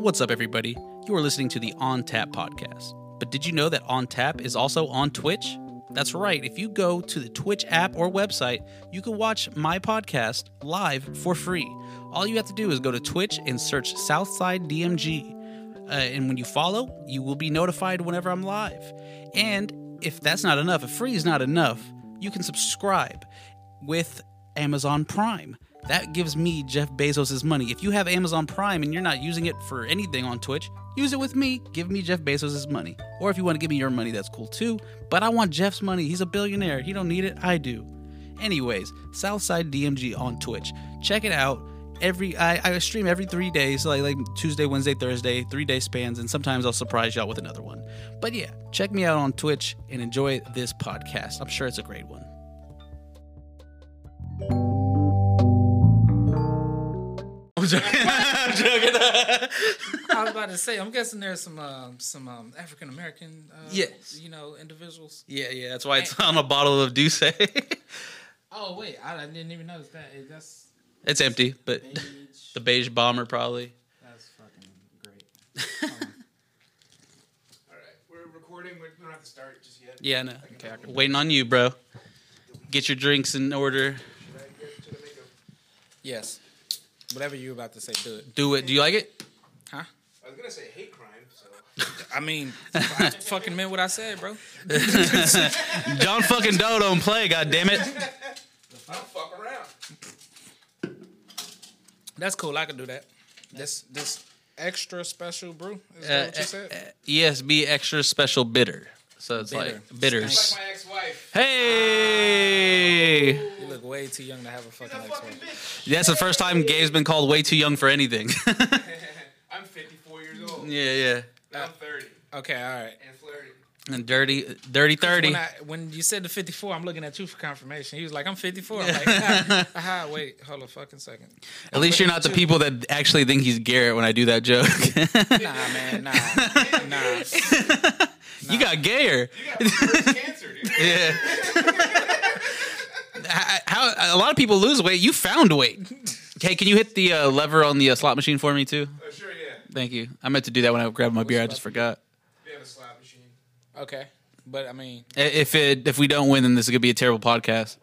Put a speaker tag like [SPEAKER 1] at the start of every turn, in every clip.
[SPEAKER 1] What's up, everybody? You are listening to the On Tap podcast. But did you know that On Tap is also on Twitch? That's right. If you go to the Twitch app or website, you can watch my podcast live for free. All you have to do is go to Twitch and search Southside DMG. Uh, and when you follow, you will be notified whenever I'm live. And if that's not enough, if free is not enough, you can subscribe with Amazon Prime. That gives me Jeff Bezos' money. If you have Amazon Prime and you're not using it for anything on Twitch, use it with me. Give me Jeff Bezos' money. Or if you want to give me your money, that's cool too. But I want Jeff's money. He's a billionaire. He don't need it. I do. Anyways, Southside DMG on Twitch. Check it out. Every I, I stream every three days, like like Tuesday, Wednesday, Thursday, three day spans, and sometimes I'll surprise y'all with another one. But yeah, check me out on Twitch and enjoy this podcast. I'm sure it's a great one. I'm joking. I'm joking.
[SPEAKER 2] I was about to say. I'm guessing there's some um, some um, African American, uh,
[SPEAKER 1] Yes.
[SPEAKER 2] you know, individuals.
[SPEAKER 1] yeah, yeah, that's why it's on a bottle of Douce.
[SPEAKER 2] Oh wait, I, I didn't even notice that. Hey, That's
[SPEAKER 1] it's empty, but
[SPEAKER 2] beige.
[SPEAKER 1] the beige bomber probably.
[SPEAKER 2] That's fucking great.
[SPEAKER 3] All right, we're recording. We don't have to start just yet.
[SPEAKER 1] Yeah, no.
[SPEAKER 3] Okay, I can-
[SPEAKER 1] Waiting on you, bro. Get your drinks in order.
[SPEAKER 3] Should I get- should I make a-
[SPEAKER 2] Yes, whatever you were about to say, do it.
[SPEAKER 1] Do it. Do you like it?
[SPEAKER 2] Huh?
[SPEAKER 3] I was gonna say hate crime, so
[SPEAKER 2] I mean, I fucking meant what I said, bro.
[SPEAKER 1] John fucking Doe don't play. God damn it.
[SPEAKER 3] I don't fuck around.
[SPEAKER 2] That's cool. I can do that. This this extra special brew. Is
[SPEAKER 1] Uh,
[SPEAKER 2] that what you said?
[SPEAKER 1] ESB extra special bitter. So it's
[SPEAKER 2] Bitter.
[SPEAKER 1] like bitters.
[SPEAKER 3] It's like my ex-wife.
[SPEAKER 1] Hey,
[SPEAKER 2] you look way too young to have a fucking
[SPEAKER 3] That
[SPEAKER 2] ex
[SPEAKER 3] fucking bitch.
[SPEAKER 1] that's the first time Gabe's been called way too young for anything.
[SPEAKER 3] I'm 54 years old.
[SPEAKER 1] yeah, yeah.
[SPEAKER 3] I'm 30
[SPEAKER 2] Okay, all right.
[SPEAKER 3] and flirting.
[SPEAKER 1] And dirty, dirty thirty.
[SPEAKER 2] When, I, when you said the 54, I'm looking at you for confirmation. He was like, I'm 54. I'm like, ah, aha, wait, hold a fucking second.
[SPEAKER 1] At least you're not the people that actually think he's Garrett when I do that joke.
[SPEAKER 2] Nah, man, nah. nah.
[SPEAKER 1] you got gayer.
[SPEAKER 3] You got reverse cancer, dude.
[SPEAKER 1] Yeah. how, how- a lot of people lose weight. You found weight. Hey, can you hit the uh, lever on the uh, slot machine for me too?
[SPEAKER 3] Oh, sure, yeah.
[SPEAKER 1] Thank you. I meant to do that when I grabbed my beer. I just forgot.
[SPEAKER 3] They have a slot machine.
[SPEAKER 2] Okay. But I mean,
[SPEAKER 1] I- If it if we don't win, then this is gonna be a terrible podcast.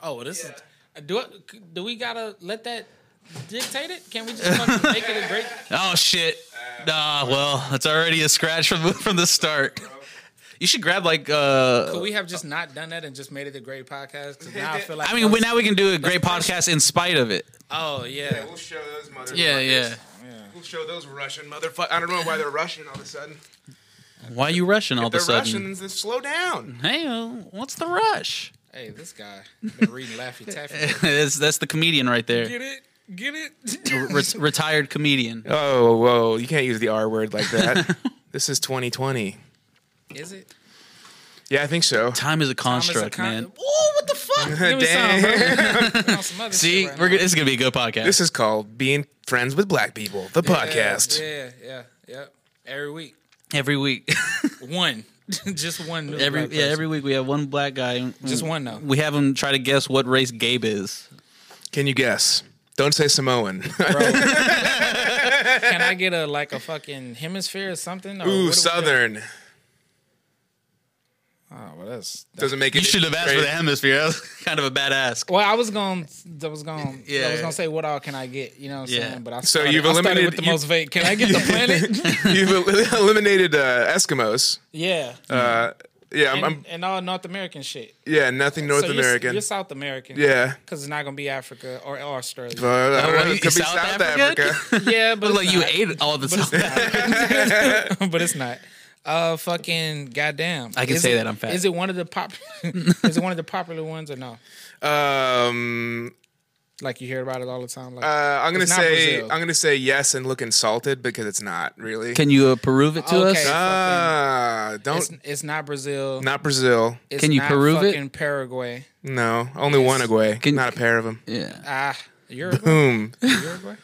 [SPEAKER 2] oh, this
[SPEAKER 3] Yeah.
[SPEAKER 2] is. Do, it, do we gotta let that dictate it? Can we just fucking make it a great.
[SPEAKER 1] Oh shit. Nah. Well, it's already a scratch from the- from the start. You should grab like. uh
[SPEAKER 2] Could we have just not done that and just made it a great podcast? 'Cause now I feel like.
[SPEAKER 1] I mean, we- now we can do a great podcast in spite of it.
[SPEAKER 2] Oh, yeah.
[SPEAKER 3] Yeah, we'll show those motherfuckers.
[SPEAKER 1] Yeah, yeah.
[SPEAKER 3] We'll show those Russian motherfuckers. I don't know why they're Russian all of a sudden.
[SPEAKER 1] Why are you rushing all of a
[SPEAKER 3] They're
[SPEAKER 1] sudden?
[SPEAKER 3] Russians. Then slow down.
[SPEAKER 1] Hey, uh, what's the rush?
[SPEAKER 2] Hey, this guy been reading Laffy Taffy.
[SPEAKER 1] that's, that's the comedian right there.
[SPEAKER 2] Get it? Get
[SPEAKER 1] Re-
[SPEAKER 2] it?
[SPEAKER 1] retired comedian.
[SPEAKER 3] Oh, whoa! You can't use the R word like that. this is 2020.
[SPEAKER 2] Is it?
[SPEAKER 3] Yeah, I think so.
[SPEAKER 1] Time is a
[SPEAKER 2] Thomas a
[SPEAKER 1] construct,
[SPEAKER 2] con-
[SPEAKER 1] man.
[SPEAKER 2] Ooh, what the fuck? Give me some, bro. We on some other
[SPEAKER 1] See,
[SPEAKER 2] shit right
[SPEAKER 1] we're
[SPEAKER 2] now.
[SPEAKER 1] gonna, this is gonna be a good podcast.
[SPEAKER 3] This is called Being Friends with Black People, the podcast.
[SPEAKER 2] Yeah, yeah, yeah. yeah. Every week,
[SPEAKER 1] every week,
[SPEAKER 2] one, just one. New
[SPEAKER 1] every
[SPEAKER 2] black
[SPEAKER 1] yeah,
[SPEAKER 2] person.
[SPEAKER 1] every week we have one black guy. and-
[SPEAKER 2] Just one, though.
[SPEAKER 1] We have him try to guess what race Gabe is.
[SPEAKER 3] Can you guess? Don't say Samoan.
[SPEAKER 2] Bro. Can I get a like a fucking hemisphere or something? Or what do
[SPEAKER 3] Ooh,
[SPEAKER 2] we-
[SPEAKER 3] Southern.
[SPEAKER 2] Oh, well, that's.
[SPEAKER 3] Doesn't make it.
[SPEAKER 1] You should have asked for the hemisphere. That was kind of a bad ask.
[SPEAKER 2] Well, I was going. I was going.
[SPEAKER 1] Yeah,
[SPEAKER 2] I was
[SPEAKER 1] yeah.
[SPEAKER 2] going to say, what all can I get? You know what I'm
[SPEAKER 1] Yeah.
[SPEAKER 2] saying? But I
[SPEAKER 3] So
[SPEAKER 2] started,
[SPEAKER 3] you've
[SPEAKER 2] I started
[SPEAKER 3] eliminated-
[SPEAKER 2] with the
[SPEAKER 3] you- Um,
[SPEAKER 2] most vague. Can I get the planet?
[SPEAKER 3] You've el- eliminated uh, Eskimos.
[SPEAKER 2] yeah.
[SPEAKER 3] Uh, yeah,
[SPEAKER 2] and,
[SPEAKER 3] I'm, I'm.
[SPEAKER 2] and all North American shit.
[SPEAKER 3] Yeah, nothing North
[SPEAKER 2] so you're-
[SPEAKER 3] American.
[SPEAKER 2] You're, South American.
[SPEAKER 3] Yeah.
[SPEAKER 2] Because it's not going to be Africa or, or Australia.
[SPEAKER 3] Uh, I don't
[SPEAKER 1] well,
[SPEAKER 3] know,
[SPEAKER 1] Oh, you-
[SPEAKER 3] it could be
[SPEAKER 1] South
[SPEAKER 3] South
[SPEAKER 1] Africa?
[SPEAKER 3] Africa.
[SPEAKER 2] yeah, but
[SPEAKER 1] Look like
[SPEAKER 2] it's
[SPEAKER 1] you
[SPEAKER 2] not.
[SPEAKER 1] ate all the
[SPEAKER 2] but
[SPEAKER 1] time.
[SPEAKER 2] it's not. but it's not. Uh, fucking goddamn.
[SPEAKER 1] I can
[SPEAKER 2] Is
[SPEAKER 1] say
[SPEAKER 2] it-
[SPEAKER 1] that I'm fat.
[SPEAKER 2] Is it one of the pop? is it one of the popular ones or no?
[SPEAKER 3] um,
[SPEAKER 2] Like you hear about it all the time. Like
[SPEAKER 3] uh, I'm gonna
[SPEAKER 2] It's not
[SPEAKER 3] say
[SPEAKER 2] Brazil.
[SPEAKER 3] I'm gonna say yes and look insulted because it's not really.
[SPEAKER 1] Can you uh, prove it to
[SPEAKER 2] Okay.
[SPEAKER 1] us?
[SPEAKER 3] Ah,
[SPEAKER 2] it's,
[SPEAKER 3] don't
[SPEAKER 2] it's not Brazil.
[SPEAKER 3] not Brazil.
[SPEAKER 2] it's
[SPEAKER 1] can you
[SPEAKER 2] not
[SPEAKER 1] Peru it?
[SPEAKER 2] fucking Paraguay.
[SPEAKER 3] No, only one away.
[SPEAKER 1] Can-
[SPEAKER 3] not a pair of them.
[SPEAKER 1] Yeah.
[SPEAKER 2] Ah, Uruguay.
[SPEAKER 3] Boom.
[SPEAKER 2] Uruguay.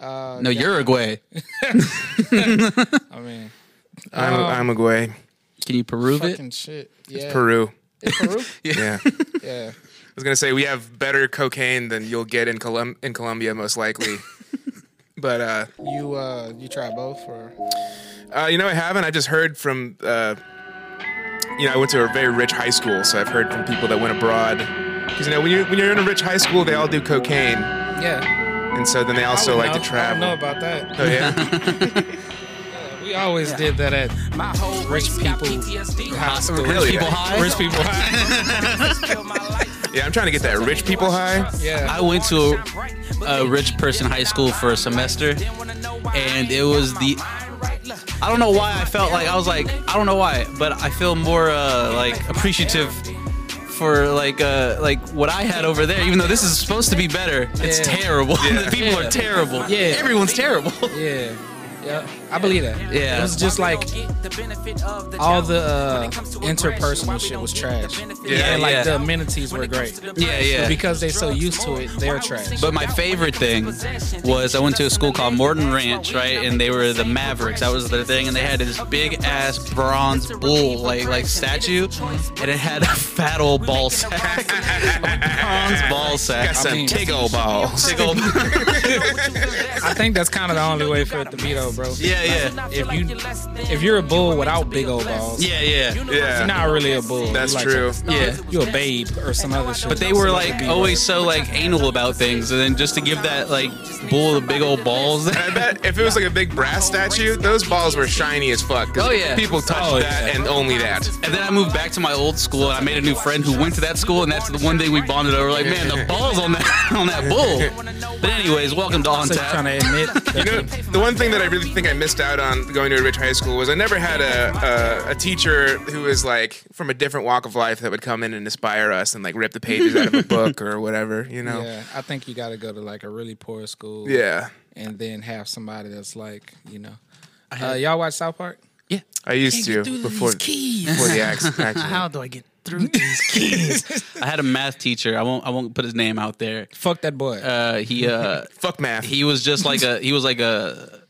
[SPEAKER 2] Uh,
[SPEAKER 1] No, Uruguay.
[SPEAKER 2] I mean,
[SPEAKER 3] I'm
[SPEAKER 2] Oh.
[SPEAKER 3] I'm Uruguay.
[SPEAKER 1] Can you prove it?
[SPEAKER 2] fucking shit. Yeah,
[SPEAKER 3] Peru.
[SPEAKER 2] It's Peru.
[SPEAKER 3] Yeah.
[SPEAKER 2] yeah.
[SPEAKER 3] I was gonna say we have better cocaine than you'll get in Colum- in Colombia most likely. But uh,
[SPEAKER 2] You uh, you try both or
[SPEAKER 3] uh, you know, I haven't. I just heard from, uh, you know, I went to a very rich high school, so I've heard from people that went abroad. Because you know, when you when you're in a rich high school, they all do cocaine,
[SPEAKER 2] yeah.
[SPEAKER 3] and so then they also like to
[SPEAKER 2] I
[SPEAKER 3] travel.
[SPEAKER 2] don't know about that.
[SPEAKER 3] Oh yeah.
[SPEAKER 2] We always did that at
[SPEAKER 4] My whole
[SPEAKER 2] Rich
[SPEAKER 4] race got
[SPEAKER 2] people.
[SPEAKER 4] PTSD.
[SPEAKER 2] high school.
[SPEAKER 3] Really?
[SPEAKER 1] People high.
[SPEAKER 2] Rich people high.
[SPEAKER 4] Killed my life.
[SPEAKER 3] yeah, I'm trying to get that rich people high.
[SPEAKER 2] yeah.
[SPEAKER 1] I went to a, a rich person high school for a semester, and it was the. I don't know why I felt like I was like I don't know why, but I feel more uh, like appreciative for like uh, like what I had over there, even though this is supposed to be better. It's
[SPEAKER 2] Yeah.
[SPEAKER 1] terrible. the people
[SPEAKER 2] Yeah.
[SPEAKER 1] are terrible.
[SPEAKER 2] Yeah.
[SPEAKER 1] everyone's terrible.
[SPEAKER 2] Yeah. Yeah. I believe that.
[SPEAKER 1] Yeah.
[SPEAKER 2] It was just like all the uh, interpersonal shit was trash.
[SPEAKER 1] Yeah,
[SPEAKER 2] and like
[SPEAKER 1] yeah.
[SPEAKER 2] the amenities were great.
[SPEAKER 1] Yeah, yeah.
[SPEAKER 2] But because they're so used to it, they're trash.
[SPEAKER 1] But my favorite thing was I went to a school called Morton Ranch, right? And they were the Mavericks. That was their thing, and they had this big ass bronze bull like like statue, and it had a fat old ball sack, a bronze ball sack.
[SPEAKER 3] Got some
[SPEAKER 2] mean-
[SPEAKER 3] tiggle balls.
[SPEAKER 1] Big old-
[SPEAKER 2] I think that's kind of the only way for it to be though, bro.
[SPEAKER 1] yeah, yeah,
[SPEAKER 2] If you if you're a bull without big old balls,
[SPEAKER 1] yeah, yeah.
[SPEAKER 3] Yeah.
[SPEAKER 2] you're not really a bull.
[SPEAKER 3] That's
[SPEAKER 2] You like-
[SPEAKER 3] true.
[SPEAKER 1] Yeah.
[SPEAKER 2] You a babe or some other shit.
[SPEAKER 1] But they were like always so like anal about things, and then just to give that like bull the big old balls.
[SPEAKER 3] I bet if it was like a big brass statue, those balls were shiny as fuck. 'cause
[SPEAKER 1] Oh, yeah.
[SPEAKER 3] People touched
[SPEAKER 2] Oh,
[SPEAKER 3] that
[SPEAKER 2] yeah.
[SPEAKER 3] and only that.
[SPEAKER 1] And then I moved back to my old school, and I made a new friend who went to that school, and that's the one thing we bonded over. Like, man, the balls on that on that bull. But anyways, welcome to On
[SPEAKER 2] so trying
[SPEAKER 1] Tap.
[SPEAKER 2] to admit. That
[SPEAKER 3] You know, the one thing that I really think I missed out on going to a rich high school was I never had a, a, a teacher who was like from a different walk of life that would come in and inspire us and like rip the pages out of a book or whatever, you know?
[SPEAKER 2] Yeah, I think you got to go to like a really poor school.
[SPEAKER 3] Yeah.
[SPEAKER 2] and then have somebody that's like, you know, uh, y'all watch South Park?
[SPEAKER 1] Yeah.
[SPEAKER 3] I used to before, before the ax- accident.
[SPEAKER 1] do I get through these keys? I had a math teacher. I won't. I won't put his name out there.
[SPEAKER 2] Fuck that boy.
[SPEAKER 1] Uh, he uh,
[SPEAKER 3] Fuck math.
[SPEAKER 1] he was just like a. He was like a.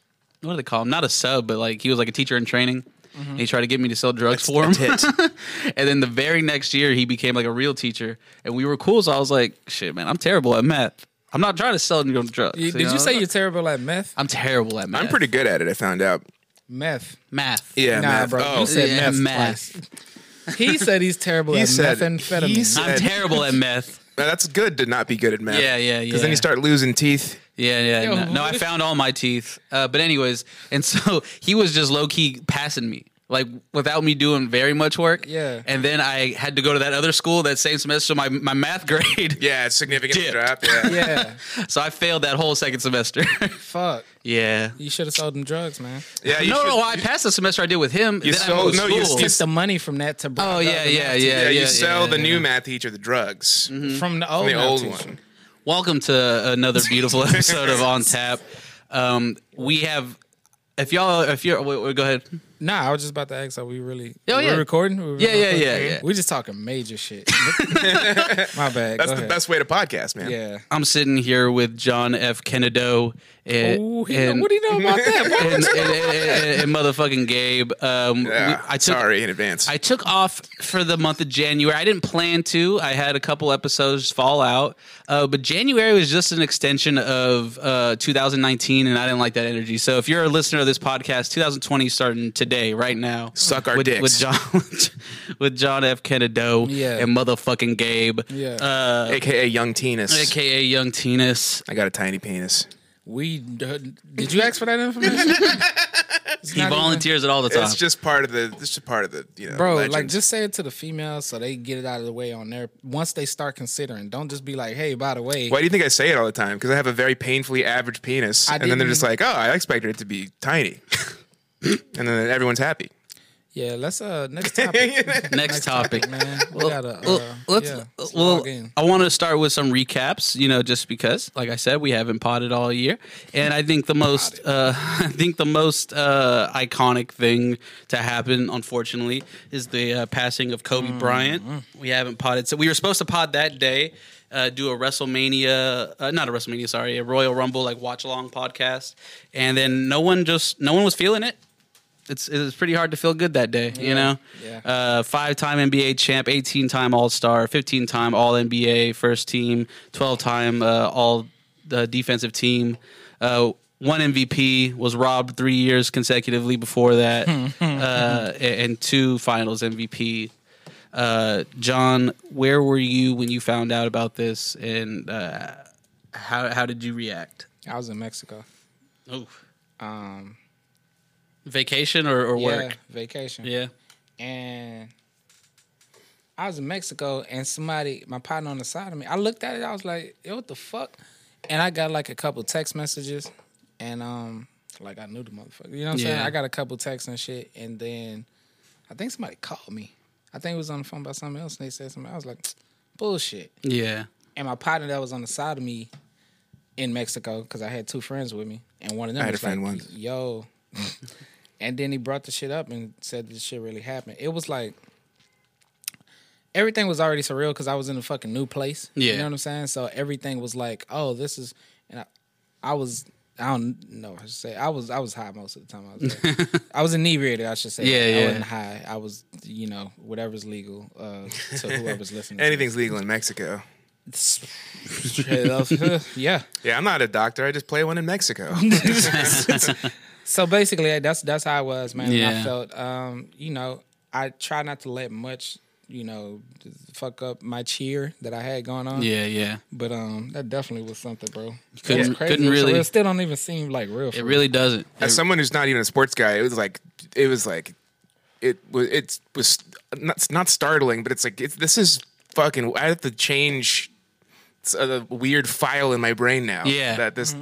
[SPEAKER 1] What do they call him? Not a sub, but like he was like a teacher in training. And he tried to get me to sell drugs for him.
[SPEAKER 3] That's
[SPEAKER 1] And then the very next year, he became like a real teacher, and we were cool. So I was like, "Shit, man, I'm terrible at math. I'm not trying to sell you on drugs."
[SPEAKER 2] You- Did
[SPEAKER 1] know?
[SPEAKER 2] you say you're terrible at meth?
[SPEAKER 1] I'm terrible at math.
[SPEAKER 3] I'm pretty good at it, I found out.
[SPEAKER 2] Meth.
[SPEAKER 1] math.
[SPEAKER 3] Yeah,
[SPEAKER 2] Nah,
[SPEAKER 3] math.
[SPEAKER 2] bro.
[SPEAKER 3] Oh,
[SPEAKER 2] You said
[SPEAKER 1] Yeah,
[SPEAKER 2] meth,
[SPEAKER 1] meth.
[SPEAKER 2] twice. he said he's terrible
[SPEAKER 3] He
[SPEAKER 2] at
[SPEAKER 3] said-
[SPEAKER 2] methamphetamine.
[SPEAKER 3] he said-
[SPEAKER 1] I'm terrible at math.
[SPEAKER 3] that's good to not be good at math.
[SPEAKER 1] Yeah, yeah, yeah.
[SPEAKER 3] Because then you start losing teeth.
[SPEAKER 1] Yeah, yeah.
[SPEAKER 2] Yo,
[SPEAKER 1] no, no, I
[SPEAKER 2] what?
[SPEAKER 1] found all my teeth. Uh, but anyways, and so he was just low key passing me. Like without me doing very much work,
[SPEAKER 2] Yeah.
[SPEAKER 1] And then I had to go to that other school that same semester. So my, my math grade,
[SPEAKER 3] Yeah, it's significant
[SPEAKER 1] Dipped.
[SPEAKER 3] drop. Yeah.
[SPEAKER 2] yeah,
[SPEAKER 1] so I failed that whole second semester.
[SPEAKER 2] fuck.
[SPEAKER 1] yeah,
[SPEAKER 2] You should have sold them drugs, man.
[SPEAKER 3] yeah you
[SPEAKER 1] no,
[SPEAKER 3] should-
[SPEAKER 1] no, I passed the semester I did with him.
[SPEAKER 3] You
[SPEAKER 1] then I
[SPEAKER 3] sold-
[SPEAKER 1] moved
[SPEAKER 3] no, you
[SPEAKER 1] school.
[SPEAKER 3] still-
[SPEAKER 2] Get the money from that to.
[SPEAKER 1] Oh yeah, yeah, yeah,
[SPEAKER 3] yeah,
[SPEAKER 1] yeah.
[SPEAKER 3] you
[SPEAKER 1] yeah,
[SPEAKER 3] sell the
[SPEAKER 1] yeah.
[SPEAKER 3] new math teacher the drugs.
[SPEAKER 2] From the Mm-hmm. old,
[SPEAKER 3] The old
[SPEAKER 2] meth teacher.
[SPEAKER 3] one.
[SPEAKER 1] Welcome to another beautiful episode of On Tap. Um, we have, if y'all, if you're, wait, wait, go ahead.
[SPEAKER 2] Nah, I was just about to ask. Are we really?
[SPEAKER 1] Oh,
[SPEAKER 2] we're
[SPEAKER 1] yeah.
[SPEAKER 2] recording? We're
[SPEAKER 1] Yeah, yeah,
[SPEAKER 2] recording?
[SPEAKER 1] yeah, yeah.
[SPEAKER 2] We just talking major shit. My bad. Go
[SPEAKER 3] That's the
[SPEAKER 2] ahead.
[SPEAKER 3] best way to podcast, man.
[SPEAKER 2] Yeah.
[SPEAKER 1] I'm sitting here with John F. Kennedo and,
[SPEAKER 2] Ooh, he know,
[SPEAKER 1] and,
[SPEAKER 2] what do you know about that? boy?
[SPEAKER 1] and, and, and- and- and motherfucking Gabe. Um, we-
[SPEAKER 3] Yeah,
[SPEAKER 1] I took,
[SPEAKER 3] sorry in advance.
[SPEAKER 1] I took off for the month of January. I didn't plan to. I had a couple episodes fall out, uh, but January was just an extension of uh, 2019, and I didn't like that energy. So, if you're a listener of this podcast, 2020 is starting today, right now.
[SPEAKER 3] Suck our
[SPEAKER 1] with,
[SPEAKER 3] dicks.
[SPEAKER 1] with John, with John F. Kennedo
[SPEAKER 2] Yeah.
[SPEAKER 1] and motherfucking Gabe,
[SPEAKER 2] Yeah.
[SPEAKER 1] uh,
[SPEAKER 3] AKA Young Tenus.
[SPEAKER 1] aka Young Tennis.
[SPEAKER 3] I got a tiny penis.
[SPEAKER 2] We d- did you ask for that information? It's
[SPEAKER 1] He
[SPEAKER 2] not even-
[SPEAKER 1] volunteers it all the time.
[SPEAKER 3] It's just part of the. It's just part of the. You know,
[SPEAKER 2] bro.
[SPEAKER 3] legend.
[SPEAKER 2] Like, just say it to the females so they get it out of the way on their. Once they start considering, don't just be like, "Hey, by the way,
[SPEAKER 3] Why do you think I say it all the time? Because I have a very painfully average penis,
[SPEAKER 2] I
[SPEAKER 3] and then they're just
[SPEAKER 2] didn't-
[SPEAKER 3] like, "Oh, I expected it to be tiny," and then everyone's happy.
[SPEAKER 2] yeah, let's uh next topic,
[SPEAKER 1] Next topic.
[SPEAKER 2] man. We gotta uh,
[SPEAKER 1] Well, let's,
[SPEAKER 2] yeah, let's
[SPEAKER 1] well
[SPEAKER 2] log in.
[SPEAKER 1] I want to start with some recaps, you know, just because, like I said, we haven't potted all year, and I think the most, uh, I think the most uh, iconic thing to happen, unfortunately, is the uh, passing of
[SPEAKER 2] Mm-hmm.
[SPEAKER 1] Kobe Bryant. We haven't potted, so we were supposed to pod that day, uh, do a WrestleMania, uh, not a WrestleMania, sorry, a Royal Rumble like watch along podcast, and then no one just, no one was feeling it it's it was pretty hard to feel good that day, you know.
[SPEAKER 2] yeah.
[SPEAKER 1] Uh, five-time NBA champ, 18-time All-Star, 15-time All-NBA first team, 12-time uh, All uh, Defensive Team. Uh, one MVP, was robbed three years consecutively before that, uh, a- and two finals MVP. Uh, John, where were you when you found out about this, and uh, how how did you react?
[SPEAKER 2] I was in Mexico.
[SPEAKER 1] Oh,
[SPEAKER 2] Um,
[SPEAKER 1] vacation or, or
[SPEAKER 2] yeah,
[SPEAKER 1] work?
[SPEAKER 2] vacation.
[SPEAKER 1] Yeah.
[SPEAKER 2] and I was in Mexico, and somebody, my partner on the side of me, I looked at it, I was like, "Yo, what the fuck?" And I got like a couple text messages, and um, like I knew the motherfucker, you know what I'm saying?
[SPEAKER 1] Yeah.
[SPEAKER 2] I got a couple texts and shit, and then I think somebody called me. I think it was on the phone about something else, and they said something. I was like, "Bullshit."
[SPEAKER 1] Yeah.
[SPEAKER 2] and my partner that was on the side of me in Mexico because I had two friends with me, and one of them
[SPEAKER 3] I had
[SPEAKER 2] was
[SPEAKER 3] a friend
[SPEAKER 2] like,
[SPEAKER 3] once.
[SPEAKER 2] "Yo," and then he brought the shit up and said this shit really happened. It was like everything was already surreal because I was in a fucking new place.
[SPEAKER 1] Yeah.
[SPEAKER 2] you know what I'm saying. So everything was like, "Oh, this is," and I, I was. I don't know. I should say I was I was high most of the time. I was there. I was inebriated. I should say.
[SPEAKER 1] Yeah,
[SPEAKER 2] I
[SPEAKER 1] yeah.
[SPEAKER 2] wasn't high. I was, you know, whatever's legal uh, to whoever's listening. to
[SPEAKER 3] Anything's legal in Mexico.
[SPEAKER 2] yeah.
[SPEAKER 3] Yeah, I'm not a doctor. I just play one in Mexico.
[SPEAKER 2] So basically, that's that's how I was, man. And
[SPEAKER 1] Yeah.
[SPEAKER 2] I felt, um, you know, I try not to let much, you know, fuck up my cheer that I had going on.
[SPEAKER 1] Yeah. Yeah.
[SPEAKER 2] But um, that definitely was something, bro. It was
[SPEAKER 1] couldn't- couldn't
[SPEAKER 2] So
[SPEAKER 1] really-
[SPEAKER 2] It still don't even seem like real.
[SPEAKER 1] It
[SPEAKER 2] for
[SPEAKER 1] really doesn't.
[SPEAKER 3] As someone who's not even a sports guy, it was like it was like it was it was not it's not startling, but it's like it's, this is fucking. I have to change s- a weird file in my brain now.
[SPEAKER 1] Yeah.
[SPEAKER 3] that this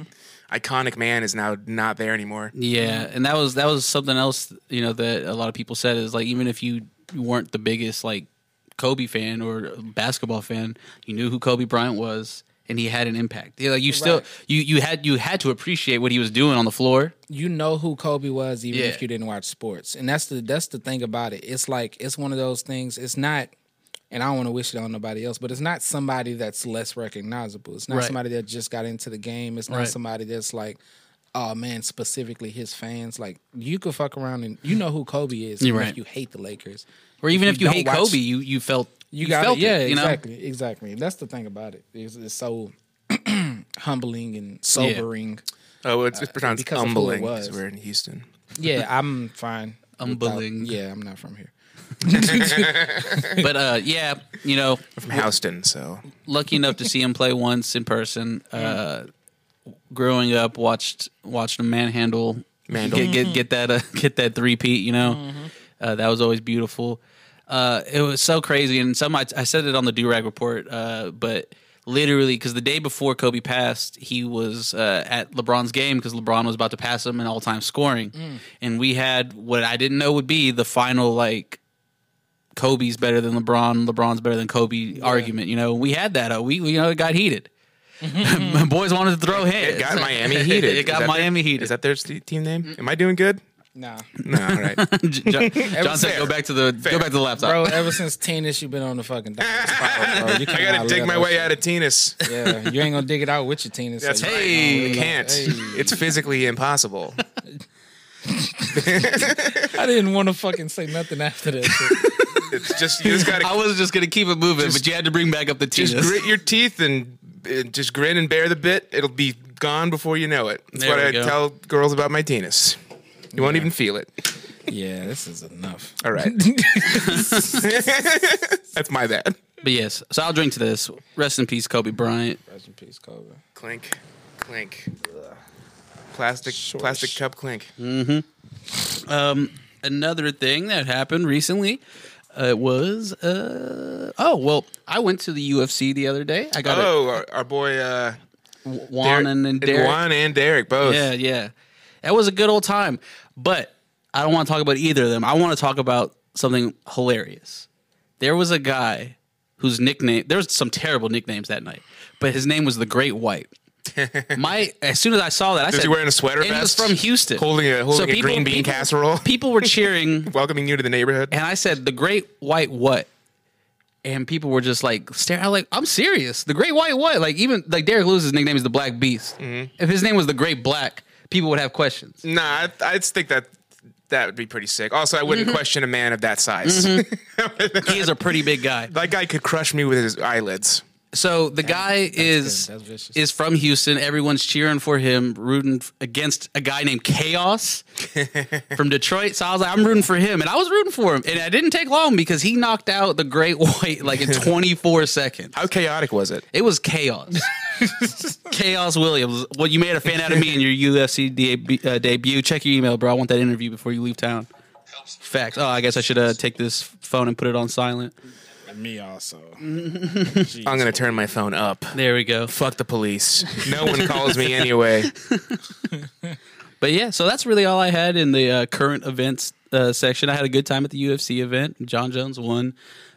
[SPEAKER 3] iconic man is now not there anymore.
[SPEAKER 1] Yeah, and that was that was something else, you know, that a lot of people said is like even if you weren't the biggest like Kobe fan or basketball fan, you knew who Kobe Bryant was and he had an impact. Yeah, like you still
[SPEAKER 2] Right.
[SPEAKER 1] you you had you had to appreciate what he was doing on the floor.
[SPEAKER 2] you know who Kobe was even
[SPEAKER 1] Yeah.
[SPEAKER 2] if you didn't watch sports. And that's the that's the thing about it. It's like it's one of those things. It's not and I don't want to wish it on nobody else, but it's not somebody that's less recognizable. It's not
[SPEAKER 1] Right.
[SPEAKER 2] somebody that just got into the game. It's not
[SPEAKER 1] Right.
[SPEAKER 2] somebody that's like Oh man, specifically his fans. Like you could fuck around and you know who Kobe is. even
[SPEAKER 1] You're right.
[SPEAKER 2] If you hate the Lakers,
[SPEAKER 1] Or even if you,
[SPEAKER 2] don't
[SPEAKER 1] hate
[SPEAKER 2] watch-
[SPEAKER 1] Kobe, you you felt
[SPEAKER 2] you, got
[SPEAKER 1] felt
[SPEAKER 2] it. Yeah,
[SPEAKER 1] you know?
[SPEAKER 2] exactly, exactly. That's the thing about it. It's, it's so humbling and sobering.
[SPEAKER 3] Oh, it's, it's pronounced
[SPEAKER 2] because of who it
[SPEAKER 3] humbling 'cause
[SPEAKER 2] was.
[SPEAKER 3] We're in Houston.
[SPEAKER 2] Yeah, I'm fine. without-
[SPEAKER 1] Humbling.
[SPEAKER 2] Yeah, I'm not from here.
[SPEAKER 1] But uh yeah, you know,
[SPEAKER 3] We're from Houston, so
[SPEAKER 1] lucky enough to see him play once in person. Uh, growing up, watched watched him manhandle,
[SPEAKER 3] Mandel.
[SPEAKER 1] get get get that uh, get that three peat. You know, uh, that was always beautiful. Uh, it was so crazy, and some I, I said it on the do rag report, uh, but literally because the day before Kobe passed, he was uh, at LeBron's game because LeBron was about to pass him in all time scoring, and we had what I didn't know would be the final like Kobe's better than LeBron, LeBron's better than Kobe argument. You know, we had that. Uh, we, we, you know, it got heated. My boys wanted to throw hands.
[SPEAKER 3] it got Miami heated.
[SPEAKER 1] it
[SPEAKER 3] Is that
[SPEAKER 1] got
[SPEAKER 3] their-
[SPEAKER 1] Miami heated.
[SPEAKER 3] Is that their st- team name? Am I doing good?
[SPEAKER 2] Nah.
[SPEAKER 3] No, all right.
[SPEAKER 1] John, John said,
[SPEAKER 3] fair.
[SPEAKER 1] "Go back to the go back to the laptop."
[SPEAKER 2] Bro, ever since tennis, you've been on the fucking down spiral, bro. You
[SPEAKER 3] I gotta
[SPEAKER 2] cannot
[SPEAKER 3] dig
[SPEAKER 2] let
[SPEAKER 3] my
[SPEAKER 2] that
[SPEAKER 3] way
[SPEAKER 2] shit-
[SPEAKER 3] out of Tinas.
[SPEAKER 2] Yeah, you ain't gonna dig it out with your tennis.
[SPEAKER 3] That's
[SPEAKER 2] so
[SPEAKER 3] right.
[SPEAKER 1] Hey.
[SPEAKER 3] you can't.
[SPEAKER 2] Hey.
[SPEAKER 3] It's physically impossible.
[SPEAKER 2] I didn't want to fucking say nothing after that. Shit.
[SPEAKER 3] It's just you just gotta
[SPEAKER 1] I was just gonna keep it moving, but you had to bring back up the
[SPEAKER 3] just
[SPEAKER 1] tennis.
[SPEAKER 3] grit your teeth and, and just grin and bear the bit. It'll be gone before you know it. That's
[SPEAKER 1] There
[SPEAKER 3] what
[SPEAKER 1] we go.
[SPEAKER 3] I tell girls about my penis. You won't even feel it.
[SPEAKER 2] yeah, this is enough.
[SPEAKER 3] All right. That's my bad.
[SPEAKER 1] But yes, so I'll drink to this. Rest in peace, Kobe Bryant.
[SPEAKER 2] Rest in peace, Kobe.
[SPEAKER 3] Clink, clink. Plastic,
[SPEAKER 2] Short
[SPEAKER 3] plastic
[SPEAKER 2] sh-
[SPEAKER 3] cup clink.
[SPEAKER 1] Another thing that happened recently uh, was uh, oh well, I went to the UFC the other day. I got a
[SPEAKER 3] Oh, our, our boy uh,
[SPEAKER 1] Juan and, and Derek.
[SPEAKER 3] Juan and Derek both.
[SPEAKER 1] Yeah, yeah. That was a good old time. But I don't want to talk about either of them. I want to talk about something hilarious. There was a guy whose nickname there was some terrible nicknames that night, but his name was the Great White. My as soon as I saw that, I
[SPEAKER 3] Was
[SPEAKER 1] said
[SPEAKER 3] he wearing a sweater
[SPEAKER 1] and he was
[SPEAKER 3] vest?
[SPEAKER 1] from Houston,
[SPEAKER 3] Holding a holding a
[SPEAKER 1] people-
[SPEAKER 3] green bean
[SPEAKER 1] people-
[SPEAKER 3] casserole.
[SPEAKER 1] People were cheering
[SPEAKER 3] Welcoming you to the neighborhood.
[SPEAKER 1] and I said the Great White What, and people were just like staring. I'm like, I'm serious. The Great White What? Like even like Derek Lewis's nickname is the Black Beast.
[SPEAKER 2] Mm-hmm.
[SPEAKER 1] If his name was the Great Black, people would have questions.
[SPEAKER 3] Nah, I, I just think that that would be pretty sick. Also, I
[SPEAKER 1] Mm-hmm.
[SPEAKER 3] wouldn't question a man of that size.
[SPEAKER 1] He is a pretty big guy.
[SPEAKER 3] that guy could crush me with his eyelids.
[SPEAKER 1] So the guy is
[SPEAKER 2] good. That's vicious.
[SPEAKER 1] is from Houston. Everyone's cheering for him, rooting f- against a guy named Chaos from Detroit. So I was like, I'm rooting for him, and I was rooting for him, and it didn't take long because he knocked out the Great White like in 24 seconds.
[SPEAKER 3] How chaotic was it?
[SPEAKER 1] It was chaos. chaos Williams. Well, you made a fan out of me in your UFC de- uh, debut. Check your email, bro. I want that interview before you leave town. Facts. Oh, I guess I should uh, take this phone and put it on silent.
[SPEAKER 2] Me also.
[SPEAKER 3] I'm gonna turn my phone up.
[SPEAKER 1] There we go.
[SPEAKER 3] Fuck the police. No one calls me anyway.
[SPEAKER 1] But yeah, so that's really all I had in the uh, current events uh, section. I had a good time at the UFC event. John Jones won.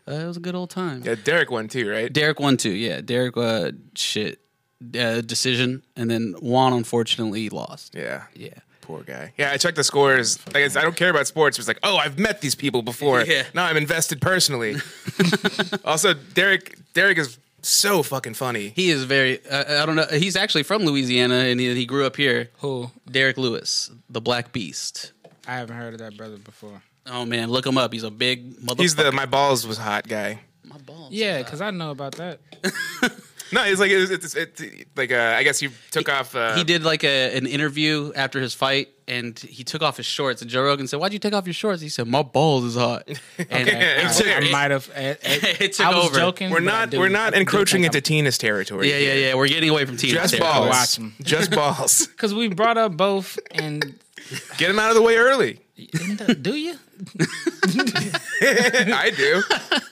[SPEAKER 1] Uh, it was a good old time.
[SPEAKER 3] Yeah, Derek won too, right?
[SPEAKER 1] Derek won too. Yeah, Derek uh, shit uh, decision, and then Juan unfortunately lost.
[SPEAKER 3] yeah.
[SPEAKER 1] Yeah.
[SPEAKER 3] Poor guy. Yeah, I checked the scores. Like, it's, I don't care about sports. It's like, oh, I've met these people before.
[SPEAKER 1] Yeah.
[SPEAKER 3] Now I'm invested personally. also, Derek. Derek is so fucking funny.
[SPEAKER 1] He is very. Uh, I don't know. He's actually from Louisiana, and he, he grew up here.
[SPEAKER 2] Who?
[SPEAKER 1] Derek Lewis, the Black Beast.
[SPEAKER 2] I haven't heard of that brother before.
[SPEAKER 1] Oh man, look him up. He's a big motherfucker.
[SPEAKER 3] He's the my balls was hot guy.
[SPEAKER 1] my balls.
[SPEAKER 2] Yeah, because I know about that.
[SPEAKER 3] No, it's like it's, it's, it's like uh, I guess he took off. Uh,
[SPEAKER 1] he did like a, an interview after his fight and he took off his shorts and joe rogan said why'd you take off your shorts he said my balls is hot and uh,
[SPEAKER 3] Yeah,
[SPEAKER 1] it took-
[SPEAKER 2] I, I might have. It,
[SPEAKER 1] It took
[SPEAKER 2] I was
[SPEAKER 1] over.
[SPEAKER 2] joking.
[SPEAKER 3] We're
[SPEAKER 2] but I
[SPEAKER 3] not
[SPEAKER 2] do-
[SPEAKER 3] we're not
[SPEAKER 2] I do
[SPEAKER 3] encroaching
[SPEAKER 2] think
[SPEAKER 3] into Tina's territory.
[SPEAKER 1] yeah yeah yeah we're getting away from team
[SPEAKER 3] Just
[SPEAKER 2] I'll
[SPEAKER 3] balls.
[SPEAKER 2] watch 'em.
[SPEAKER 3] Just balls.
[SPEAKER 2] Because we brought up both, and
[SPEAKER 3] Get him out of the way early.
[SPEAKER 2] do you?
[SPEAKER 3] I do.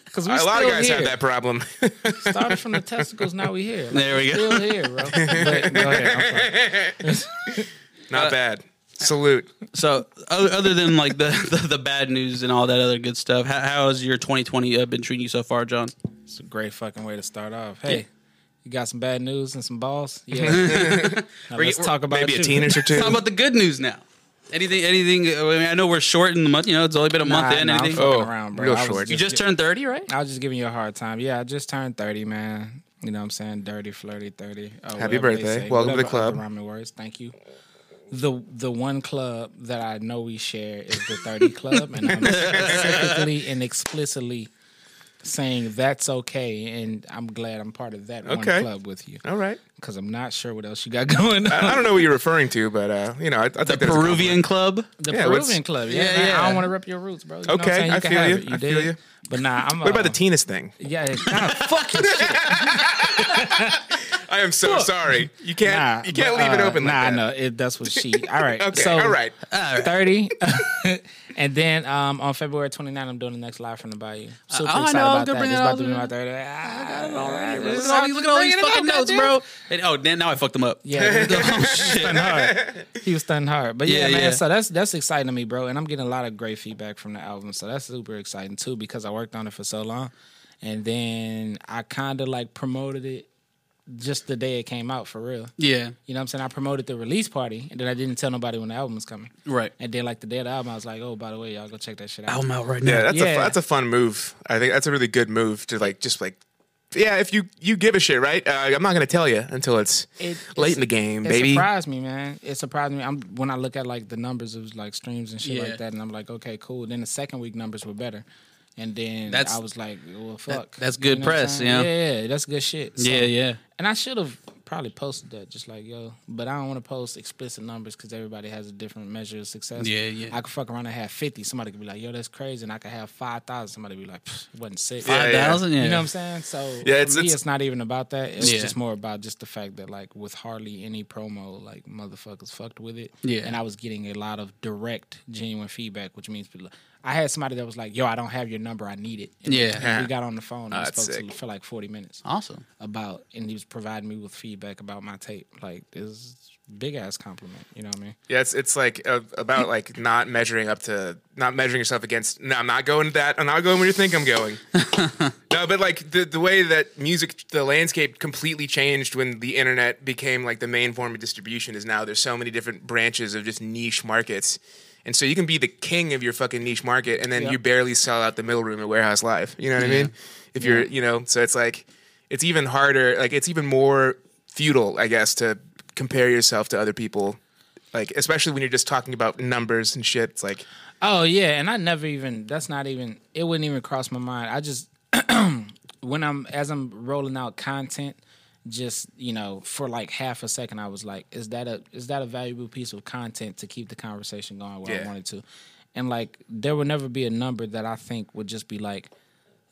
[SPEAKER 2] Because we
[SPEAKER 3] A lot of
[SPEAKER 2] still
[SPEAKER 3] guys
[SPEAKER 2] here.
[SPEAKER 3] have that problem.
[SPEAKER 2] Started from the testicles, now we here. Like,
[SPEAKER 1] there we go
[SPEAKER 2] still here, bro. But go ahead. I'm sorry. Uh,
[SPEAKER 3] not bad. Salute.
[SPEAKER 1] so o- other than like the, the the bad news and all that other good stuff how, how has your 2020 uh, been treating you so far john
[SPEAKER 2] It's a great fucking way to start off. Hey,
[SPEAKER 1] Yeah.
[SPEAKER 2] you got some bad news and some balls? Yeah. Now let's talk about
[SPEAKER 3] Maybe a
[SPEAKER 2] you.
[SPEAKER 3] teenage or two.
[SPEAKER 1] how about the good news now anything anything i mean i know we're short in the month you know it's only been a month
[SPEAKER 2] Nah,
[SPEAKER 1] in
[SPEAKER 2] nah, I'm
[SPEAKER 1] anything
[SPEAKER 2] fucking
[SPEAKER 3] Oh,
[SPEAKER 2] around, bro.
[SPEAKER 3] real
[SPEAKER 2] I was
[SPEAKER 3] short.
[SPEAKER 1] you just turned 30 right
[SPEAKER 2] I was just giving you a hard time. Yeah, I just turned 30, man. You know what I'm saying? Dirty, flirty, 30. Oh,
[SPEAKER 3] Happy
[SPEAKER 2] whatever they
[SPEAKER 3] birthday.
[SPEAKER 2] say.
[SPEAKER 3] Welcome to the
[SPEAKER 2] Whatever other
[SPEAKER 3] club.
[SPEAKER 2] Rhyming words. Thank you. The the one club that I know we share is the 30 Club, and I'm specifically and explicitly saying that's okay, and I'm glad I'm part of that one
[SPEAKER 3] Okay.
[SPEAKER 2] club with you
[SPEAKER 3] All right.
[SPEAKER 2] because I'm not sure what else you got going on.
[SPEAKER 3] I don't know what you're referring to, but uh, you know, I, I think that's
[SPEAKER 1] peruvian club
[SPEAKER 2] The
[SPEAKER 3] Yeah, what's-
[SPEAKER 2] Peruvian Club, yeah,
[SPEAKER 1] Yeah,
[SPEAKER 2] man.
[SPEAKER 1] yeah.
[SPEAKER 2] I don't want to rip your roots, bro. You know what I'm
[SPEAKER 3] Okay,
[SPEAKER 2] saying?
[SPEAKER 3] I
[SPEAKER 2] can
[SPEAKER 3] feel
[SPEAKER 2] have
[SPEAKER 3] you.
[SPEAKER 2] it.
[SPEAKER 3] I feel
[SPEAKER 2] dig?
[SPEAKER 3] you.
[SPEAKER 2] But nah, I'm. uh,
[SPEAKER 3] What about the Tina's thing?
[SPEAKER 2] Yeah, nah, fuck you.
[SPEAKER 3] I am so sorry. You can't.
[SPEAKER 2] Nah,
[SPEAKER 3] you can't
[SPEAKER 2] but,
[SPEAKER 3] leave it
[SPEAKER 2] uh,
[SPEAKER 3] open.
[SPEAKER 2] Nah,
[SPEAKER 3] like that.
[SPEAKER 2] no, it, that's what she. All right.
[SPEAKER 3] Okay.
[SPEAKER 2] so,
[SPEAKER 3] all right.
[SPEAKER 2] Thirty, and then um, on February 29, I'm doing the next live from the Bayou. Super
[SPEAKER 1] oh, I
[SPEAKER 2] excited
[SPEAKER 1] know, I was
[SPEAKER 2] about
[SPEAKER 1] gonna
[SPEAKER 2] that.
[SPEAKER 1] bring
[SPEAKER 2] It's
[SPEAKER 1] that
[SPEAKER 2] about
[SPEAKER 1] up.
[SPEAKER 2] to be my thirty.
[SPEAKER 3] Oh,
[SPEAKER 2] Ah,
[SPEAKER 1] Look
[SPEAKER 2] this
[SPEAKER 1] at all these- look at all these
[SPEAKER 2] bringing it
[SPEAKER 1] fucking
[SPEAKER 2] up,
[SPEAKER 1] notes,
[SPEAKER 2] goddamn.
[SPEAKER 1] bro. And, oh, then now I fucked them up.
[SPEAKER 2] Yeah.
[SPEAKER 1] oh shit.
[SPEAKER 2] He was stunning hard. But
[SPEAKER 1] Yeah,
[SPEAKER 2] yeah, man,
[SPEAKER 1] yeah.
[SPEAKER 2] so that's that's exciting to me, bro. And I'm getting a lot of great feedback from the album. So that's super exciting too because I worked on it for so long. And then I kinda like promoted it just the day it came out for real.
[SPEAKER 1] Yeah.
[SPEAKER 2] You know what I'm saying? I promoted the release party and then I didn't tell nobody when the album was coming.
[SPEAKER 1] Right.
[SPEAKER 2] And then like the day of the album, I was like, oh, by the way, y'all go check that shit out.
[SPEAKER 1] I'm out right now.
[SPEAKER 3] Yeah, that's a
[SPEAKER 2] Yeah.
[SPEAKER 3] fu- that's a fun move. I think that's a really good move to like just like. Yeah, if you you give a shit, right? Uh, I'm not gonna tell you until it's
[SPEAKER 2] It-
[SPEAKER 3] late
[SPEAKER 2] it's-
[SPEAKER 3] in the game,
[SPEAKER 2] it
[SPEAKER 3] baby.
[SPEAKER 2] surprised me, man. It surprised me. I'm when I look at like the numbers of like streams and shit
[SPEAKER 1] Yeah.
[SPEAKER 2] like that, and I'm like, okay, cool. Then the second week numbers were better, and then
[SPEAKER 1] That's-
[SPEAKER 2] I was like, well, fuck.
[SPEAKER 1] that's good
[SPEAKER 2] what I'm
[SPEAKER 1] press,
[SPEAKER 2] saying?
[SPEAKER 1] yeah.
[SPEAKER 2] yeah, yeah, that's good shit. So-
[SPEAKER 1] Yeah, yeah.
[SPEAKER 2] And I should have probably posted that, just like yo, but I don't want to post explicit numbers because everybody has a different measure of success.
[SPEAKER 1] Yeah, yeah.
[SPEAKER 2] I could fuck around and have fifty. Somebody could be like, yo, that's crazy, and I could have five thousand. Somebody be like, "Pfft, it wasn't six.
[SPEAKER 3] Yeah, yeah.
[SPEAKER 1] 5,000? Yeah.
[SPEAKER 2] You know what I'm saying? So
[SPEAKER 3] Yeah,
[SPEAKER 2] yeah,
[SPEAKER 3] it's-
[SPEAKER 2] it's, me,
[SPEAKER 3] it's-
[SPEAKER 2] it's, not even about that. It's
[SPEAKER 1] Yeah.
[SPEAKER 2] just more about just the fact that like with hardly any promo, like motherfuckers fucked with it.
[SPEAKER 1] Yeah.
[SPEAKER 2] and I was getting a lot of direct, genuine feedback, which means people. I had somebody that was like, "Yo, I don't have your number. I need it." And
[SPEAKER 1] Yeah.
[SPEAKER 2] we got on the phone and
[SPEAKER 3] Ah, that's
[SPEAKER 2] spoke to,
[SPEAKER 3] sick.
[SPEAKER 2] for like forty minutes
[SPEAKER 1] Awesome.
[SPEAKER 2] about, and he was providing me with feedback about my tape. Like, is big ass compliment. You know what I mean?
[SPEAKER 3] Yeah, it's it's like uh, about like not measuring up to not measuring yourself against. No, I'm not going to that. I'm not going where you think I'm going. no, but like the the way that music, the landscape completely changed when the internet became like the main form of distribution. Is now there's so many different branches of just niche markets, and so you can be the king of your fucking niche market, and then
[SPEAKER 2] Yeah.
[SPEAKER 3] you barely sell out the middle room at Warehouse Live. You know what I mean? If you're, you know, so it's like it's even harder. Like it's even more futile, I guess, to compare yourself to other people like especially when you're just talking about numbers and shit. It's like
[SPEAKER 2] Oh yeah, and I never even. That's not even. It wouldn't even cross my mind. I just when I'm as I'm rolling out content, just you know, for like half a second, I was like, "Is that a is that a valuable piece of content to keep the conversation going where I
[SPEAKER 3] Yeah.
[SPEAKER 2] wanted to?" And like, there will never be a number that I think would just be like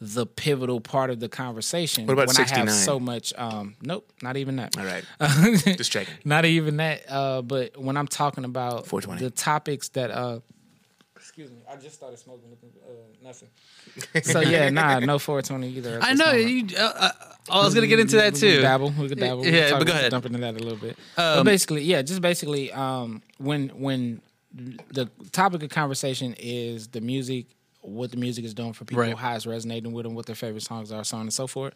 [SPEAKER 2] the pivotal part of the conversation.
[SPEAKER 3] What about
[SPEAKER 2] when I
[SPEAKER 3] 69?
[SPEAKER 2] have so much? Um, nope, not even that.
[SPEAKER 3] All right. Just checking.
[SPEAKER 2] Not even that. Uh, but when I'm talking about
[SPEAKER 3] 420.
[SPEAKER 2] the topics that uh, excuse me, I just started smoking uh, nothing. so yeah, nah, no 420 either. at
[SPEAKER 1] I
[SPEAKER 2] this
[SPEAKER 1] know.
[SPEAKER 2] moment.
[SPEAKER 1] You, uh, uh, I was gonna get into that
[SPEAKER 2] We
[SPEAKER 1] too.
[SPEAKER 2] could dabble. We could dabble. we
[SPEAKER 1] Yeah,
[SPEAKER 2] could
[SPEAKER 1] but
[SPEAKER 2] talk-
[SPEAKER 1] go ahead. Um,
[SPEAKER 2] Dump into that a little bit. but basically, yeah, just basically, um, when when the topic of conversation is the music, what the music is doing for people,
[SPEAKER 1] Right.
[SPEAKER 2] how it's resonating with them, what their favorite songs are, so on and so forth.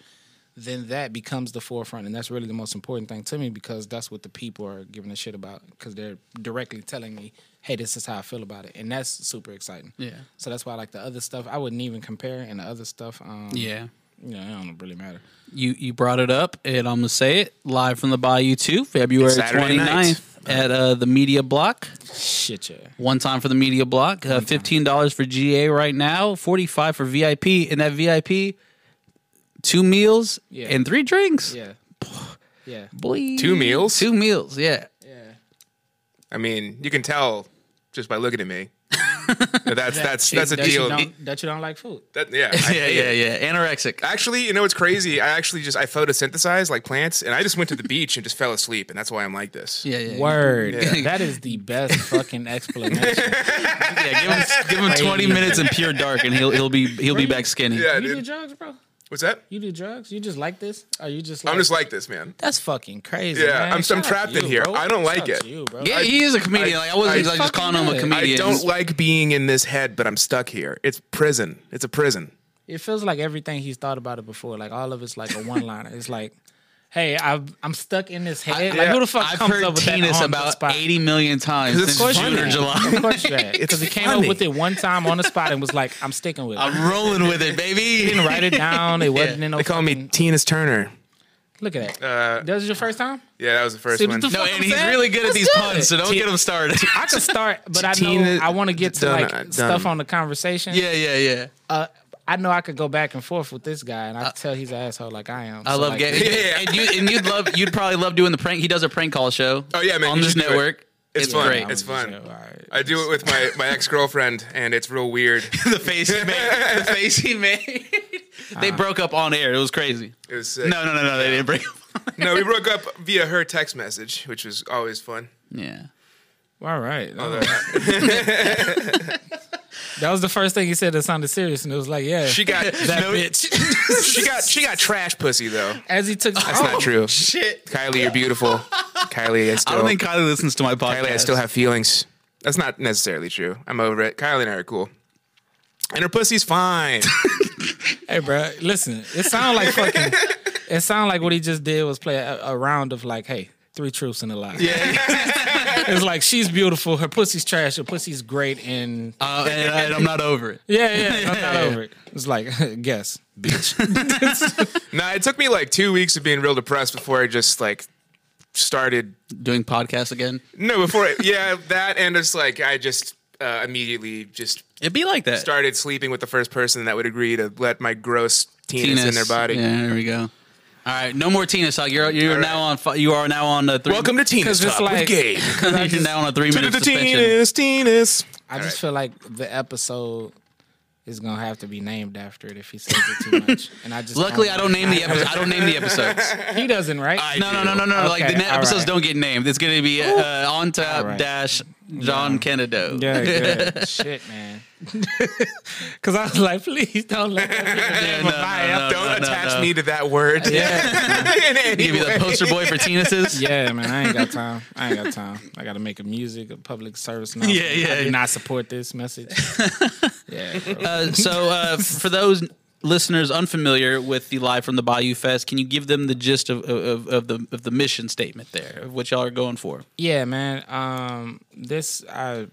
[SPEAKER 2] Then that becomes the forefront, and that's really the most important thing to me because that's what the people are giving a shit about because they're directly telling me, "Hey, this is how I feel about it," and that's super exciting.
[SPEAKER 1] Yeah.
[SPEAKER 2] So that's why, like the other stuff, I wouldn't even compare, and the other stuff, um,
[SPEAKER 1] Yeah.
[SPEAKER 2] you know, it don't really matter.
[SPEAKER 1] You you brought it up, and I'm gonna say it live from the Bayou too, February
[SPEAKER 3] Saturday
[SPEAKER 1] 29th
[SPEAKER 3] night.
[SPEAKER 1] at uh, the Media Block.
[SPEAKER 2] Shit, yeah.
[SPEAKER 1] One time for the Media Block, uh, fifteen dollars for GA right now, forty five for VIP, and that VIP, two meals
[SPEAKER 2] Yeah.
[SPEAKER 1] and three drinks.
[SPEAKER 2] Yeah. Yeah.
[SPEAKER 1] Boy.
[SPEAKER 3] Two meals?
[SPEAKER 1] Two meals. Yeah.
[SPEAKER 2] Yeah.
[SPEAKER 3] I mean, you can tell just by looking at me. That- that's that's that's a
[SPEAKER 2] that
[SPEAKER 3] deal.
[SPEAKER 2] You don't, that you don't like food.
[SPEAKER 3] That- yeah, I
[SPEAKER 1] Yeah,
[SPEAKER 3] hate
[SPEAKER 1] yeah,
[SPEAKER 3] it.
[SPEAKER 1] yeah. Anorexic.
[SPEAKER 3] Actually, you know what's crazy? I actually just I photosynthesized like plants, and I just went to the beach and just fell asleep, and that's why I'm like this.
[SPEAKER 1] Yeah, yeah.
[SPEAKER 2] Word.
[SPEAKER 3] Yeah.
[SPEAKER 2] That is the best fucking explanation.
[SPEAKER 1] Yeah, give him, give him twenty minutes in pure dark, and he'll he'll be he'll be back skinny.
[SPEAKER 3] Yeah,
[SPEAKER 2] you do
[SPEAKER 3] dude.
[SPEAKER 2] drugs, bro?
[SPEAKER 3] What's that?
[SPEAKER 2] You do drugs? You just like this? Are you just like
[SPEAKER 3] I'm just like this, man.
[SPEAKER 2] that's fucking crazy?
[SPEAKER 3] Yeah,
[SPEAKER 2] man.
[SPEAKER 3] I'm- I'm
[SPEAKER 2] Shout out to
[SPEAKER 3] trapped in
[SPEAKER 2] you,
[SPEAKER 3] here.
[SPEAKER 2] bro.
[SPEAKER 3] I don't
[SPEAKER 2] Shout
[SPEAKER 3] like
[SPEAKER 2] out
[SPEAKER 3] it.
[SPEAKER 2] to You, bro.
[SPEAKER 1] Yeah, he is a comedian.
[SPEAKER 3] I-
[SPEAKER 1] like I wasn't
[SPEAKER 3] I-
[SPEAKER 1] like just calling him a
[SPEAKER 2] I
[SPEAKER 1] comedian.
[SPEAKER 3] I don't like being in this head, but I'm stuck here. It's prison. It's a prison.
[SPEAKER 2] It feels like everything he's thought about it before. Like all of it's like a one liner. it's like, hey, I've, I'm stuck in this head. like
[SPEAKER 3] yeah,
[SPEAKER 2] who the fuck
[SPEAKER 1] I've
[SPEAKER 2] comes
[SPEAKER 1] heard
[SPEAKER 2] up with that
[SPEAKER 1] penis
[SPEAKER 2] on the
[SPEAKER 1] about
[SPEAKER 2] spot?
[SPEAKER 1] 80 million times
[SPEAKER 3] 'Cause it's
[SPEAKER 1] since
[SPEAKER 3] funny.
[SPEAKER 1] June or
[SPEAKER 2] Of
[SPEAKER 1] July.
[SPEAKER 2] course that. Because he came
[SPEAKER 3] funny.
[SPEAKER 2] up with it one time on the spot and was like, I'm sticking with it.
[SPEAKER 1] I'm rolling with it, baby.
[SPEAKER 2] didn't write it down. It wasn't in no.
[SPEAKER 3] They call me
[SPEAKER 2] fucking-
[SPEAKER 3] Tina's Turner.
[SPEAKER 2] Look at that.
[SPEAKER 3] Uh,
[SPEAKER 2] that was your first time.
[SPEAKER 3] yeah, that was the first
[SPEAKER 2] See, what
[SPEAKER 3] one.
[SPEAKER 2] the
[SPEAKER 1] No,
[SPEAKER 2] fuck I'm
[SPEAKER 1] and he's
[SPEAKER 2] saying?
[SPEAKER 1] really good at
[SPEAKER 2] Let's
[SPEAKER 1] these
[SPEAKER 2] do
[SPEAKER 1] puns,
[SPEAKER 2] it.
[SPEAKER 1] so don't get him started.
[SPEAKER 2] I could start, but I know
[SPEAKER 3] Tina-
[SPEAKER 2] I want to get to
[SPEAKER 3] done,
[SPEAKER 2] like
[SPEAKER 3] uh, done.
[SPEAKER 2] stuff on the conversation.
[SPEAKER 1] yeah, yeah, yeah.
[SPEAKER 2] Uh, I know I could go back and forth with this guy,
[SPEAKER 3] Uh,
[SPEAKER 2] and I could tell he's an asshole like I am.
[SPEAKER 1] I
[SPEAKER 2] So,
[SPEAKER 1] love
[SPEAKER 2] like,
[SPEAKER 1] getting
[SPEAKER 3] Yeah.
[SPEAKER 1] and you and you'd love you'd probably love doing the prank. He does a prank call show.
[SPEAKER 3] Oh, yeah, man,
[SPEAKER 1] on
[SPEAKER 3] you
[SPEAKER 1] this
[SPEAKER 3] should do it.
[SPEAKER 1] network.
[SPEAKER 3] It's
[SPEAKER 1] It's
[SPEAKER 3] fun.
[SPEAKER 1] great.
[SPEAKER 3] It's
[SPEAKER 2] I was
[SPEAKER 3] fun.
[SPEAKER 2] just like, all right.
[SPEAKER 3] I do it with my, my ex girlfriend, and it's real weird.
[SPEAKER 1] the face he made. The face he made. Ah. they broke up on air. It was crazy.
[SPEAKER 3] It was
[SPEAKER 1] No,
[SPEAKER 3] sick.
[SPEAKER 1] no, no, no. They didn't break up.
[SPEAKER 3] no, we broke up via her text message, which was always fun.
[SPEAKER 1] yeah.
[SPEAKER 2] All right. That was the first thing he said that sounded serious, and it was like, yeah.
[SPEAKER 3] She got
[SPEAKER 2] that bitch.
[SPEAKER 3] she got she got trash pussy though.
[SPEAKER 2] As he took, Oh,
[SPEAKER 3] That's not true.
[SPEAKER 1] Shit.
[SPEAKER 3] Kylie, you're beautiful. Kylie, I
[SPEAKER 1] I
[SPEAKER 3] still
[SPEAKER 1] don't think Kylie listens to my podcast.
[SPEAKER 3] Kylie, I still have feelings. That's not necessarily true. I'm over it. Kylie and I are cool. And her pussy's fine.
[SPEAKER 2] Hey, bro, listen. It sound like fucking. It sound like what he just did was play a, a round of like, hey, three truths and a lie. Yeah. it's like she's beautiful, her pussy's trash, her pussy's great, and
[SPEAKER 1] Uh, and, I, and I'm not over it.
[SPEAKER 2] yeah, yeah, I'm not over it. It's like guess, bitch.
[SPEAKER 3] nah, it took me like two weeks of being real depressed before I just like started.
[SPEAKER 1] Doing podcasts again.
[SPEAKER 3] No, before I, yeah, that and it's like I just uh, immediately just
[SPEAKER 1] It'd be like that.
[SPEAKER 3] started sleeping with the first person that would agree to let my gross penis, in their body.
[SPEAKER 1] Yeah, there we go. All right, no more Tina talk. You're you're
[SPEAKER 3] All right.
[SPEAKER 1] now on. fi- You are now on the three.
[SPEAKER 3] Welcome to Tina's
[SPEAKER 2] 'Cause it's
[SPEAKER 3] Talk with
[SPEAKER 2] like-
[SPEAKER 3] Gabe.
[SPEAKER 1] You're now on a three
[SPEAKER 3] To
[SPEAKER 1] minute
[SPEAKER 3] the
[SPEAKER 1] suspension.
[SPEAKER 3] Tina's, Tina's.
[SPEAKER 2] I just feel like the episode is gonna have to be named after it if he says it too much. And I just
[SPEAKER 1] Luckily, I don't name the
[SPEAKER 2] episode.
[SPEAKER 1] episodes. I don't name the episodes.
[SPEAKER 2] He doesn't, right?
[SPEAKER 1] No, no, no, no, no. Like the
[SPEAKER 2] Okay,
[SPEAKER 1] net episodes
[SPEAKER 2] alright.
[SPEAKER 1] don't get named. It's gonna be uh, on top
[SPEAKER 2] All right.
[SPEAKER 1] dash John Kennedo.
[SPEAKER 2] Yeah, yeah. shit, man. Because I was like, please don't let that be the name
[SPEAKER 1] no,
[SPEAKER 2] of
[SPEAKER 1] no,
[SPEAKER 2] my
[SPEAKER 1] no,
[SPEAKER 2] episode.
[SPEAKER 3] Don't
[SPEAKER 1] no,
[SPEAKER 3] attach
[SPEAKER 1] no.
[SPEAKER 3] me to that word.
[SPEAKER 2] Yeah,
[SPEAKER 3] in any
[SPEAKER 1] Give you the
[SPEAKER 3] way.
[SPEAKER 1] poster boy for Tina's.
[SPEAKER 2] yeah, man. I ain't got time. I ain't got time. I got to make a music, a public service. Now.
[SPEAKER 1] Yeah, yeah,
[SPEAKER 2] I do
[SPEAKER 1] yeah.
[SPEAKER 2] not support this message. yeah, bro.
[SPEAKER 1] Uh, so uh, for those listeners unfamiliar with the live from the Bayou Fest, can you give them the gist of, of, of the of the mission statement there of what y'all are going for?
[SPEAKER 2] yeah, man. Um, this I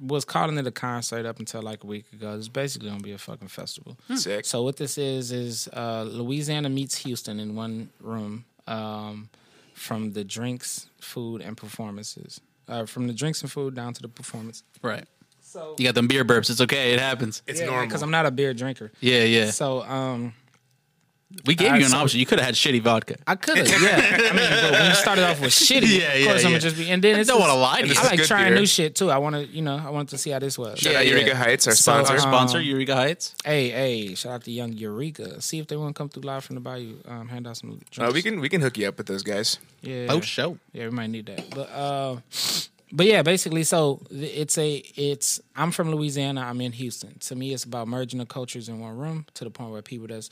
[SPEAKER 2] was calling it a concert up until like a week ago. It's basically gonna be a fucking festival.
[SPEAKER 1] Hmm.
[SPEAKER 3] Sick.
[SPEAKER 2] So what this is is uh, Louisiana meets Houston in one room um, from the drinks, food, and performances. Uh, from the drinks and food down to the performance.
[SPEAKER 1] Right.
[SPEAKER 2] So
[SPEAKER 1] You got them beer burps. It's okay. It happens.
[SPEAKER 3] It's normal.
[SPEAKER 2] because I'm not a beer drinker.
[SPEAKER 1] Yeah, yeah.
[SPEAKER 2] So um,
[SPEAKER 1] We gave you an option. You could have had shitty vodka.
[SPEAKER 2] I could have, yeah. I mean, but we started off with shitty.
[SPEAKER 1] Yeah,
[SPEAKER 2] Of
[SPEAKER 1] yeah,
[SPEAKER 2] course, I'm
[SPEAKER 1] yeah.
[SPEAKER 2] gonna just be. And then
[SPEAKER 1] I
[SPEAKER 2] it's
[SPEAKER 1] don't
[SPEAKER 2] just-
[SPEAKER 1] want to lie to
[SPEAKER 3] This
[SPEAKER 1] you.
[SPEAKER 2] I
[SPEAKER 3] is
[SPEAKER 2] like
[SPEAKER 3] good
[SPEAKER 2] trying
[SPEAKER 3] beer.
[SPEAKER 2] new shit too. I want to, you know, I wanted to see how this was.
[SPEAKER 3] Shout out
[SPEAKER 1] yeah.
[SPEAKER 3] Eureka Heights, our
[SPEAKER 2] So,
[SPEAKER 1] Our
[SPEAKER 3] sponsor.
[SPEAKER 2] um,
[SPEAKER 1] sponsor, Eureka Heights.
[SPEAKER 2] Hey, hey! Shout out to Young Eureka. See if they want to come through live from the Bayou. Um, hand out some drinks.
[SPEAKER 3] Uh, we can we can hook you up with those guys.
[SPEAKER 2] Yeah.
[SPEAKER 1] Oh, show.
[SPEAKER 2] Yeah, we might need that. But uh, but yeah, basically, so th- it's a it's I'm from Louisiana. I'm in Houston. To me, it's about merging the cultures in one room to the point where people that's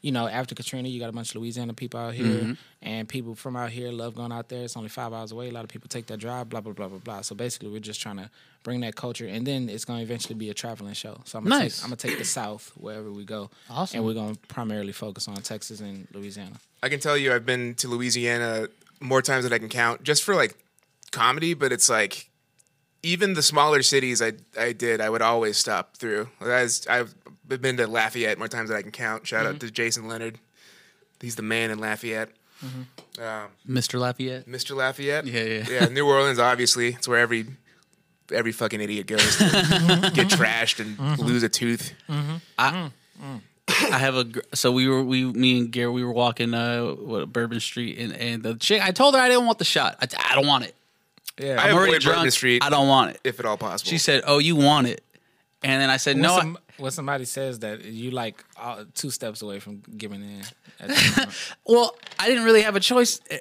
[SPEAKER 2] you know after Katrina, you got a bunch of Louisiana people out here,
[SPEAKER 1] Mm-hmm.
[SPEAKER 2] and people from out here love going out there. It's only five hours away. A lot of people take that drive. Blah blah blah blah blah. So basically, we're just trying to bring that culture, and then it's going to eventually be a traveling show. So I'm gonna
[SPEAKER 1] Nice.
[SPEAKER 2] Take, I'm gonna take the South wherever we go.
[SPEAKER 1] Awesome.
[SPEAKER 2] And we're gonna primarily focus on Texas and Louisiana.
[SPEAKER 3] I can tell you, I've been to Louisiana more times than I can count, just for like comedy. But it's like even the smaller cities I I did, I would always stop through. Like, I was- I've been to Lafayette more times than I can count. Shout
[SPEAKER 2] Mm-hmm.
[SPEAKER 3] out to Jason Leonard, he's the man in Lafayette. Um,
[SPEAKER 1] Mr. Lafayette.
[SPEAKER 3] Mr. Lafayette.
[SPEAKER 1] Yeah, yeah.
[SPEAKER 3] Yeah, New Orleans, obviously. It's where every every fucking idiot goes to get trashed and
[SPEAKER 1] Mm-hmm.
[SPEAKER 3] lose a tooth.
[SPEAKER 1] I have a gr- so we were we me and Gary we were walking uh what, Bourbon Street and and the chick I told her I didn't want the shot I, I don't want it
[SPEAKER 2] Yeah.
[SPEAKER 1] I'm
[SPEAKER 3] I
[SPEAKER 1] already
[SPEAKER 3] avoid Bourbon
[SPEAKER 1] drunk
[SPEAKER 3] Street.
[SPEAKER 1] I don't want it
[SPEAKER 3] If at all possible.
[SPEAKER 1] she said oh you want it and then I said no
[SPEAKER 2] when,
[SPEAKER 1] I-
[SPEAKER 2] some- when somebody says that, you like uh, two steps away from giving in. At that moment.
[SPEAKER 1] well I didn't really have a choice eh,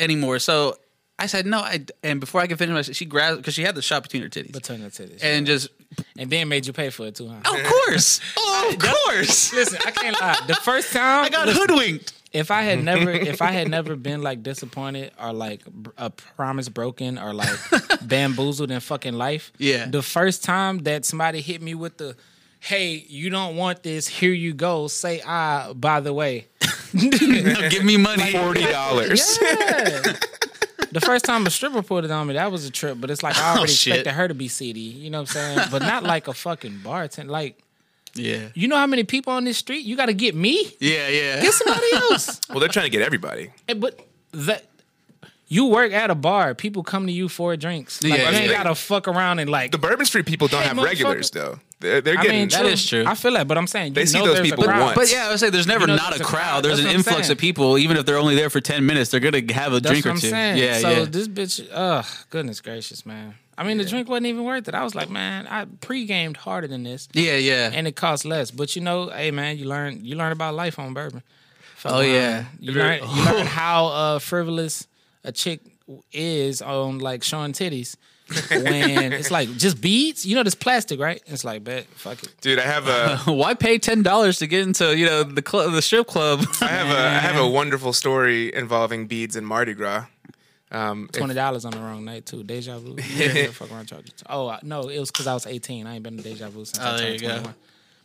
[SPEAKER 1] anymore so I said no I and before I could finish my she grabbed because she had the shot between her titties
[SPEAKER 2] Between the titties,
[SPEAKER 1] and just
[SPEAKER 2] and then made you pay for it too, huh?
[SPEAKER 1] of course oh, of course
[SPEAKER 2] Listen, I can't lie. The first time,
[SPEAKER 1] I got hoodwinked
[SPEAKER 2] if I had never, if I had never been like disappointed or like br- a promise broken or like bamboozled in fucking life,
[SPEAKER 1] Yeah.
[SPEAKER 2] The first time that somebody hit me with the, "Hey, you don't want this? Here you go." Say, "Ah, by the way."
[SPEAKER 1] give me money
[SPEAKER 3] forty dollars.
[SPEAKER 2] Yeah. the first time a stripper pulled it on me, that was a trip. But it's like I already
[SPEAKER 1] Oh, shit.
[SPEAKER 2] expected her to be seedy. You know what I'm saying? But not like a fucking bartender. Like
[SPEAKER 1] yeah
[SPEAKER 2] you know how many people on this street? You got to get me.
[SPEAKER 1] yeah yeah
[SPEAKER 2] Get somebody else.
[SPEAKER 3] Well, they're trying to get everybody.
[SPEAKER 2] Hey, but that. You work at a bar. People come to you for drinks. Like,
[SPEAKER 1] Yeah,
[SPEAKER 2] you
[SPEAKER 1] yeah.
[SPEAKER 2] ain't gotta fuck around and like.
[SPEAKER 3] The Bourbon Street people don't
[SPEAKER 2] Hey,
[SPEAKER 3] have regulars
[SPEAKER 2] motherfucker.
[SPEAKER 3] though. They're, they're
[SPEAKER 2] I
[SPEAKER 3] getting
[SPEAKER 2] mean,
[SPEAKER 1] that is true.
[SPEAKER 2] I feel that, but I'm saying you
[SPEAKER 3] They see
[SPEAKER 2] know
[SPEAKER 3] those
[SPEAKER 2] there's
[SPEAKER 3] people
[SPEAKER 2] a crowd.
[SPEAKER 3] once.
[SPEAKER 1] But yeah, I would say there's never
[SPEAKER 2] You know,
[SPEAKER 1] not
[SPEAKER 2] there's
[SPEAKER 1] a
[SPEAKER 2] a
[SPEAKER 1] crowd.
[SPEAKER 2] crowd.
[SPEAKER 1] There's
[SPEAKER 2] That's
[SPEAKER 1] an
[SPEAKER 2] what I'm
[SPEAKER 1] influx
[SPEAKER 2] saying.
[SPEAKER 1] of people, even if they're only there for ten minutes. They're gonna have a
[SPEAKER 2] That's
[SPEAKER 1] drink
[SPEAKER 2] what
[SPEAKER 1] or
[SPEAKER 2] I'm
[SPEAKER 1] two.
[SPEAKER 2] saying.
[SPEAKER 1] Yeah,
[SPEAKER 2] so
[SPEAKER 1] yeah.
[SPEAKER 2] this bitch, ugh, goodness gracious, man. I mean, the drink wasn't even worth it. I was like, man, I pre-gamed harder than this.
[SPEAKER 1] yeah, yeah.
[SPEAKER 2] and it costs less. But you know, hey man, you learn you learn about life on bourbon. Fuck
[SPEAKER 1] Oh,
[SPEAKER 2] lying.
[SPEAKER 1] yeah.
[SPEAKER 2] you learn you learn how uh, frivolous a chick is on like showing titties when it's like just beads. You know, this plastic, right? It's like bet fuck it.
[SPEAKER 3] Dude, I have a
[SPEAKER 1] Why pay ten dollars to get into you know the club, the strip club?
[SPEAKER 3] I have a I have a wonderful story involving beads and Mardi Gras. Um, if-
[SPEAKER 2] Twenty dollars on the wrong night too. Deja vu. Yeah, fuck around, charge it. Oh I- no, it was because I was eighteen. I ain't been to deja vu since
[SPEAKER 1] Oh,
[SPEAKER 2] I
[SPEAKER 1] there
[SPEAKER 2] turned
[SPEAKER 1] you go.
[SPEAKER 2] twenty one.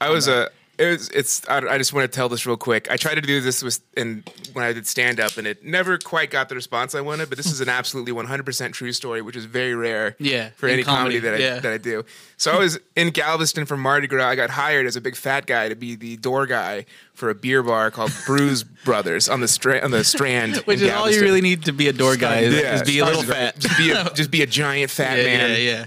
[SPEAKER 3] I was a. It was, it's. I, I just want to tell this real quick. I tried to do this with, and when I did stand up, and it never quite got the response I wanted. But this is an absolutely 100% true story, which is very rare.
[SPEAKER 1] Yeah,
[SPEAKER 3] For
[SPEAKER 1] in
[SPEAKER 3] any
[SPEAKER 1] comedy,
[SPEAKER 3] comedy, that I
[SPEAKER 1] yeah.
[SPEAKER 3] that I do. So I was in Galveston for Mardi Gras. I got hired as a big fat guy to be the door guy for a beer bar called Brews Brothers on the stra- on the Strand.
[SPEAKER 1] Which
[SPEAKER 3] in
[SPEAKER 1] is all you
[SPEAKER 3] Galveston.
[SPEAKER 1] really need to be a door guy is,
[SPEAKER 3] Yeah.
[SPEAKER 1] is be a little fat.
[SPEAKER 3] Just be a, just be a giant fat
[SPEAKER 1] Yeah,
[SPEAKER 3] man.
[SPEAKER 1] yeah, yeah.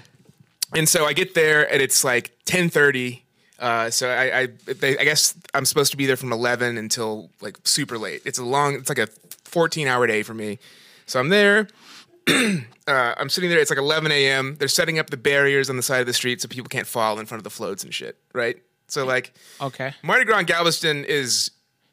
[SPEAKER 3] And so I get there and it's like 10:30. Uh, so I, I, they, I guess I'm supposed to be there from 11 until like super late. It's a long, it's like a 14 hour day for me. So I'm there. uh, I'm sitting there. It's like 11 a.m. They're setting up the barriers on the side of the street so people can't fall in front of the floats and shit. Right. So like
[SPEAKER 2] Okay.
[SPEAKER 3] Mardi Gras in Galveston is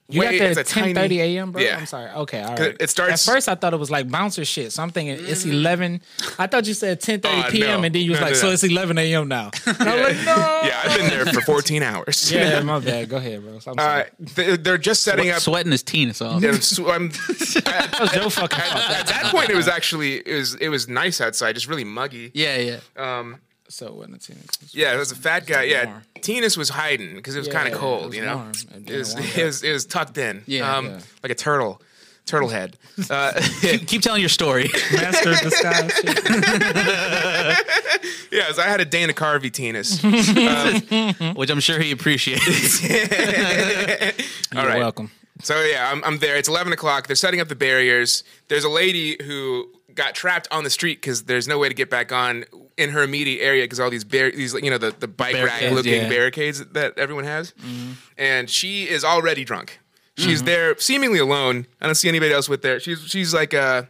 [SPEAKER 2] You
[SPEAKER 3] way,
[SPEAKER 2] got
[SPEAKER 3] it's
[SPEAKER 2] there
[SPEAKER 3] a
[SPEAKER 2] at ten
[SPEAKER 3] tiny-
[SPEAKER 2] thirty a.m., bro.
[SPEAKER 3] Yeah.
[SPEAKER 2] I'm sorry. Okay, all right.
[SPEAKER 3] it starts- Mm.
[SPEAKER 2] At first, I thought it was like bouncer shit. So I'm thinking it's eleven. I thought you said ten thirty
[SPEAKER 3] Oh,
[SPEAKER 2] p.m.
[SPEAKER 3] no.
[SPEAKER 2] and then you was
[SPEAKER 3] No,
[SPEAKER 2] like,
[SPEAKER 3] no,
[SPEAKER 2] so
[SPEAKER 3] no.
[SPEAKER 2] it's eleven a.m. now. I'm like, no.
[SPEAKER 3] Yeah, I've been there for 14 hours.
[SPEAKER 2] Yeah, my bad. Go ahead, bro. I'm sorry.
[SPEAKER 3] Uh, they- they're just setting up.
[SPEAKER 1] Sweating his penis off.
[SPEAKER 3] Yeah, I'm sw- I'm-
[SPEAKER 2] that was your fucking fault.
[SPEAKER 3] at that point, it was actually it was it was nice outside, just really muggy.
[SPEAKER 1] Yeah, yeah.
[SPEAKER 3] Uh,
[SPEAKER 2] So it wasn't a ten.
[SPEAKER 3] Yeah, it was a fat guy. Yeah,
[SPEAKER 2] warm.
[SPEAKER 3] Tinas was hiding because it was
[SPEAKER 2] Yeah,
[SPEAKER 3] kind of
[SPEAKER 2] it
[SPEAKER 3] cold.
[SPEAKER 2] was
[SPEAKER 3] You know,
[SPEAKER 2] warm. It
[SPEAKER 3] it was,
[SPEAKER 2] didn't warm
[SPEAKER 3] it was it was tucked in.
[SPEAKER 1] Yeah,
[SPEAKER 3] um,
[SPEAKER 2] yeah.
[SPEAKER 3] like a turtle, turtle head. Uh,
[SPEAKER 1] Keep, keep telling your story.
[SPEAKER 2] Master of disguise. Shit.
[SPEAKER 3] yeah, so I had a Dana Carvey Tinas.
[SPEAKER 1] Which I'm sure he appreciates.
[SPEAKER 3] All right.
[SPEAKER 2] You're welcome.
[SPEAKER 3] So yeah, I'm, I'm there. It's 11 o'clock. They're setting up the barriers. There's a lady who got trapped on the street because there's no way to get back on in her immediate area because all these bar- these like, you know the, the bike rack
[SPEAKER 1] Barricades,
[SPEAKER 3] looking
[SPEAKER 1] yeah.
[SPEAKER 3] barricades that everyone has, and she is already drunk. She's there seemingly alone. I don't see anybody else with there. She's she's like a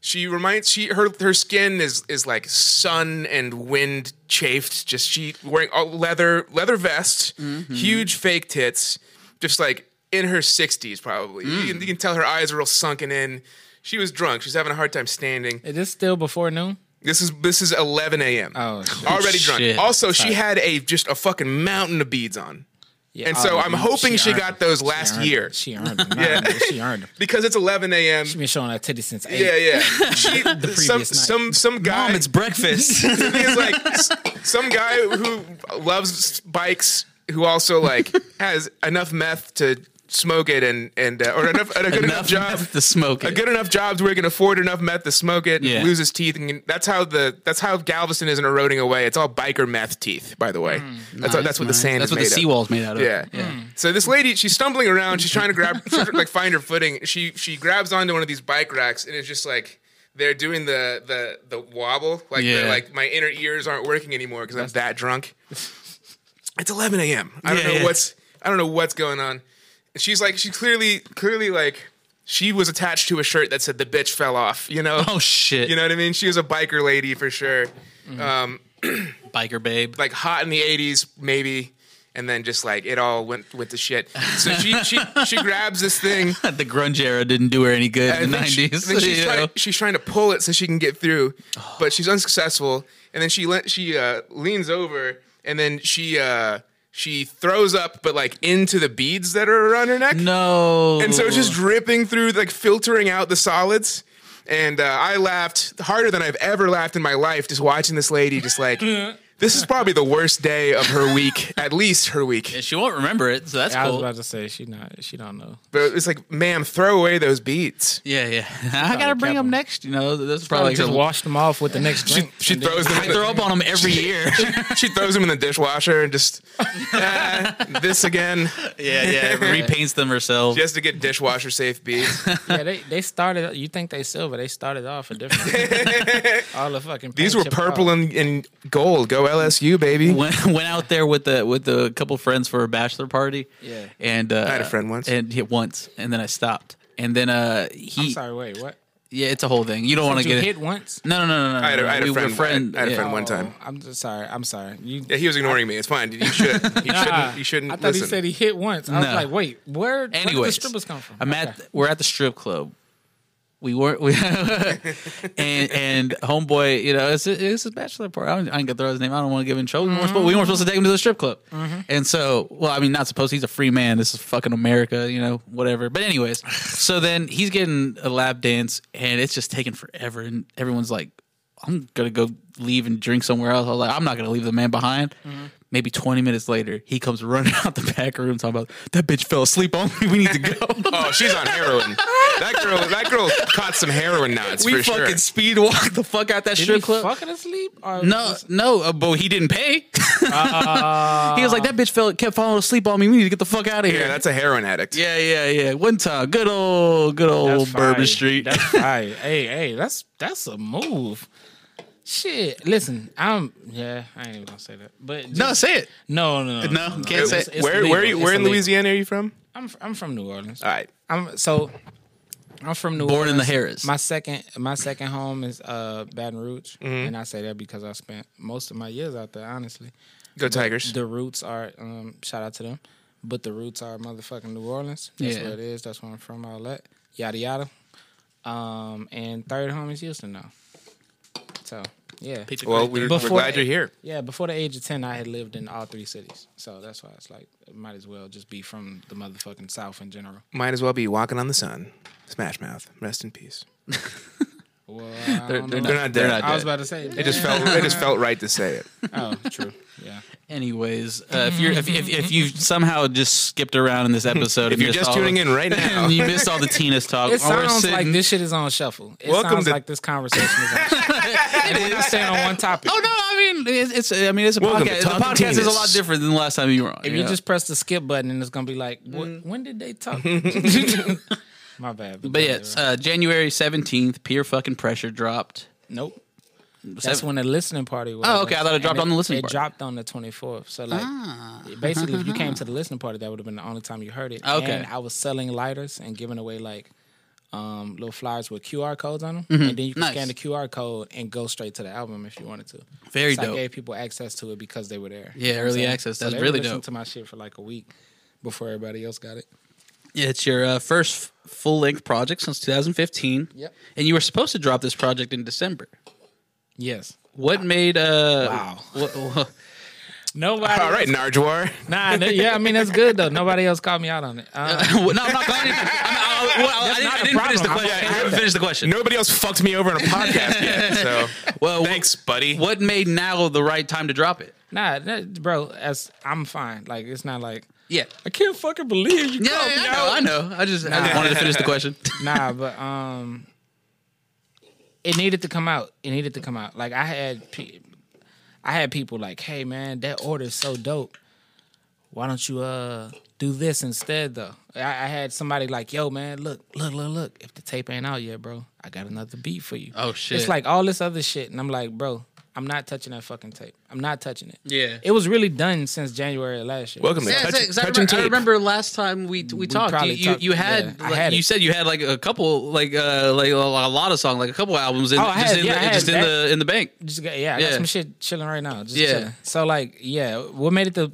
[SPEAKER 3] she reminds she her her skin is is like sun and wind chafed. Just she wearing all leather leather vest,
[SPEAKER 1] Mm-hmm.
[SPEAKER 3] huge fake tits, just like in her sixties probably. You,
[SPEAKER 1] Mm.
[SPEAKER 3] can, you can tell her eyes are real sunken in. She was drunk. She's having a hard time standing.
[SPEAKER 2] Is this still before noon?
[SPEAKER 3] This is this is 11 a.m.
[SPEAKER 2] Oh, shit.
[SPEAKER 3] already drunk.
[SPEAKER 1] Shit.
[SPEAKER 3] Also, she had a just a fucking mountain of beads on,
[SPEAKER 2] Yeah,
[SPEAKER 3] and so
[SPEAKER 2] oh,
[SPEAKER 3] I'm
[SPEAKER 2] man,
[SPEAKER 3] hoping she,
[SPEAKER 2] earned
[SPEAKER 3] got
[SPEAKER 2] them.
[SPEAKER 3] those last
[SPEAKER 2] She earned
[SPEAKER 3] year
[SPEAKER 2] them. She earned them. Yeah. She earned them.
[SPEAKER 3] because it's 11 a.m.
[SPEAKER 2] She's been showing that titty since eight.
[SPEAKER 3] Yeah, yeah. She, some
[SPEAKER 2] night.
[SPEAKER 3] some some guy.
[SPEAKER 1] Mom, it's breakfast.
[SPEAKER 3] the thing is, like s- some guy who loves bikes, who also like has enough meth to smoke it and and uh, or enough a good enough,
[SPEAKER 1] Enough
[SPEAKER 3] job
[SPEAKER 1] meth to smoke
[SPEAKER 3] a
[SPEAKER 1] it.
[SPEAKER 3] good enough job to where he can afford enough meth to smoke it,
[SPEAKER 1] Yeah.
[SPEAKER 3] and lose his teeth, and that's how the that's how Galveston isn't eroding away. It's all biker meth teeth, by the way. that's how, that's what the sand.
[SPEAKER 1] That's
[SPEAKER 3] is
[SPEAKER 1] what the
[SPEAKER 3] made of.
[SPEAKER 1] seawall's made out of.
[SPEAKER 3] Yeah. So this lady, she's stumbling around. She's trying to grab, she's trying to, like, find her footing. She she grabs onto one of these bike racks, and it's just like they're doing the the the wobble. Like they're
[SPEAKER 1] Yeah.
[SPEAKER 3] like my inner ears aren't working anymore because I'm that drunk. It's 11 a.m. I don't
[SPEAKER 1] Yeah,
[SPEAKER 3] know
[SPEAKER 1] yeah.
[SPEAKER 3] what's I don't know what's going on. She's like she clearly clearly like she was attached to a shirt that said the bitch fell off. You know.
[SPEAKER 1] Oh shit. Mm-hmm.
[SPEAKER 3] You know what I mean? She was a biker lady for sure Um,
[SPEAKER 1] biker babe.
[SPEAKER 3] like hot in the eighties, maybe, and then just like it all went went to shit. So she she she grabs this thing.
[SPEAKER 1] the grunge era didn't do her any good in
[SPEAKER 3] And
[SPEAKER 1] the
[SPEAKER 3] then she-
[SPEAKER 1] nineties.
[SPEAKER 3] then she's, trying, she's trying to pull it so she can get through, but she's unsuccessful. And then she le- she uh, leans over, and then she uh, she throws up, but like into the beads that are around her neck.
[SPEAKER 1] no.
[SPEAKER 3] And so it's just dripping through, like filtering out the solids. And uh, I laughed harder than I've ever laughed in my life, just watching this lady, just like, this is probably the worst day of her week, at least her week.
[SPEAKER 1] she won't remember it, so that's
[SPEAKER 2] I was
[SPEAKER 1] cool.
[SPEAKER 2] about to say she not. She don't know.
[SPEAKER 3] But it's like, ma'am, throw away those beads.
[SPEAKER 1] yeah, yeah. I gotta bring them
[SPEAKER 2] kept them.
[SPEAKER 1] next. You know, that's
[SPEAKER 2] Probably
[SPEAKER 1] probably.
[SPEAKER 2] just
[SPEAKER 1] gonna-
[SPEAKER 2] washed them off with the next drink.
[SPEAKER 3] She
[SPEAKER 2] and then-
[SPEAKER 3] throws them.
[SPEAKER 1] I
[SPEAKER 3] In
[SPEAKER 1] throw
[SPEAKER 3] the,
[SPEAKER 1] up on them every year.
[SPEAKER 3] she throws them in the dishwasher and just "Ah, this again,
[SPEAKER 1] yeah, yeah. Repaints them herself.
[SPEAKER 3] just to get dishwasher safe beads.
[SPEAKER 2] Yeah, they, they started. You think they silver? They started off a different. all the fucking.
[SPEAKER 3] These were
[SPEAKER 2] paint chipped
[SPEAKER 3] purple
[SPEAKER 2] off.
[SPEAKER 3] and, and gold. Go LSU, baby.
[SPEAKER 1] went, went out there with the with a couple friends for a bachelor party.
[SPEAKER 2] Yeah.
[SPEAKER 1] and uh, I
[SPEAKER 3] had a friend once.
[SPEAKER 1] and yeah, once, and then I stopped, and then uh, he,
[SPEAKER 2] I'm sorry. Wait, what?
[SPEAKER 1] yeah, it's a whole thing. You don't want to
[SPEAKER 2] Did you
[SPEAKER 1] get
[SPEAKER 2] hit
[SPEAKER 1] it.
[SPEAKER 2] once?
[SPEAKER 1] No, no, no, no, no.
[SPEAKER 3] I had a- I had a
[SPEAKER 1] we
[SPEAKER 3] friend-
[SPEAKER 1] were friend.
[SPEAKER 3] I had a
[SPEAKER 1] yeah.
[SPEAKER 3] friend One
[SPEAKER 2] Oh,
[SPEAKER 3] time.
[SPEAKER 2] I'm just sorry. I'm sorry. You.
[SPEAKER 3] Yeah, he was ignoring me. It's fine. You should. You shouldn't. You shouldn't.
[SPEAKER 2] I thought
[SPEAKER 3] listen.
[SPEAKER 2] he said he hit once. I
[SPEAKER 1] No.
[SPEAKER 2] was like, wait, where? where did the
[SPEAKER 1] Anyways,
[SPEAKER 2] strippers come from?
[SPEAKER 1] I'm at we're at the strip club. We weren't we and and homeboy, you know, it's it's his bachelor party. I, don't, I ain't gonna throw his name. I don't want to give him trouble. We, weren't supposed, we weren't supposed to take him to the strip club.
[SPEAKER 3] Mm-hmm.
[SPEAKER 1] And so, well, I mean, not supposed. He's a free man. This is fucking America, you know, whatever. But anyways, so then he's getting a lap dance, and it's just taking forever. And everyone's like, "I'm gonna go leave and drink somewhere else." I was like, "I'm not gonna leave the man behind."
[SPEAKER 3] Mm-hmm.
[SPEAKER 1] Maybe 20 minutes later, he comes running out the back room talking about that bitch fell asleep on me. We need to go.
[SPEAKER 3] Oh, she's on heroin. that girl, that girl caught some heroin knots
[SPEAKER 1] we
[SPEAKER 3] for
[SPEAKER 1] fucking
[SPEAKER 3] sure.
[SPEAKER 1] speed walked the fuck out that
[SPEAKER 2] Did he
[SPEAKER 1] strip club.
[SPEAKER 2] fucking asleep? Or
[SPEAKER 1] No, no, uh, but he didn't pay. he was like, that bitch fell, kept falling asleep on me. We need to get the fuck out of here.
[SPEAKER 3] yeah, that's a heroin addict.
[SPEAKER 1] yeah, yeah, yeah. One time, good old, good
[SPEAKER 2] That's
[SPEAKER 1] old Bourbon
[SPEAKER 2] fire.
[SPEAKER 1] Street.
[SPEAKER 2] That's fire. hey, hey, that's that's a move. Shit. Listen, I'm yeah, I ain't even gonna say that. But
[SPEAKER 1] no,
[SPEAKER 2] just-
[SPEAKER 1] say it.
[SPEAKER 2] no, no, no,
[SPEAKER 1] No, can't say
[SPEAKER 2] It's-
[SPEAKER 1] it.
[SPEAKER 2] it's
[SPEAKER 3] where,
[SPEAKER 2] illegal.
[SPEAKER 3] where, where
[SPEAKER 2] It's
[SPEAKER 3] in
[SPEAKER 2] illegal.
[SPEAKER 3] Louisiana are you from?
[SPEAKER 2] I'm I'm from New Orleans.
[SPEAKER 3] All right.
[SPEAKER 2] I'm so I'm from New
[SPEAKER 1] Born in the
[SPEAKER 2] Orleans.
[SPEAKER 1] Harris.
[SPEAKER 2] My second my second home is uh Baton Rouge,
[SPEAKER 3] Mm-hmm.
[SPEAKER 2] and I say that because I spent most of my years out there. Honestly,
[SPEAKER 3] Go Tigers.
[SPEAKER 2] the roots are um shout out to them, but the roots are motherfucking New Orleans. That's
[SPEAKER 1] Yeah.
[SPEAKER 2] where it is. That's where I'm from. All that yada yada. Um, and third home is Houston now. So yeah,
[SPEAKER 3] well, we, we're
[SPEAKER 2] Before-
[SPEAKER 3] glad you're here.
[SPEAKER 2] yeah. Before the age of ten, I had lived in all three cities. So that's why it's like it might as well just be from the motherfucking South in general.
[SPEAKER 3] Might as well be walking on the sun. Smash Mouth. Rest in peace.
[SPEAKER 2] Well, I don't know.
[SPEAKER 3] They're not
[SPEAKER 1] They're
[SPEAKER 3] dead.
[SPEAKER 1] not
[SPEAKER 2] I was about to say
[SPEAKER 3] It just felt. It just felt right to say it.
[SPEAKER 2] Oh, true. Yeah.
[SPEAKER 1] Anyways, uh, if you're if, if, if you somehow just skipped around in this episode,
[SPEAKER 3] If you're just tuning in right now,
[SPEAKER 1] you missed all the Tina's talk.
[SPEAKER 2] It
[SPEAKER 1] We're
[SPEAKER 2] sounds like
[SPEAKER 1] sitting-
[SPEAKER 2] this shit is on shuffle. It
[SPEAKER 3] Welcome
[SPEAKER 2] sounds
[SPEAKER 3] to-
[SPEAKER 2] like this conversation is on shuffle. and we're not staying on one topic.
[SPEAKER 1] Oh no! I mean, it's, it's I mean, it's a
[SPEAKER 3] Welcome to
[SPEAKER 1] podcast. The
[SPEAKER 3] Talking
[SPEAKER 1] podcast is a
[SPEAKER 3] Tina's.
[SPEAKER 1] lot different than the last time you were on.
[SPEAKER 2] If
[SPEAKER 1] you
[SPEAKER 2] you
[SPEAKER 1] know?
[SPEAKER 2] just press the skip button and it's gonna be like, what,
[SPEAKER 1] Mm-hmm.
[SPEAKER 2] when did they talk? My bad.
[SPEAKER 1] but yes, uh, January seventeenth, peer fucking pressure dropped.
[SPEAKER 2] nope. That's when the listening party was.
[SPEAKER 1] Oh, okay. I thought it
[SPEAKER 2] And
[SPEAKER 1] dropped on the listening Ah.
[SPEAKER 2] It
[SPEAKER 1] party.
[SPEAKER 2] dropped on the 24th. So, like, basically, if you came to the listening party, that would have been the only time you heard it.
[SPEAKER 1] Okay.
[SPEAKER 2] And I was selling lighters and giving away, like, um, little flyers with QR codes on them. And then you
[SPEAKER 1] Mm-hmm.
[SPEAKER 2] can
[SPEAKER 1] Nice.
[SPEAKER 2] scan the QR code and go straight to the album if you wanted to.
[SPEAKER 1] Very
[SPEAKER 2] so
[SPEAKER 1] dope.
[SPEAKER 2] I gave people access to it because they were there.
[SPEAKER 1] Yeah,
[SPEAKER 2] what I'm
[SPEAKER 1] early
[SPEAKER 2] saying?
[SPEAKER 1] access.
[SPEAKER 2] So
[SPEAKER 1] That's
[SPEAKER 2] they
[SPEAKER 1] really
[SPEAKER 2] listened
[SPEAKER 1] dope.
[SPEAKER 2] to my shit for like a week before everybody else got it.
[SPEAKER 1] Yeah, it's your uh, first full length project since 2015.
[SPEAKER 2] Yep.
[SPEAKER 1] And you were supposed to drop this project in December.
[SPEAKER 2] Yes.
[SPEAKER 1] What made uh
[SPEAKER 2] Wow.
[SPEAKER 1] wha- wha-
[SPEAKER 2] Nobody.
[SPEAKER 3] All right, Narjwar.
[SPEAKER 2] Nah, no- yeah, I mean, that's good, though. Nobody else called me out on it. Uh,
[SPEAKER 1] no, I'm not glad. you- I'm- I, well, I didn't,
[SPEAKER 2] not
[SPEAKER 1] I
[SPEAKER 2] a
[SPEAKER 1] didn't finish the question.
[SPEAKER 2] problem.
[SPEAKER 3] I'm
[SPEAKER 1] I
[SPEAKER 3] okay
[SPEAKER 1] haven't
[SPEAKER 3] with
[SPEAKER 1] finished the question.
[SPEAKER 3] Nobody else fucked me over on a podcast yet. So
[SPEAKER 1] Well, wh-
[SPEAKER 3] thanks, buddy.
[SPEAKER 1] What made now the right time to drop it?
[SPEAKER 2] Nah, that, bro, as I'm fine. Like it's not like
[SPEAKER 1] Yeah. Oh,
[SPEAKER 2] I can't fucking believe you.
[SPEAKER 1] Yeah,
[SPEAKER 2] called me
[SPEAKER 1] yeah,
[SPEAKER 2] out.
[SPEAKER 1] I know. I know. I just, I just wanted to finish the question.
[SPEAKER 2] Nah, but um, it needed to come out. It needed to come out. Like I had, pe- I had people like, hey man, that order's so dope. Why don't you uh do this instead though? I, I had somebody like, yo man, look, look, look, look. If the tape ain't out yet, bro, I got another beat for you.
[SPEAKER 1] Oh, shit.
[SPEAKER 2] It's like all this other shit, and I'm like, bro. I'm not touching that fucking tape. I'm not touching it.
[SPEAKER 1] Yeah.
[SPEAKER 2] It was really done since January of last year.
[SPEAKER 3] Welcome to
[SPEAKER 1] Yeah,
[SPEAKER 3] touch,
[SPEAKER 1] exactly. 'cause I,
[SPEAKER 3] touch and
[SPEAKER 1] remember, I
[SPEAKER 3] Tape.
[SPEAKER 1] remember last time we we, talked. You
[SPEAKER 2] probably
[SPEAKER 1] you,
[SPEAKER 2] talked-
[SPEAKER 1] you had,
[SPEAKER 2] yeah, I
[SPEAKER 1] like,
[SPEAKER 2] had
[SPEAKER 1] you
[SPEAKER 2] it.
[SPEAKER 1] said you had like a couple like uh like a, a lot of songs, like a couple albums in
[SPEAKER 2] Oh, I
[SPEAKER 1] just,
[SPEAKER 2] had-
[SPEAKER 1] in,
[SPEAKER 2] yeah,
[SPEAKER 1] the,
[SPEAKER 2] I had
[SPEAKER 1] just in
[SPEAKER 2] that.
[SPEAKER 1] the in the bank.
[SPEAKER 2] Just got, yeah, I got
[SPEAKER 1] Yeah.
[SPEAKER 2] some shit chilling right now. Just
[SPEAKER 1] Yeah.
[SPEAKER 2] chilling. So like, yeah, what made it the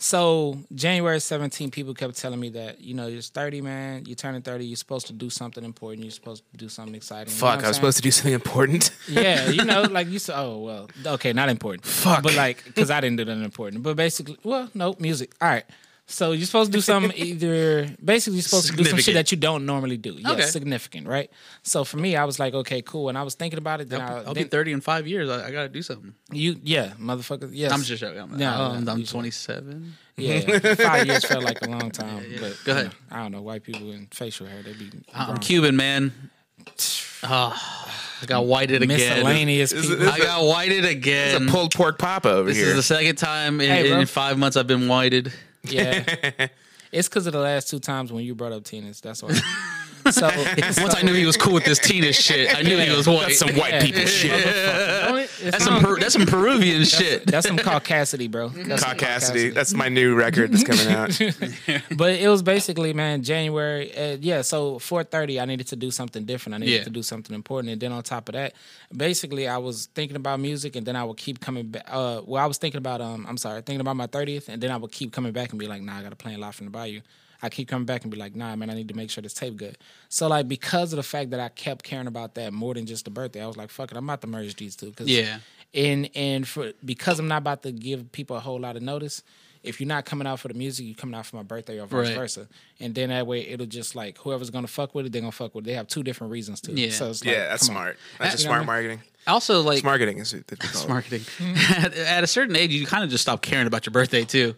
[SPEAKER 2] so January 17, people kept telling me that, you know, you're 30, man, you're turning 30, you're supposed to do something important, you're supposed to do something exciting.
[SPEAKER 3] Fuck, I was supposed to do something important.
[SPEAKER 2] Yeah, you know, like you said, oh well, okay, not important.
[SPEAKER 3] Fuck.
[SPEAKER 2] But like, because I didn't do nothing important. But basically, well, no, music. All right. So you're supposed to do something either basically you're supposed to do some shit
[SPEAKER 1] Significant.
[SPEAKER 2] that you don't normally do. Yeah,
[SPEAKER 1] Okay.
[SPEAKER 2] significant, right? So for me, I was like, okay, cool. And I was thinking about it. Then
[SPEAKER 1] I'll,
[SPEAKER 2] I,
[SPEAKER 1] I'll be
[SPEAKER 2] then
[SPEAKER 1] 30 in five years. I, I got to do something.
[SPEAKER 2] you, yeah, motherfucker. Yes.
[SPEAKER 1] I'm just joking. I'm,
[SPEAKER 2] No,
[SPEAKER 1] I'm,
[SPEAKER 2] no,
[SPEAKER 1] I'm
[SPEAKER 2] you-
[SPEAKER 1] 27.
[SPEAKER 2] Yeah, five years felt like a long time. But
[SPEAKER 1] Go
[SPEAKER 2] you
[SPEAKER 1] ahead.
[SPEAKER 2] know, I don't know. White people and facial hair, they be
[SPEAKER 1] I'm
[SPEAKER 2] wrong.
[SPEAKER 1] Cuban, man. Ah, I got whited again.
[SPEAKER 2] miscellaneous people.
[SPEAKER 1] I got whited
[SPEAKER 3] It's a
[SPEAKER 1] again.
[SPEAKER 3] pulled pork pop over
[SPEAKER 1] This
[SPEAKER 3] here.
[SPEAKER 1] is the second time in,
[SPEAKER 2] Hey, bro.
[SPEAKER 1] in five months I've been whited.
[SPEAKER 2] yeah, it's because of the last two times when you brought up Tina's. That's why. so
[SPEAKER 1] Once I knew he was cool with this Tina shit, I knew he was white.
[SPEAKER 3] That's some white people shit.
[SPEAKER 1] That's some, per, that's some Peruvian shit.
[SPEAKER 2] That's some caucasity, bro. That's some
[SPEAKER 3] Caucasity. That's my new record that's coming out.
[SPEAKER 2] but it was basically man january uh, yeah so 4.30 i needed to do something different i needed
[SPEAKER 1] Yeah.
[SPEAKER 2] to do something important and then on top of that basically i was thinking about music and then i would keep coming back uh, well i was thinking about um i'm sorry thinking about my 30th and then i would keep coming back and be like nah i gotta play live from the bayou I keep coming back and be like, nah, man, I need to make sure this tape good. So like because of the fact that I kept caring about that more than just the birthday, I was like, fuck it, I'm about to merge these two. 'cause
[SPEAKER 1] Yeah.
[SPEAKER 2] and and for because I'm not about to give people a whole lot of notice. If you're not coming out for the music, you're coming out for my birthday or vice
[SPEAKER 1] Right.
[SPEAKER 2] versa. And then that way it'll just like whoever's gonna fuck with it, they're gonna fuck with it. They have two different reasons to.
[SPEAKER 1] Yeah.
[SPEAKER 2] It. So it's like,
[SPEAKER 3] Yeah, that's
[SPEAKER 2] come on.
[SPEAKER 3] smart. That's just
[SPEAKER 2] You know
[SPEAKER 3] smart
[SPEAKER 2] what
[SPEAKER 3] marketing.
[SPEAKER 1] Also, like
[SPEAKER 3] Marketing is what they call it.
[SPEAKER 1] marketing. at, at a certain age, you kind of just stop caring about your birthday too.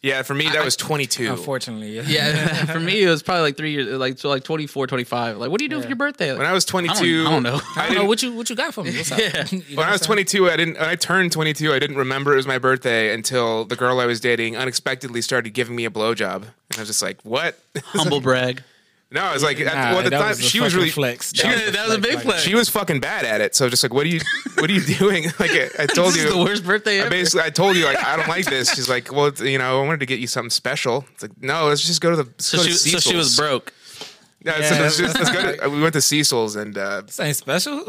[SPEAKER 3] Yeah, for me that was
[SPEAKER 1] Oh,
[SPEAKER 3] 22.
[SPEAKER 2] Unfortunately, yeah.
[SPEAKER 1] Yeah, for me, it was probably like three years, like so like 24, 25. Like, what do you do for your birthday? Like,
[SPEAKER 3] when I was 22,
[SPEAKER 1] I don't know.
[SPEAKER 2] I don't know what you what you got for me. What's up?
[SPEAKER 1] Yeah.
[SPEAKER 2] You know
[SPEAKER 3] When
[SPEAKER 2] what
[SPEAKER 3] I was
[SPEAKER 2] I'm saying?
[SPEAKER 3] 22, I didn't. When I turned 22, I didn't remember it was my birthday until the girl I was dating unexpectedly started giving me a blowjob, and I was just like, "What?"
[SPEAKER 1] humble brag.
[SPEAKER 3] no, I was like, at,
[SPEAKER 2] Nah,
[SPEAKER 3] well, at the
[SPEAKER 2] that
[SPEAKER 3] time
[SPEAKER 2] was a
[SPEAKER 3] she was
[SPEAKER 2] fucking
[SPEAKER 3] really
[SPEAKER 2] flex.
[SPEAKER 3] She,
[SPEAKER 2] That
[SPEAKER 3] was,
[SPEAKER 2] was a
[SPEAKER 1] that was a big flex.
[SPEAKER 3] she was fucking bad at it. So just like, "What are you? What are you doing?" Like I, I told
[SPEAKER 1] This
[SPEAKER 3] you,
[SPEAKER 1] is the worst birthday
[SPEAKER 3] I
[SPEAKER 1] ever.
[SPEAKER 3] basically, I told you, like, I don't like this. She's like, well, it's- you know, I wanted to get you something special. It's like, no, let's just go to the.
[SPEAKER 1] So she, so she was broke.
[SPEAKER 3] Yeah, so
[SPEAKER 2] Yeah.
[SPEAKER 3] let's just, let's go to, we went to Cecil's and uh,
[SPEAKER 2] This ain't special.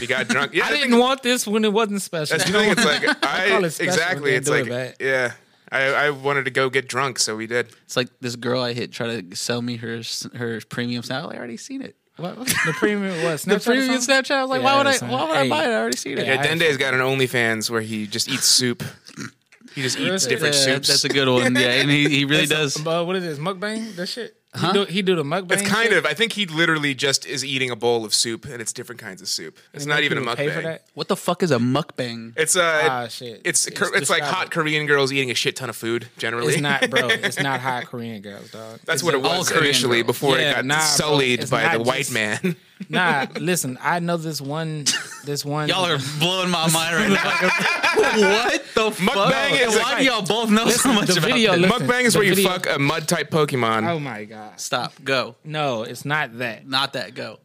[SPEAKER 3] we got drunk. Yeah,
[SPEAKER 2] I
[SPEAKER 3] think
[SPEAKER 2] didn't want this when it wasn't special.
[SPEAKER 3] That's the thing. It's like I,
[SPEAKER 2] call it special when
[SPEAKER 3] exactly.
[SPEAKER 2] they
[SPEAKER 3] It's
[SPEAKER 2] do it
[SPEAKER 3] like
[SPEAKER 2] back.
[SPEAKER 3] yeah. I, I wanted to go get drunk, so we did.
[SPEAKER 1] It's like this girl I hit tried to sell me her her premium Snapchat. I already seen it.
[SPEAKER 2] What- what- the premium was
[SPEAKER 1] The premium Snapchat. I was like, why
[SPEAKER 2] Yeah,
[SPEAKER 1] would I?
[SPEAKER 2] that's
[SPEAKER 1] Why
[SPEAKER 2] fine.
[SPEAKER 1] would I
[SPEAKER 2] Hey.
[SPEAKER 1] buy it? I already seen it.
[SPEAKER 2] Yeah,
[SPEAKER 3] Yeah, Dende's got an OnlyFans where he just eats soup. He just eats
[SPEAKER 2] Really?
[SPEAKER 3] different
[SPEAKER 1] Yeah,
[SPEAKER 3] soups.
[SPEAKER 1] that's a good one. Yeah, and he, he really does.
[SPEAKER 2] But Uh, what is this mukbang? That shit. He, do, he do the mukbang.
[SPEAKER 3] it's kind
[SPEAKER 2] shit?
[SPEAKER 3] of. I think he literally just is eating a bowl of soup, and it's different kinds of soup. It's
[SPEAKER 2] And
[SPEAKER 3] not
[SPEAKER 2] then
[SPEAKER 3] even a
[SPEAKER 2] people pay for
[SPEAKER 3] mukbang.
[SPEAKER 2] that?
[SPEAKER 1] What the fuck is a mukbang?
[SPEAKER 3] It's uh,
[SPEAKER 2] Ah, shit.
[SPEAKER 3] it's
[SPEAKER 2] It's
[SPEAKER 3] it's, it's like
[SPEAKER 2] describe
[SPEAKER 3] hot
[SPEAKER 2] it.
[SPEAKER 3] Korean girls eating a shit ton of food. Generally,
[SPEAKER 2] It's not, bro. It's not hot Korean girls, dog.
[SPEAKER 3] that's
[SPEAKER 2] It's
[SPEAKER 3] what it
[SPEAKER 2] just-
[SPEAKER 1] all
[SPEAKER 3] was
[SPEAKER 1] Korean
[SPEAKER 3] initially
[SPEAKER 1] girls.
[SPEAKER 3] before
[SPEAKER 2] Yeah,
[SPEAKER 3] it got
[SPEAKER 2] nah, bro.
[SPEAKER 3] sullied
[SPEAKER 2] It's
[SPEAKER 3] by
[SPEAKER 2] not
[SPEAKER 3] the white
[SPEAKER 2] just-
[SPEAKER 3] man.
[SPEAKER 2] Nah, listen. I know this one. This one.
[SPEAKER 1] Y'all are blowing my mind right now. what the fuck?
[SPEAKER 3] Mukbang is
[SPEAKER 1] Why
[SPEAKER 3] like-
[SPEAKER 1] do y'all both know so much
[SPEAKER 2] the
[SPEAKER 1] about
[SPEAKER 2] video
[SPEAKER 1] this?
[SPEAKER 2] look- Listen,
[SPEAKER 3] Mukbang is
[SPEAKER 2] the
[SPEAKER 3] where you
[SPEAKER 2] video-
[SPEAKER 3] fuck a mud type Pokemon.
[SPEAKER 2] Oh my god.
[SPEAKER 1] Stop. Go.
[SPEAKER 2] No, it's not that.
[SPEAKER 1] Not that. Go.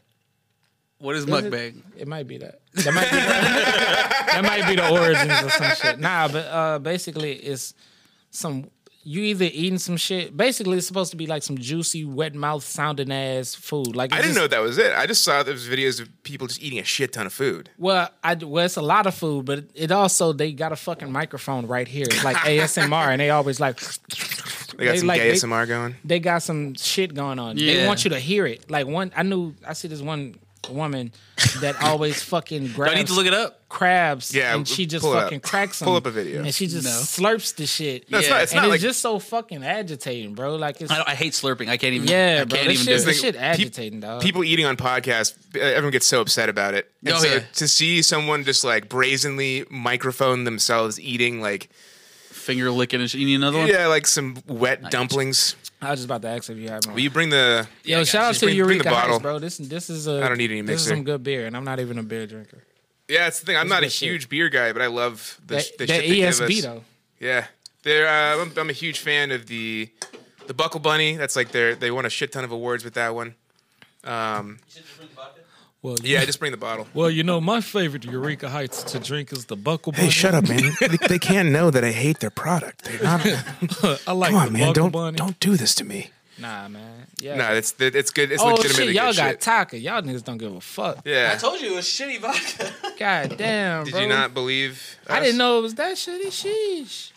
[SPEAKER 1] What is mukbang?
[SPEAKER 2] It might be that. That might be, that might be the origins of some shit. Nah, but uh, basically, it's some. You either eating some shit. Basically, it's supposed to be like some juicy, wet mouth sounding ass food. Like
[SPEAKER 3] I
[SPEAKER 2] it's
[SPEAKER 3] didn't
[SPEAKER 2] just-
[SPEAKER 3] know that was it. I just saw those videos of people just eating a shit ton of food.
[SPEAKER 2] Well, I well, it's a lot of food, but it also they got a fucking microphone right here. It's like ASMR, and they always like
[SPEAKER 3] They got
[SPEAKER 2] They
[SPEAKER 3] some
[SPEAKER 2] like-
[SPEAKER 3] gay
[SPEAKER 2] they-
[SPEAKER 3] ASMR going.
[SPEAKER 2] they got some shit going on.
[SPEAKER 1] Yeah.
[SPEAKER 2] They want you to hear it. Like one, I knew I see this one woman that always fucking grabs
[SPEAKER 1] I need to look it up.
[SPEAKER 2] crabs.
[SPEAKER 3] Yeah,
[SPEAKER 2] and she just
[SPEAKER 3] pull it up.
[SPEAKER 2] fucking cracks them.
[SPEAKER 3] Pull up a video.
[SPEAKER 2] and she just
[SPEAKER 1] No.
[SPEAKER 2] slurps the shit.
[SPEAKER 3] No, it's
[SPEAKER 1] Yeah.
[SPEAKER 3] not. It's
[SPEAKER 2] and
[SPEAKER 3] not
[SPEAKER 2] it's
[SPEAKER 3] like
[SPEAKER 2] just so fucking agitating, bro. Like it's
[SPEAKER 1] I, don't, I hate slurping. I can't even.
[SPEAKER 2] yeah,
[SPEAKER 1] I
[SPEAKER 2] bro.
[SPEAKER 1] can't
[SPEAKER 2] This
[SPEAKER 1] even do it.
[SPEAKER 2] shit, this
[SPEAKER 3] like,
[SPEAKER 2] shit
[SPEAKER 3] peop-
[SPEAKER 2] agitating, dog.
[SPEAKER 3] people eating on podcasts. uh, Everyone gets so upset about it. And
[SPEAKER 1] Oh,
[SPEAKER 3] so
[SPEAKER 1] yeah.
[SPEAKER 3] To see someone just like brazenly microphone themselves eating like
[SPEAKER 1] Finger licking and shit. You need another one?
[SPEAKER 3] yeah, like some wet dumplings.
[SPEAKER 2] I was just about to ask if you had one.
[SPEAKER 3] Will you bring the?
[SPEAKER 2] Yo, shout out to
[SPEAKER 3] Bring- bring the
[SPEAKER 2] Eureka
[SPEAKER 3] bottle.
[SPEAKER 2] House, bro. This this is a
[SPEAKER 3] I don't need any
[SPEAKER 2] This is
[SPEAKER 3] mixer.
[SPEAKER 2] some good beer, and I'm not even a beer drinker.
[SPEAKER 3] Yeah, it's the thing. I'm not a
[SPEAKER 2] good shit.
[SPEAKER 3] huge beer guy, but I love the,
[SPEAKER 2] That,
[SPEAKER 3] sh- the
[SPEAKER 2] that
[SPEAKER 3] shit they give
[SPEAKER 2] ESB
[SPEAKER 3] us.
[SPEAKER 2] though.
[SPEAKER 3] Yeah, they're. Uh, I'm, I'm a huge fan of the the Buckle Bunny. That's like their. They won a shit ton of awards with that one. Um,
[SPEAKER 5] Well,
[SPEAKER 3] yeah, just bring the bottle.
[SPEAKER 5] Well, you know, my favorite Eureka Heights to drink is the Buckle Bunny.
[SPEAKER 3] up, man. they, they can't know that I hate their product. They're not.
[SPEAKER 5] I like the Buckle Bunny.
[SPEAKER 3] do this to me.
[SPEAKER 2] Nah, man. Yeah.
[SPEAKER 3] No, it's it's good. It's
[SPEAKER 2] oh
[SPEAKER 3] legitimately
[SPEAKER 2] shit, y'all
[SPEAKER 3] good
[SPEAKER 2] got
[SPEAKER 3] shit.
[SPEAKER 2] Taka. Y'all niggas don't give a fuck.
[SPEAKER 3] yeah.
[SPEAKER 1] told you it was shitty vodka.
[SPEAKER 2] God damn,
[SPEAKER 3] Did
[SPEAKER 2] bro.
[SPEAKER 3] you not believe?
[SPEAKER 2] I
[SPEAKER 3] us?
[SPEAKER 2] didn't know it was that shitty. Sheesh.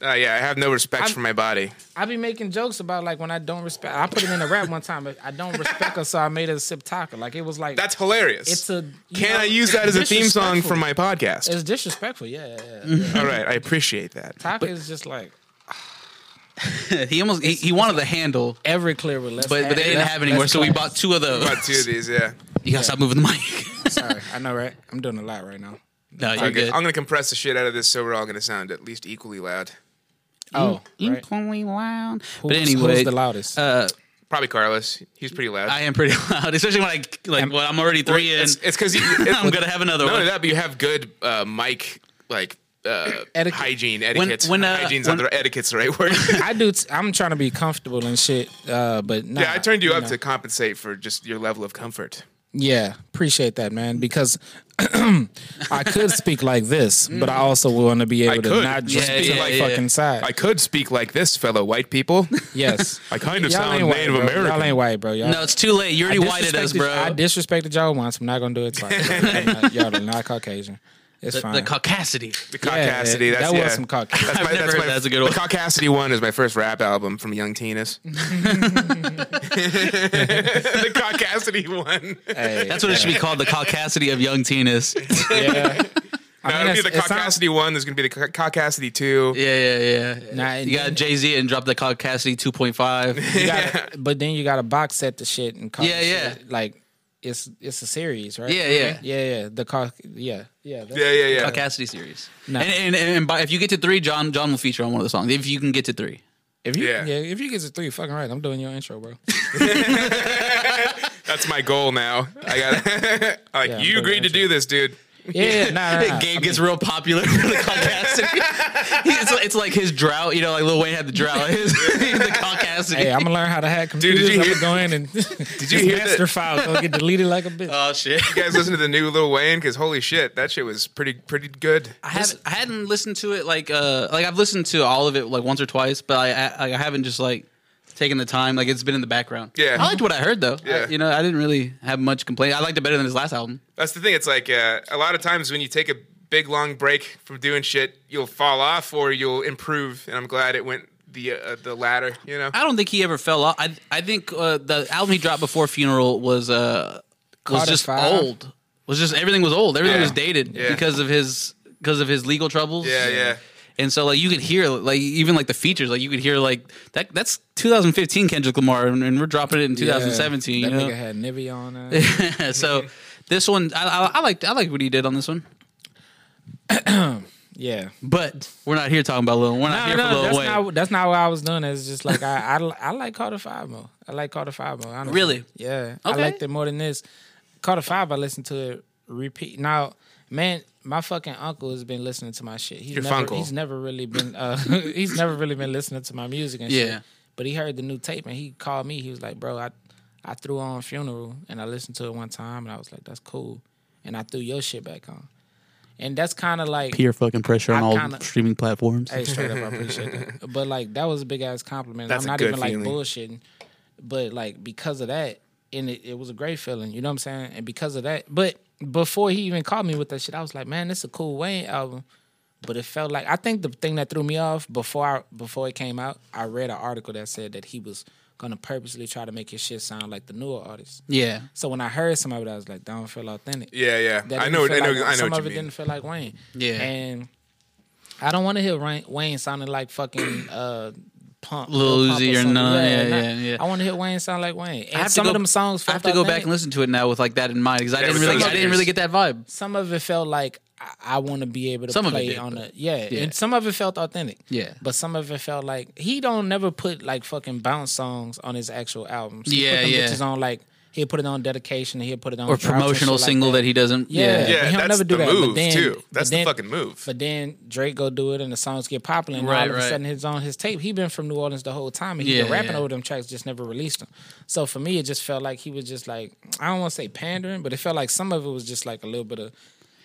[SPEAKER 3] Uh, yeah, I have no respect
[SPEAKER 2] I'm-
[SPEAKER 3] for my body.
[SPEAKER 2] I be making jokes about like when I don't respect. I put it in a rap one time. but I don't respect her, so I made her sip Taka. Like it was like
[SPEAKER 3] That's hilarious.
[SPEAKER 2] it's a. you
[SPEAKER 3] Can
[SPEAKER 2] know,
[SPEAKER 3] I use that as a theme song
[SPEAKER 2] disrespectful.
[SPEAKER 3] for my podcast?
[SPEAKER 2] It's disrespectful. Yeah, yeah. yeah.
[SPEAKER 3] All right, I appreciate that.
[SPEAKER 2] Taka is just like
[SPEAKER 1] he almost he, he wanted the handle,
[SPEAKER 2] Everclear with less.
[SPEAKER 1] but, but they didn't have any more, so we bought two of those.
[SPEAKER 3] About two of these, yeah.
[SPEAKER 1] You gotta stop moving the mic.
[SPEAKER 2] Sorry, I know, right? I'm doing a lot right now.
[SPEAKER 1] no, you're
[SPEAKER 3] Okay,
[SPEAKER 1] good.
[SPEAKER 3] I'm gonna compress the shit out of this, so we're all gonna sound at least equally loud.
[SPEAKER 2] Oh, right.
[SPEAKER 1] Equally loud. But
[SPEAKER 2] Who's- who's
[SPEAKER 1] anyway,
[SPEAKER 2] the loudest?
[SPEAKER 1] Uh,
[SPEAKER 3] Probably Carlos. He's pretty loud.
[SPEAKER 1] I am pretty loud, especially when I like. when I'm already three in.
[SPEAKER 3] it's because it's,
[SPEAKER 1] I'm gonna have another
[SPEAKER 3] Not
[SPEAKER 1] one.
[SPEAKER 3] only that, but you have good uh, mic like uh,
[SPEAKER 2] Etiquette.
[SPEAKER 3] hygiene etiquette.
[SPEAKER 1] when, uh,
[SPEAKER 3] Hygiene's
[SPEAKER 1] when-
[SPEAKER 3] not the etiquette's the right word.
[SPEAKER 2] I do. T- I'm trying to be comfortable and shit. Uh, but nah,
[SPEAKER 3] yeah, I turned you up
[SPEAKER 2] know.
[SPEAKER 3] to compensate for just your level of comfort.
[SPEAKER 2] Yeah, appreciate that, man. Because I could speak like this, but I also want to be able to
[SPEAKER 3] could.
[SPEAKER 2] not just
[SPEAKER 1] Yeah,
[SPEAKER 2] be
[SPEAKER 1] yeah,
[SPEAKER 2] like
[SPEAKER 1] yeah.
[SPEAKER 2] fucking side.
[SPEAKER 3] I could speak like this, fellow white people.
[SPEAKER 2] yes,
[SPEAKER 3] I kind of
[SPEAKER 2] y'all ain't
[SPEAKER 3] sound
[SPEAKER 2] white,
[SPEAKER 3] Native
[SPEAKER 2] bro. Y'all
[SPEAKER 3] American.
[SPEAKER 2] ain't white, bro. Y'all.
[SPEAKER 1] no, it's too late. You already whited us,
[SPEAKER 2] disrespected-
[SPEAKER 1] bro.
[SPEAKER 2] I disrespected y'all once. I'm not gonna do it twice. I'm not- y'all are not Caucasian. It's
[SPEAKER 1] the,
[SPEAKER 2] fine.
[SPEAKER 1] the caucasity.
[SPEAKER 3] The
[SPEAKER 2] Yeah,
[SPEAKER 3] Caucasity.
[SPEAKER 2] that-
[SPEAKER 3] that's
[SPEAKER 2] that
[SPEAKER 3] yeah.
[SPEAKER 2] was some Caucasian.
[SPEAKER 3] That's
[SPEAKER 1] I've never heard that. That's a good one.
[SPEAKER 3] The Caucasity one is my first rap album from Young Tinas. the Caucasity one.
[SPEAKER 2] Hey,
[SPEAKER 1] That's what it should be called. The caucasity of young teenus.
[SPEAKER 2] yeah. I
[SPEAKER 3] That'll be
[SPEAKER 2] it's-
[SPEAKER 3] the
[SPEAKER 2] it sounds-
[SPEAKER 3] Caucasity one. There's gonna be the Ca- Caucasity two.
[SPEAKER 1] Yeah, yeah, yeah.
[SPEAKER 2] Nah, and
[SPEAKER 1] you got
[SPEAKER 2] then-
[SPEAKER 1] Jay Z and drop the caucasity 2.5.
[SPEAKER 2] you gotta- but then you got to box set the shit and call
[SPEAKER 1] Yeah,
[SPEAKER 2] it
[SPEAKER 1] yeah.
[SPEAKER 2] shit. Like it's it's a series, right?
[SPEAKER 1] Yeah, yeah.
[SPEAKER 2] yeah, yeah. The car, yeah, yeah. that's-
[SPEAKER 3] Yeah, yeah, yeah.
[SPEAKER 1] Caucasity series. And, and, and by, if you get to three, John John will feature on one of the songs. If you can get to three.
[SPEAKER 2] If you,
[SPEAKER 3] Yeah.
[SPEAKER 2] yeah. if you get to three, fucking right. I'm doing your intro, bro.
[SPEAKER 3] That's my goal now. I got like
[SPEAKER 2] Yeah, I'm
[SPEAKER 3] you agreed to
[SPEAKER 2] very
[SPEAKER 3] do this, dude.
[SPEAKER 2] Yeah, nah, nah, nah.
[SPEAKER 1] Gabe gets real popular for the caucasity. He- it's, it's like his drought. You know, like Lil Wayne had the drouut. His, the caucasity.
[SPEAKER 2] Hey, I'm gonna learn how to hack computers.
[SPEAKER 3] you
[SPEAKER 2] I'm
[SPEAKER 3] hear-
[SPEAKER 2] gonna go in and did
[SPEAKER 3] you hear that-
[SPEAKER 2] master file gonna get deleted like a bitch.
[SPEAKER 1] oh, shit.
[SPEAKER 3] You guys listen to the new Lil Wayne? Because holy shit, that shit was pretty pretty good.
[SPEAKER 1] I haven't I hadn't listened to it like uh like I've listened to all of it like once or twice, but I I, I haven't just like taken the time. Like it's been in the background.
[SPEAKER 3] Yeah.
[SPEAKER 1] I liked what I heard though. I-
[SPEAKER 3] Yeah.
[SPEAKER 1] you know, I didn't really have much complaint. I liked it better than his last album.
[SPEAKER 3] That's the thing. It's like uh, a lot of times when you take a big long break from doing shit, you'll fall off or you'll improve. And I'm glad it went the uh, the latter. You know,
[SPEAKER 1] I don't think he ever fell off. I I think uh, the album he dropped before Funeral was uh was just
[SPEAKER 2] Codified.
[SPEAKER 1] old. Was just everything was old. Everything
[SPEAKER 3] Yeah.
[SPEAKER 1] was dated
[SPEAKER 3] Yeah.
[SPEAKER 1] because of his because of his legal troubles.
[SPEAKER 3] Yeah, yeah.
[SPEAKER 1] And so like you could hear like even like the features like you could hear like that that's 2015 Kendrick Lamar and, and we're dropping it in 2017.
[SPEAKER 2] That
[SPEAKER 1] you know?
[SPEAKER 2] nigga had Nivea on. it.
[SPEAKER 1] so this one, I, I, I liked I liked what he did on this one,
[SPEAKER 2] yeah.
[SPEAKER 1] but we're not here talking about Lil. We're not
[SPEAKER 2] No,
[SPEAKER 1] here
[SPEAKER 2] no,
[SPEAKER 1] for Lil
[SPEAKER 2] that's
[SPEAKER 1] Wayne.
[SPEAKER 2] not that's not what I was doing. It's just like I I, I like Carter Five more. I like Carter Five more. honestly.
[SPEAKER 1] Really?
[SPEAKER 2] Yeah. I
[SPEAKER 1] Okay.
[SPEAKER 2] liked it more than this. Carter Five. I listened to it repeat. Now, man, my fucking uncle has been listening to my shit. He's
[SPEAKER 3] Your
[SPEAKER 2] never
[SPEAKER 3] funkle.
[SPEAKER 2] he's never really been uh he's never really been listening to my music and shit.
[SPEAKER 1] Yeah.
[SPEAKER 2] But he heard the new tape and he called me. He was like, "Bro, I I threw on Funeral and I listened to it one time and I was like, that's cool. And I threw your shit back on. And that's kind of like
[SPEAKER 1] Peer fucking pressure on
[SPEAKER 2] I
[SPEAKER 1] all
[SPEAKER 2] kinda-
[SPEAKER 1] streaming platforms.
[SPEAKER 2] Hey, straight up, I appreciate that. But like, that was a big ass compliment.
[SPEAKER 3] That's
[SPEAKER 2] I'm
[SPEAKER 3] a
[SPEAKER 2] not
[SPEAKER 3] good
[SPEAKER 2] even
[SPEAKER 3] feeling.
[SPEAKER 2] like bullshitting, but like because of that, and it, it was a great feeling. You know what I'm saying? And because of that, but before he even called me with that shit, I was like, man, this is a cool Wayne album. But it felt like I think the thing that threw me off before I, before it came out, I read an article that said that he was gonna purposely try to make his shit sound like the newer artists.
[SPEAKER 1] Yeah.
[SPEAKER 2] So when I heard some of it, I was like, that don't feel authentic.
[SPEAKER 3] Yeah, yeah.
[SPEAKER 2] That
[SPEAKER 3] I
[SPEAKER 2] didn't
[SPEAKER 3] know.
[SPEAKER 2] feel
[SPEAKER 3] I know.
[SPEAKER 2] like-
[SPEAKER 3] I know
[SPEAKER 2] Some
[SPEAKER 3] what
[SPEAKER 2] of
[SPEAKER 3] you
[SPEAKER 2] it
[SPEAKER 3] mean.
[SPEAKER 2] didn't feel like Wayne.
[SPEAKER 1] Yeah.
[SPEAKER 2] and I don't want to hear Wayne, Wayne sounding like fucking uh, Pump,
[SPEAKER 1] Lil
[SPEAKER 2] Lil Pump
[SPEAKER 1] Uzi or
[SPEAKER 2] something.
[SPEAKER 1] none, yeah,
[SPEAKER 2] nah.
[SPEAKER 1] yeah, yeah.
[SPEAKER 2] I want to hear Wayne sound like Wayne. And
[SPEAKER 1] I have
[SPEAKER 2] some
[SPEAKER 1] to go,
[SPEAKER 2] of them songs,
[SPEAKER 1] I have to
[SPEAKER 2] felt
[SPEAKER 1] go
[SPEAKER 2] authentic.
[SPEAKER 1] back and listen to it now with like that in mind because I
[SPEAKER 3] Yeah,
[SPEAKER 1] didn't
[SPEAKER 3] with
[SPEAKER 1] really,
[SPEAKER 3] those
[SPEAKER 1] I didn't really
[SPEAKER 3] years.
[SPEAKER 1] get that vibe.
[SPEAKER 2] Some of it felt like I, I want to be able to
[SPEAKER 1] Some of it
[SPEAKER 2] play
[SPEAKER 1] did,
[SPEAKER 2] on
[SPEAKER 1] though.
[SPEAKER 2] a yeah.
[SPEAKER 1] Yeah.
[SPEAKER 2] and some of it felt authentic.
[SPEAKER 1] Yeah.
[SPEAKER 2] but some of it felt like he don't never put like fucking bounce songs on his actual albums. He
[SPEAKER 1] Yeah,
[SPEAKER 2] put them
[SPEAKER 1] yeah.
[SPEAKER 2] bitches on like. He'll put it on dedication. He'll put it on
[SPEAKER 1] Or
[SPEAKER 2] Drops and shit
[SPEAKER 1] promotional
[SPEAKER 2] like
[SPEAKER 1] single
[SPEAKER 2] that.
[SPEAKER 1] that. he doesn't.
[SPEAKER 2] Yeah.
[SPEAKER 3] Yeah,
[SPEAKER 2] He'll
[SPEAKER 3] that's
[SPEAKER 2] never do
[SPEAKER 3] the
[SPEAKER 2] that, but
[SPEAKER 3] move
[SPEAKER 2] then-
[SPEAKER 3] too.
[SPEAKER 2] but
[SPEAKER 3] That's
[SPEAKER 2] then-
[SPEAKER 3] the fucking move.
[SPEAKER 2] But then Drake go do it, and the songs get popular, and
[SPEAKER 1] Right,
[SPEAKER 2] all of a
[SPEAKER 1] right.
[SPEAKER 2] sudden his on his tape. He been from New Orleans the whole time, and he
[SPEAKER 1] Yeah,
[SPEAKER 2] been rapping
[SPEAKER 1] yeah.
[SPEAKER 2] over them tracks, just never released them. So for me, it just felt like he was just like I don't want to say pandering, but it felt like some of it was just like a little bit of,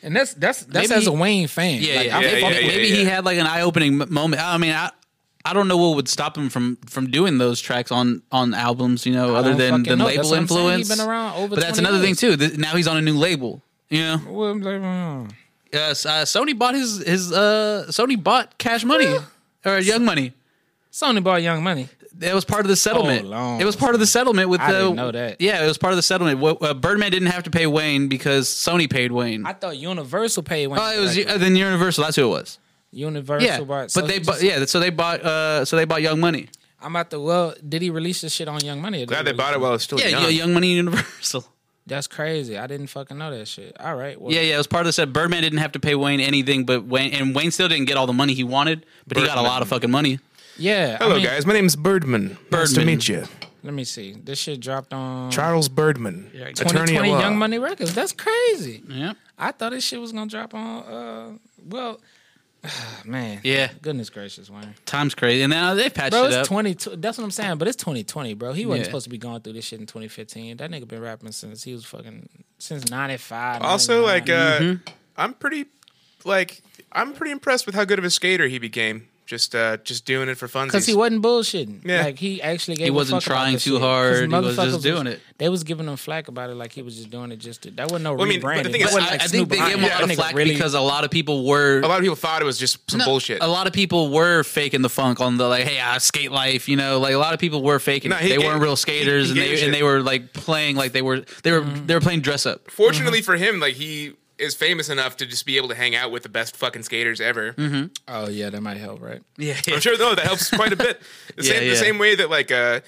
[SPEAKER 2] and that's that's that's
[SPEAKER 1] Maybe
[SPEAKER 2] as a Wayne fan.
[SPEAKER 1] Yeah,
[SPEAKER 2] Like,
[SPEAKER 1] yeah,
[SPEAKER 2] I
[SPEAKER 1] maybe,
[SPEAKER 2] fuck
[SPEAKER 3] yeah,
[SPEAKER 2] with-
[SPEAKER 1] maybe
[SPEAKER 3] yeah.
[SPEAKER 1] he had like an eye-opening m- moment. I mean, I, I don't know what would stop him from from doing those tracks on on albums, you know, other
[SPEAKER 2] don't
[SPEAKER 1] than
[SPEAKER 2] fucking
[SPEAKER 1] than
[SPEAKER 2] know.
[SPEAKER 1] label
[SPEAKER 2] That's what I'm saying. He
[SPEAKER 1] influence.
[SPEAKER 2] been around over
[SPEAKER 1] but that's
[SPEAKER 2] 20
[SPEAKER 1] another thing
[SPEAKER 2] years.
[SPEAKER 1] too. Th- now he's on a new label, you know.
[SPEAKER 2] Well, I'm like, hmm.
[SPEAKER 1] Uh, S- uh, Sony bought his his uh, Sony bought Cash Money or Young Money.
[SPEAKER 2] Sony bought Young Money.
[SPEAKER 1] That was part of the settlement.
[SPEAKER 2] Lord.
[SPEAKER 1] it was part of the settlement with
[SPEAKER 2] I
[SPEAKER 1] the.
[SPEAKER 2] didn't know that.
[SPEAKER 1] Yeah, it was part of the settlement. What- Uh, Birdman didn't have to pay Wayne because Sony paid Wayne.
[SPEAKER 2] I thought Universal paid Wayne.
[SPEAKER 1] oh, it was
[SPEAKER 2] directly.
[SPEAKER 1] uh, then Universal. That's who it was.
[SPEAKER 2] Universal
[SPEAKER 1] Yeah,
[SPEAKER 2] bought. so
[SPEAKER 1] but they
[SPEAKER 2] he
[SPEAKER 1] bought.
[SPEAKER 2] just-
[SPEAKER 1] Yeah, so they bought. Uh, so they bought Young Money.
[SPEAKER 2] I'm at the well. Did he release this shit on Young Money? or
[SPEAKER 3] Glad
[SPEAKER 2] did
[SPEAKER 3] they
[SPEAKER 2] he
[SPEAKER 3] bought it
[SPEAKER 2] release
[SPEAKER 3] while it's still
[SPEAKER 1] Yeah,
[SPEAKER 3] young.
[SPEAKER 1] yeah, Young Money Universal.
[SPEAKER 2] That's crazy. I didn't fucking know that shit. All right. Well,
[SPEAKER 1] Yeah, yeah, it was part of the set. Birdman didn't have to pay Wayne anything, but Wayne and Wayne still didn't get all the money he wanted, but he got a
[SPEAKER 3] Birdman.
[SPEAKER 1] lot of fucking money.
[SPEAKER 2] yeah. I
[SPEAKER 3] Hello,
[SPEAKER 2] mean,
[SPEAKER 3] guys. My name's Birdman. Nice to
[SPEAKER 1] Birdman.
[SPEAKER 3] meet you,
[SPEAKER 2] Let me see. This shit dropped on
[SPEAKER 3] Charles Birdman, attorney at
[SPEAKER 2] 2020
[SPEAKER 3] law.
[SPEAKER 2] Young Money Records. That's crazy.
[SPEAKER 1] Yeah,
[SPEAKER 2] I thought this shit was gonna drop on. uh Well, man.
[SPEAKER 1] Yeah.
[SPEAKER 2] Goodness gracious, Wayne.
[SPEAKER 1] times crazy, and now they patched
[SPEAKER 2] Bro,
[SPEAKER 1] it up.
[SPEAKER 2] it's 20. That's what I'm saying. But it's 2020, bro. He wasn't
[SPEAKER 1] Yeah.
[SPEAKER 2] supposed to be going through this shit in 2015. That nigga been rapping since he was fucking since 95.
[SPEAKER 1] Mm-hmm.
[SPEAKER 3] Also,
[SPEAKER 2] 99.
[SPEAKER 3] like, uh,
[SPEAKER 2] Mm-hmm.
[SPEAKER 3] I'm pretty, like, I'm pretty impressed with how good of a skater he became. Just, uh, just doing it for fun.
[SPEAKER 2] Because he wasn't bullshitting.
[SPEAKER 3] Yeah.
[SPEAKER 2] Like he actually gave.
[SPEAKER 1] He
[SPEAKER 2] a
[SPEAKER 1] wasn't
[SPEAKER 2] fuck about
[SPEAKER 1] trying
[SPEAKER 2] this
[SPEAKER 1] too
[SPEAKER 2] shit. 'Cause
[SPEAKER 1] hard. He was
[SPEAKER 2] motherfuckers
[SPEAKER 1] just doing it.
[SPEAKER 2] They was giving him flack about it, like he was just doing it. Just to, that wasn't no
[SPEAKER 3] Well, I mean,
[SPEAKER 2] rebranding.
[SPEAKER 3] but the thing
[SPEAKER 2] It
[SPEAKER 3] is-
[SPEAKER 1] But
[SPEAKER 2] wasn't
[SPEAKER 1] I,
[SPEAKER 2] like
[SPEAKER 1] I think
[SPEAKER 2] Snoop
[SPEAKER 1] they
[SPEAKER 2] Dogg.
[SPEAKER 1] gave him a
[SPEAKER 2] That
[SPEAKER 1] lot of
[SPEAKER 2] nigga
[SPEAKER 1] flack
[SPEAKER 2] really-
[SPEAKER 1] because a lot of people were
[SPEAKER 2] Oh,
[SPEAKER 3] A lot of people thought it was just some bullshit.
[SPEAKER 1] A lot of people were faking the funk on the like, hey, I skate life, you know. Like a lot of people were faking.
[SPEAKER 3] No,
[SPEAKER 1] it.
[SPEAKER 3] he
[SPEAKER 1] They
[SPEAKER 3] gave-
[SPEAKER 1] weren't real skaters,
[SPEAKER 3] he
[SPEAKER 1] and
[SPEAKER 3] gave a
[SPEAKER 1] they
[SPEAKER 3] shit.
[SPEAKER 1] and they were like playing like they were they were they were playing dress up.
[SPEAKER 3] Fortunately for him, like he is famous enough to just be able to hang out with the best fucking skaters ever.
[SPEAKER 2] Oh yeah, that might help, right?
[SPEAKER 1] Yeah,
[SPEAKER 3] I'm sure no, that helps quite a bit. The,
[SPEAKER 1] Yeah,
[SPEAKER 3] same,
[SPEAKER 1] yeah.
[SPEAKER 3] the same way that like a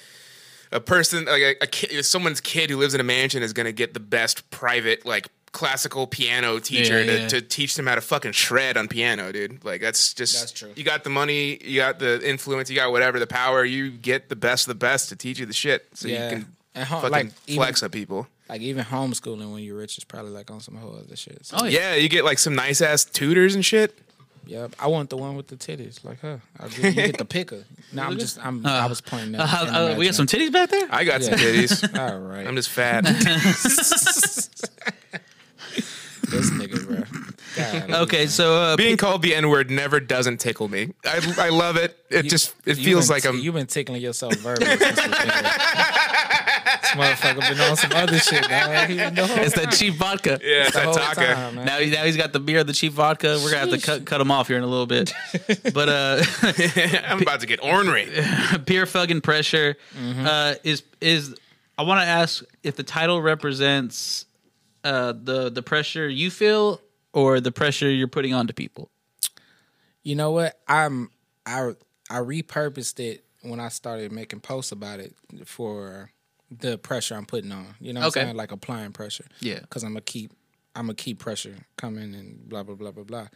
[SPEAKER 3] a person like a, a kid, someone's kid who lives in a mansion is going to get the best private like classical piano teacher
[SPEAKER 1] Yeah,
[SPEAKER 3] to,
[SPEAKER 1] yeah.
[SPEAKER 3] to teach them how to fucking shred on piano, dude. Like that's just
[SPEAKER 2] That's true.
[SPEAKER 3] You got the money, you got the influence, you got whatever the power. You get the best of the best to teach you the shit, so
[SPEAKER 2] Yeah.
[SPEAKER 3] you can
[SPEAKER 2] And how-
[SPEAKER 3] fucking
[SPEAKER 2] like, even-
[SPEAKER 3] flex on people.
[SPEAKER 2] Like even homeschooling when you're rich is probably like on some whole other shit. So,
[SPEAKER 1] Oh, yeah.
[SPEAKER 3] yeah, you get like some nice ass tutors and shit.
[SPEAKER 2] Yep. I want the one with the titties, like her. I'll give, you get the picker. No, I'm just. I'm. I was playing that.
[SPEAKER 1] Uh,
[SPEAKER 2] in
[SPEAKER 1] uh,
[SPEAKER 2] the
[SPEAKER 1] we got some
[SPEAKER 2] background.
[SPEAKER 1] titties back there.
[SPEAKER 3] I got some
[SPEAKER 2] Yeah.
[SPEAKER 3] titties.
[SPEAKER 2] All right.
[SPEAKER 3] I'm just fat.
[SPEAKER 2] this nigga, bro. God,
[SPEAKER 1] Okay, so uh,
[SPEAKER 3] Being called the N word never doesn't tickle me. I, I love it. It just it
[SPEAKER 2] you
[SPEAKER 3] feels
[SPEAKER 2] been-
[SPEAKER 3] like I'm.
[SPEAKER 2] you been tickling yourself verbally. since this nigga- this motherfucker been on some other shit. Dog. He been the whole
[SPEAKER 1] it's that cheap vodka.
[SPEAKER 3] yeah, it's
[SPEAKER 2] the
[SPEAKER 3] that
[SPEAKER 2] whole
[SPEAKER 3] taco.
[SPEAKER 2] time, man.
[SPEAKER 1] Now, now he's got the beer, the cheap vodka. We're gonna have to cut, cut him off here in a little bit, but uh,
[SPEAKER 3] I'm about to get ornery.
[SPEAKER 1] peer fucking pressure uh, is is I want to ask if the title represents uh, the the pressure you feel or the pressure you're putting onto people.
[SPEAKER 2] You know what? I'm I I repurposed it when I started making posts about it for the pressure I'm putting on. You know what
[SPEAKER 1] Okay.
[SPEAKER 2] I'm saying? Like applying pressure.
[SPEAKER 1] Yeah.
[SPEAKER 2] Cuz I'm gonna keep I'm gonna keep pressure coming and blah blah blah blah blah.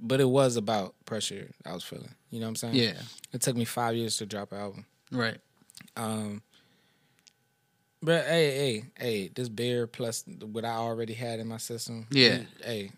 [SPEAKER 2] But it was about pressure I was feeling. You know what I'm saying?
[SPEAKER 1] Yeah.
[SPEAKER 2] It took me 5 years to drop an album.
[SPEAKER 1] Right.
[SPEAKER 2] But hey, hey, hey, this beer plus what I already had in my system.
[SPEAKER 1] Yeah.
[SPEAKER 2] Hey,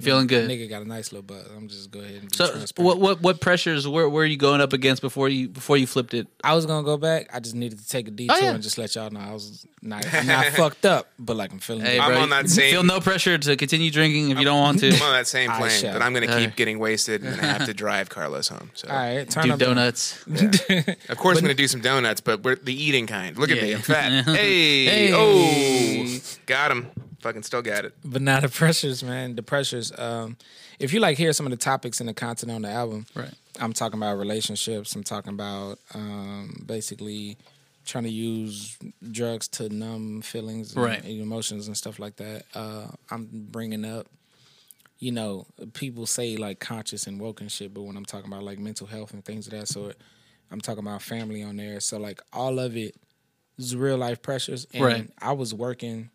[SPEAKER 1] Feeling good.
[SPEAKER 2] Nigga got a nice little buzz. I'm just go ahead and be
[SPEAKER 1] So
[SPEAKER 2] transparent.
[SPEAKER 1] what what what pressures were were you going up against before you before you flipped it?
[SPEAKER 2] I was gonna go back. I just needed to take a detour
[SPEAKER 1] yeah.
[SPEAKER 2] and just let y'all know I was not, I'm not fucked up, but like I'm feeling.
[SPEAKER 1] Hey,
[SPEAKER 2] good.
[SPEAKER 3] I'm
[SPEAKER 1] bro,
[SPEAKER 3] on that same-
[SPEAKER 1] Feel no pressure to continue drinking if you don't want to.
[SPEAKER 3] I'm on that same
[SPEAKER 2] I
[SPEAKER 3] plane,
[SPEAKER 2] shall.
[SPEAKER 3] but I'm going to
[SPEAKER 1] Alright.
[SPEAKER 3] keep getting wasted and then I have to drive Carlos home. So,
[SPEAKER 2] All right, turn
[SPEAKER 1] Do
[SPEAKER 2] up.
[SPEAKER 1] donuts.
[SPEAKER 3] of course, I'm going to do some donuts, but we're the eating kind. Look at me, I'm fat. hey,
[SPEAKER 1] Hey.
[SPEAKER 3] oh, got him. Fucking still got it.
[SPEAKER 2] But now the pressures, man. The pressures. Um, if you like hear some of the topics and the content on the album,
[SPEAKER 1] Right.
[SPEAKER 2] I'm talking about relationships. I'm talking about um, basically trying to use drugs to numb feelings, and,
[SPEAKER 1] Right.
[SPEAKER 2] and emotions and stuff like that. Uh, I'm bringing up, you know, people say like conscious and woke and shit, but when I'm talking about like mental health and things of that sort, I'm talking about family on there. So like all of it is real life pressures. And
[SPEAKER 1] Right.
[SPEAKER 2] I was working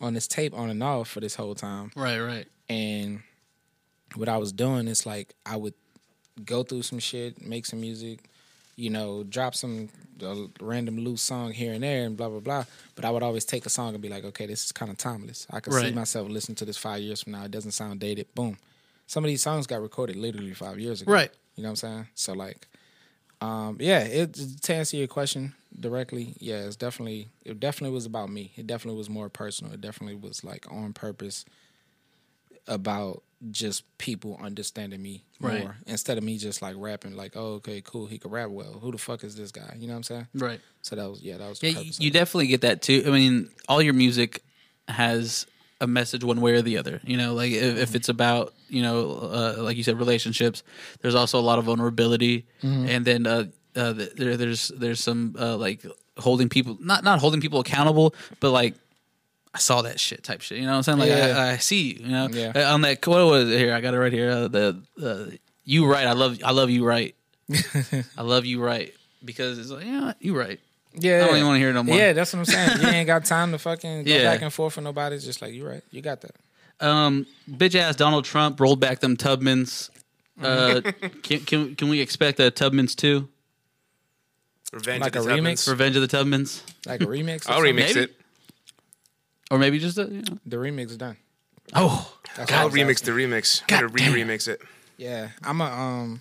[SPEAKER 2] on this tape on and off for this whole time.
[SPEAKER 1] Right, right.
[SPEAKER 2] And what I was doing is like I would go through some shit, make some music, you know, drop some uh, random loose song here and there, and blah blah blah. But I would always take a song and be like, okay, this is kind of timeless. I could see
[SPEAKER 1] Right.
[SPEAKER 2] myself listening to this five years from now. It doesn't sound dated. Boom. Some of these songs got recorded literally five years ago.
[SPEAKER 1] Right.
[SPEAKER 2] You know what I'm saying? So like, um, yeah. It to answer your question directly, yeah, it's definitely it definitely was about me. It definitely was more personal. It definitely was like on purpose about just people understanding me more
[SPEAKER 1] Right.
[SPEAKER 2] instead of me just like rapping like oh okay cool he could rap well who the fuck is this guy you know what i'm saying
[SPEAKER 1] Right.
[SPEAKER 2] so that was yeah that was the
[SPEAKER 1] Yeah, you,
[SPEAKER 2] purpose
[SPEAKER 1] you
[SPEAKER 2] of it.
[SPEAKER 1] definitely get that too. I mean, all your music has a message one way or the other. You know, like if,
[SPEAKER 2] Mm-hmm.
[SPEAKER 1] if it's about you know, uh, like you said, relationships. There's also a lot of vulnerability,
[SPEAKER 2] Mm-hmm.
[SPEAKER 1] and then uh, uh, th- there, there's there's some uh, like holding people not not holding people accountable, but like. I saw that shit type shit. You know what I'm saying? Like
[SPEAKER 2] Yeah.
[SPEAKER 1] I, I see you. You know
[SPEAKER 2] Yeah.
[SPEAKER 1] Uh, on that what was it here? I got it right here. Uh, the uh, you right. I love I love you right. I love you right because it's like yeah you right.
[SPEAKER 2] yeah
[SPEAKER 1] I don't even wanna hear it no more.
[SPEAKER 2] yeah that's what i'm saying you ain't got time to fucking go
[SPEAKER 1] Yeah.
[SPEAKER 2] back and forth with nobody it's just like you right you got that
[SPEAKER 1] Um, bitch ass Donald Trump rolled back them Tubmans. Uh, can, can can we expect a Tubmans too?
[SPEAKER 3] Revenge
[SPEAKER 2] Like
[SPEAKER 3] of the
[SPEAKER 2] a remix?
[SPEAKER 3] Tubbins.
[SPEAKER 1] Revenge of the Tubmans,
[SPEAKER 2] like a remix or
[SPEAKER 3] I'll
[SPEAKER 2] something?
[SPEAKER 3] remix
[SPEAKER 1] Maybe.
[SPEAKER 3] it.
[SPEAKER 1] or maybe just a you know.
[SPEAKER 2] the remix is done
[SPEAKER 1] oh
[SPEAKER 2] That's what I
[SPEAKER 3] I'll
[SPEAKER 2] was
[SPEAKER 3] remix
[SPEAKER 2] asking.
[SPEAKER 3] the remix. I'm going to re-remix it.
[SPEAKER 2] yeah i'm a um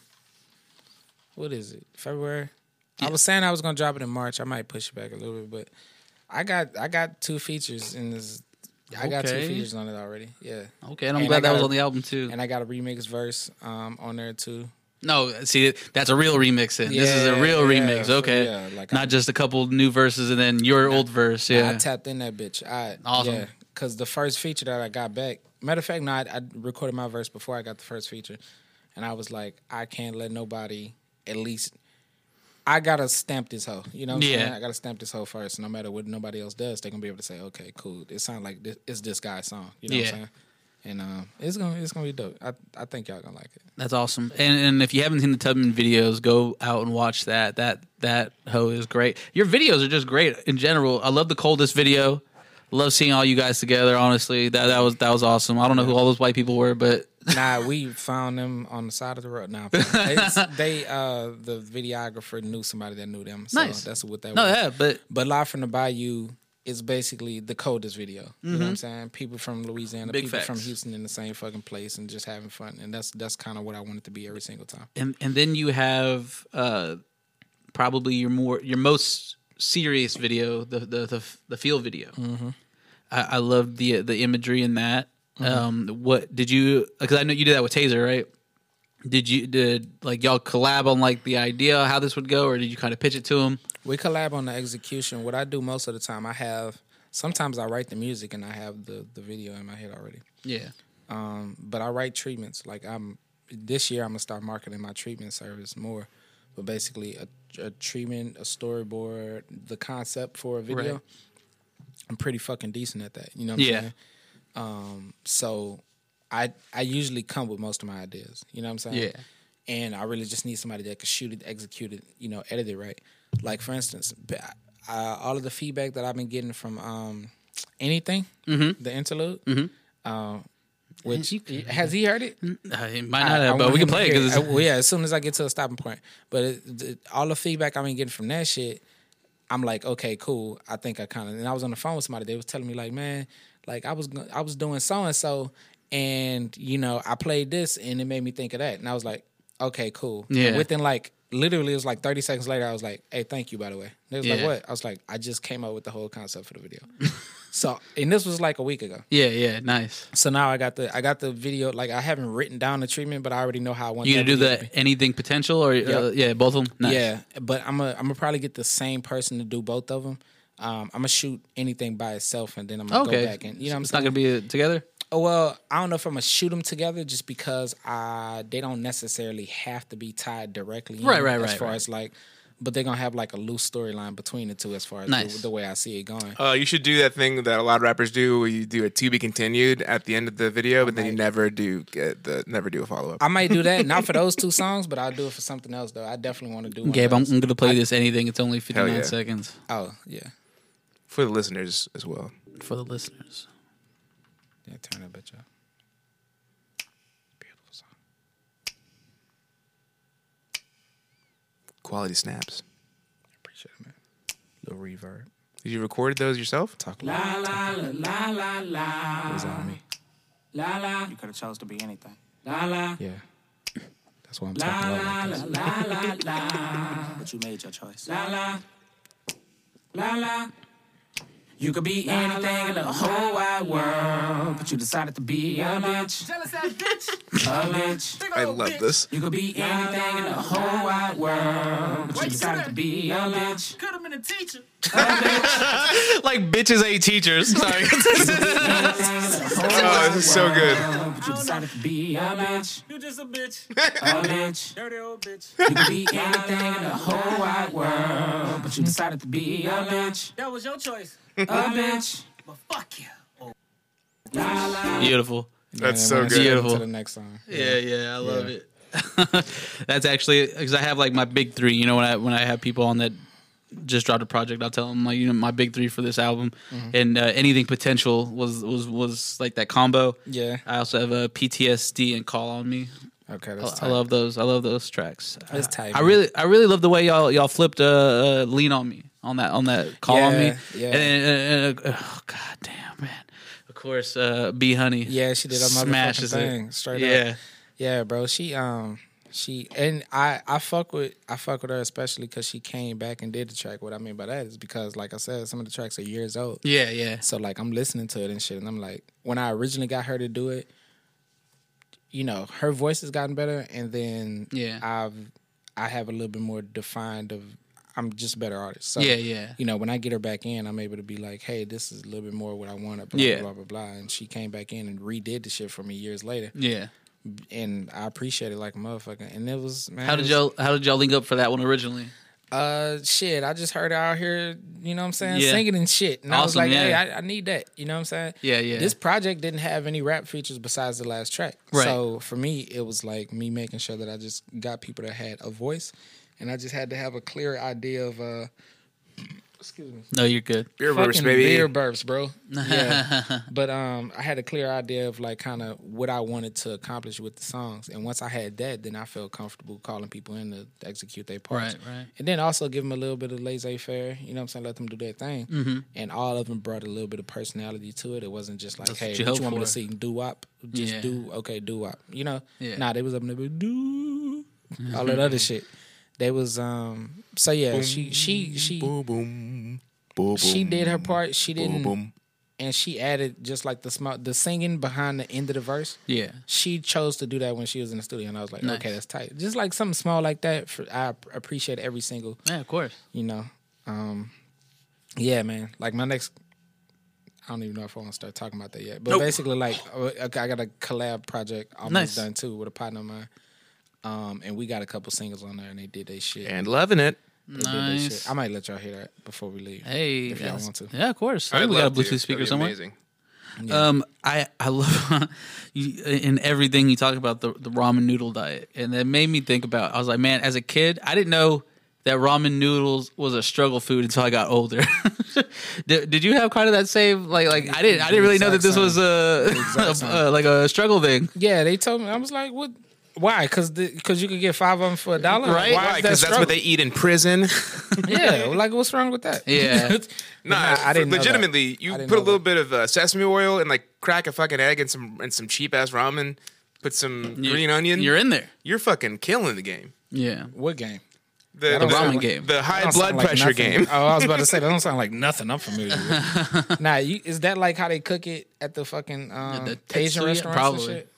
[SPEAKER 2] what is it february i was saying i was gonna drop it in march i might push it back a little bit but i got i got two features in this i got two
[SPEAKER 1] Okay. Oh.
[SPEAKER 2] features on it already yeah
[SPEAKER 1] okay, and I'm
[SPEAKER 2] And
[SPEAKER 1] glad
[SPEAKER 2] I
[SPEAKER 1] that was
[SPEAKER 2] gotta-
[SPEAKER 1] on the album too.
[SPEAKER 2] and I got a remix verse um, on there too.
[SPEAKER 1] No, see that's a real remix. Then this is a
[SPEAKER 2] Yeah,
[SPEAKER 1] real
[SPEAKER 2] yeah,
[SPEAKER 1] remix.
[SPEAKER 2] for-
[SPEAKER 1] Okay,
[SPEAKER 2] yeah, like
[SPEAKER 1] not
[SPEAKER 2] I-
[SPEAKER 1] just a couple new verses and then your old verse. Yeah,
[SPEAKER 2] I tapped in that bitch. I
[SPEAKER 1] Awesome.
[SPEAKER 2] Yeah, because the first feature that I got back, matter of fact, no, I, I recorded my verse before I got the first feature, and I was like, I can't let nobody at least. I gotta stamp this hoe, you know. What I'm
[SPEAKER 1] Yeah.
[SPEAKER 2] saying? I gotta stamp this hoe first. No matter what nobody else does, they're gonna be able to say, "Okay, cool. It sounds like this, it's this guy's song." You know
[SPEAKER 1] Yeah.
[SPEAKER 2] what I'm saying? And um, it's gonna it's gonna be dope. I I think y'all gonna like it.
[SPEAKER 1] that's awesome. And and if you haven't seen the Tubman videos, go out and watch that. That that hoe is great. Your videos are just great in general. I love the coldest video. Love seeing all you guys together. Honestly, that that was that was awesome. I don't know who all those white people were, but
[SPEAKER 2] Nah, we found them on the side of the road. Nah, they, they uh the videographer knew somebody that knew them. So
[SPEAKER 1] Nice.
[SPEAKER 2] that's what that
[SPEAKER 1] no,
[SPEAKER 2] was.
[SPEAKER 1] yeah, but
[SPEAKER 2] But Live from the Bayou is basically the coldest video. You know what I'm saying? People from Louisiana,
[SPEAKER 1] Mm-hmm. Big
[SPEAKER 2] people from
[SPEAKER 1] facts.
[SPEAKER 2] Houston in the same fucking place and just having fun. And that's that's kind of what I want it to be every single time.
[SPEAKER 1] and and then you have uh probably your more your most serious video the the the, the field video
[SPEAKER 2] Mm-hmm.
[SPEAKER 1] I, I loved the the imagery in that um what did you because i know you did that with taser right did you did like y'all collab on like the idea how this would go or did you kind of pitch it to him
[SPEAKER 2] We collab on the execution. What I do most of the time, I have sometimes I write the music and I have the the video in my head already.
[SPEAKER 1] yeah
[SPEAKER 2] but I write treatments. Like I'm this year, I'm gonna start marketing my treatment service more. But basically, a, a treatment, a storyboard, the concept for a video,
[SPEAKER 1] Right.
[SPEAKER 2] I'm pretty fucking decent at that. You know what I'm
[SPEAKER 1] Yeah.
[SPEAKER 2] saying? Um, so I I usually come with most of my ideas. You know what I'm saying?
[SPEAKER 1] Yeah.
[SPEAKER 2] And I really just need somebody that can shoot it, execute it, you know, edit it right. Like for instance, b- uh, all of the feedback that I've been getting from um, anything,
[SPEAKER 1] Mm-hmm.
[SPEAKER 2] the interlude, um, which has he heard it?
[SPEAKER 1] Uh, it might not
[SPEAKER 2] I- I
[SPEAKER 1] have, but
[SPEAKER 2] want
[SPEAKER 1] we can
[SPEAKER 2] him to
[SPEAKER 1] play it
[SPEAKER 2] hear
[SPEAKER 1] because
[SPEAKER 2] I- well, yeah, as soon as I get to a stopping point. But it, it- all the feedback I've been getting from that shit, I'm like, okay, cool. I think I kind of. And I was on the phone with somebody. They was telling me like, man, like I was go- I was doing so and so, and you know I played this, and it made me think of that. And I was like, okay, cool. And
[SPEAKER 1] Yeah.
[SPEAKER 2] within like literally, it was like 30 seconds later. I was like, hey, thank you by the way. They was like,
[SPEAKER 1] Yeah.
[SPEAKER 2] what? I was like, I just came up with the whole concept for the video. so, and this was like a week ago.
[SPEAKER 1] Yeah, yeah, nice.
[SPEAKER 2] So now I got the I got the video. Like I haven't written down the treatment, but I already know how I want.
[SPEAKER 1] You gonna
[SPEAKER 2] that
[SPEAKER 1] do
[SPEAKER 2] video to
[SPEAKER 1] the
[SPEAKER 2] be.
[SPEAKER 1] anything potential or uh, yeah, both of them? Nice.
[SPEAKER 2] Yeah, but I'm a I'm gonna probably get the same person to do both of them. Um, I'm gonna shoot anything by itself, and then I'm gonna
[SPEAKER 1] Okay.
[SPEAKER 2] go back and you know what I'm
[SPEAKER 1] it's
[SPEAKER 2] saying.
[SPEAKER 1] not gonna be uh, together.
[SPEAKER 2] Oh, well, I don't know if I'm gonna shoot them together just because uh they don't necessarily have to be tied directly. in,
[SPEAKER 1] Right, right,
[SPEAKER 2] As
[SPEAKER 1] right,
[SPEAKER 2] far
[SPEAKER 1] right.
[SPEAKER 2] as like, but they're gonna have like a loose storyline between the two as far as
[SPEAKER 1] Nice.
[SPEAKER 2] the, the way I see it going.
[SPEAKER 3] Uh, you should do that thing that a lot of rappers do, where you do a to be continued at the end of the video, but then you never do get the never do a follow up.
[SPEAKER 2] I might do that not for those two songs, but I'll do it for something else though. I definitely want to do. One of
[SPEAKER 1] Gabe, I'm,
[SPEAKER 2] those.
[SPEAKER 1] I'm gonna play this anything. It's only
[SPEAKER 3] yeah.
[SPEAKER 1] 59 seconds
[SPEAKER 2] Oh yeah,
[SPEAKER 3] for the listeners as well.
[SPEAKER 1] for the listeners.
[SPEAKER 2] yeah. Turn that bitch up. Beautiful song.
[SPEAKER 3] Quality snaps.
[SPEAKER 2] Appreciate it, man. Little reverb.
[SPEAKER 3] Did you record those yourself?
[SPEAKER 2] Talk loud. La la la la la. It was on me.
[SPEAKER 6] You could have chose to be anything.
[SPEAKER 2] Yeah. That's why I'm talking loud like this.
[SPEAKER 6] But you made your choice. La la. La la. You could be anything in the whole wide world. But you decided to be a bitch. Jealous ass bitch. A bitch.
[SPEAKER 3] I love this.
[SPEAKER 6] You could be anything in the whole wide world. But you decided to be a bitch.
[SPEAKER 7] could have been a teacher.
[SPEAKER 1] Like bitches ain't teachers. Sorry.
[SPEAKER 3] Oh, this is so good.
[SPEAKER 6] But you decided to be a bitch.
[SPEAKER 7] You just a bitch.
[SPEAKER 6] A bitch.
[SPEAKER 7] Dirty old bitch.
[SPEAKER 6] You could be anything in the whole wide world. But you decided to be a bitch.
[SPEAKER 7] That was your choice.
[SPEAKER 6] A bitch.
[SPEAKER 7] But fuck you.
[SPEAKER 1] Beautiful.
[SPEAKER 3] That's
[SPEAKER 2] And then
[SPEAKER 3] so
[SPEAKER 1] Yeah.
[SPEAKER 2] we're gonna
[SPEAKER 3] good.
[SPEAKER 1] Beautiful.
[SPEAKER 2] To the next song.
[SPEAKER 1] Yeah, yeah, I love it. That's actually because I have like my big three. You know, when I when I have people on that just dropped a project, I'll tell them like you know my big three for this album, and uh, anything potential was was was like that combo.
[SPEAKER 2] Yeah.
[SPEAKER 1] I also have uh, a PTSD and Call on Me.
[SPEAKER 2] Okay,
[SPEAKER 1] I,
[SPEAKER 2] that's
[SPEAKER 1] I
[SPEAKER 2] tight.
[SPEAKER 1] love those. I love those tracks.
[SPEAKER 2] That's
[SPEAKER 1] I-
[SPEAKER 2] tight,
[SPEAKER 1] I
[SPEAKER 2] man.
[SPEAKER 1] really I really love the way y'all y'all flipped uh, uh Lean on Me on that on that Call on Me.
[SPEAKER 2] Yeah, yeah.
[SPEAKER 1] And, then, uh, uh, oh god damn man. Of course, uh, B Honey.
[SPEAKER 2] Yeah, she did a motherfucking
[SPEAKER 1] smashes it.
[SPEAKER 2] thing. Straight up.
[SPEAKER 1] Yeah.
[SPEAKER 2] Yeah, bro. She um she and I I fuck with I fuck with her especially because she came back and did the track. What I mean by that is because like I said, some of the tracks are years old.
[SPEAKER 1] Yeah, yeah.
[SPEAKER 2] So like I'm listening to it and shit, and I'm like, when I originally got her to do it, you know, her voice has gotten better, and then
[SPEAKER 1] Yeah.
[SPEAKER 2] I've I have a little bit more defined of I'm just a better artist. So
[SPEAKER 1] Yeah, yeah.
[SPEAKER 2] You know, when I get her back in, I'm able to be like, hey, this is a little bit more what I wanted. Blah,
[SPEAKER 1] Yeah.
[SPEAKER 2] blah blah blah. And she came back in and redid the shit for me years later,
[SPEAKER 1] Yeah.
[SPEAKER 2] and I appreciate it like a motherfucker. And it was man,
[SPEAKER 1] How
[SPEAKER 2] it
[SPEAKER 1] did
[SPEAKER 2] was-
[SPEAKER 1] y'all How did y'all link up for that one originally?
[SPEAKER 2] uh shit, I just heard her out here, you know what I'm saying,
[SPEAKER 1] Yeah.
[SPEAKER 2] singing and shit. And I was
[SPEAKER 1] Awesome,
[SPEAKER 2] like, hey,
[SPEAKER 1] yeah.
[SPEAKER 2] I, I need that. You know what I'm saying?
[SPEAKER 1] Yeah, yeah.
[SPEAKER 2] This project didn't have any rap features besides the last track.
[SPEAKER 1] Right.
[SPEAKER 2] So for me, it was like me making sure that I just got people that had a voice and I just had to have a clear idea of uh excuse me.
[SPEAKER 1] No, you're good.
[SPEAKER 3] Beer burps,
[SPEAKER 2] Fucking
[SPEAKER 3] baby.
[SPEAKER 2] Beer burps, bro. Yeah. but um, I had a clear idea of like kind of what I wanted to accomplish with the songs, and once I had that, then I felt comfortable calling people in to execute their parts.
[SPEAKER 1] Right, right.
[SPEAKER 2] And then also give them a little bit of laissez faire. You know what I'm saying? Let them do their thing.
[SPEAKER 1] Mm-hmm.
[SPEAKER 2] And all of them brought a little bit of personality to it. It wasn't just like,
[SPEAKER 1] That's what
[SPEAKER 2] hey,
[SPEAKER 1] you
[SPEAKER 2] what
[SPEAKER 1] hope
[SPEAKER 2] you want me to
[SPEAKER 1] for.
[SPEAKER 2] see? Do wop? Just
[SPEAKER 1] Yeah.
[SPEAKER 2] do okay, do wop. You know?
[SPEAKER 1] Yeah.
[SPEAKER 2] Nah, they was up in there do all that other shit. They was um. So yeah, she she she
[SPEAKER 3] Boom, boom, boom,
[SPEAKER 2] she
[SPEAKER 3] boom,
[SPEAKER 2] did her part. She
[SPEAKER 3] boom,
[SPEAKER 2] didn't,
[SPEAKER 3] boom.
[SPEAKER 2] and she added just like the small, the singing behind the end of the verse.
[SPEAKER 1] Yeah.
[SPEAKER 2] She chose to do that when she was in the studio, and I was like,
[SPEAKER 1] Nice.
[SPEAKER 2] okay, that's tight. Just like something small like that. For, I ap- appreciate every single,
[SPEAKER 1] Yeah, of course.
[SPEAKER 2] you know. Um, yeah, man. Like my next, I don't even know if I want to start talking about that yet. But basically, like uh, I got a collab project almost
[SPEAKER 1] Nice.
[SPEAKER 2] done too with a partner of mine. Um, and we got a couple singles on there, and they did their shit.
[SPEAKER 3] and loving it.
[SPEAKER 2] They did their
[SPEAKER 1] Nice.
[SPEAKER 2] shit. I might let y'all hear that before we leave.
[SPEAKER 1] Hey,
[SPEAKER 2] If y'all
[SPEAKER 1] that's-
[SPEAKER 2] want to.
[SPEAKER 1] yeah, of course. I think we got a Bluetooth speaker somewhere. Um, I I love you, in everything you talk about the the ramen noodle diet, and that made me think about. I was like, man, as a kid, I didn't know that ramen noodles was a struggle food until I got older. did, did you have kind of that same like like I didn't I didn't really know that this was a,
[SPEAKER 2] exact same.
[SPEAKER 1] a like a struggle thing.
[SPEAKER 2] Yeah, they told me. I was like, "What? Why? Because because you could get five of them for a dollar,
[SPEAKER 1] Right.
[SPEAKER 2] Why
[SPEAKER 3] Why?
[SPEAKER 2] is
[SPEAKER 3] Because
[SPEAKER 2] that
[SPEAKER 3] that's what
[SPEAKER 2] struggle?
[SPEAKER 3] they eat in prison.
[SPEAKER 2] Yeah, like what's wrong with that?
[SPEAKER 1] Yeah.
[SPEAKER 3] No,
[SPEAKER 2] Nah, I
[SPEAKER 3] for-
[SPEAKER 2] didn't know that.
[SPEAKER 3] Legitimately, you
[SPEAKER 2] didn't
[SPEAKER 3] put a
[SPEAKER 2] know
[SPEAKER 3] little
[SPEAKER 2] that.
[SPEAKER 3] bit of uh, sesame oil and like crack a fucking egg and some and some cheap ass ramen. Put some green onion.
[SPEAKER 1] You're in there.
[SPEAKER 3] You're fucking killing the game.
[SPEAKER 1] Yeah.
[SPEAKER 2] What game?
[SPEAKER 3] The,
[SPEAKER 2] don't sound
[SPEAKER 3] ramen
[SPEAKER 2] like-
[SPEAKER 1] game.
[SPEAKER 3] The high
[SPEAKER 2] Don't
[SPEAKER 3] blood
[SPEAKER 2] sound like
[SPEAKER 3] pressure
[SPEAKER 2] nothing.
[SPEAKER 3] game.
[SPEAKER 2] Oh, I was about to say that don't sound like nothing I'm familiar with. nah, you, is that like how they cook it at the fucking um,
[SPEAKER 1] the
[SPEAKER 2] Asian
[SPEAKER 1] Tetsuya?
[SPEAKER 2] restaurants?
[SPEAKER 1] Probably.
[SPEAKER 2] And shit?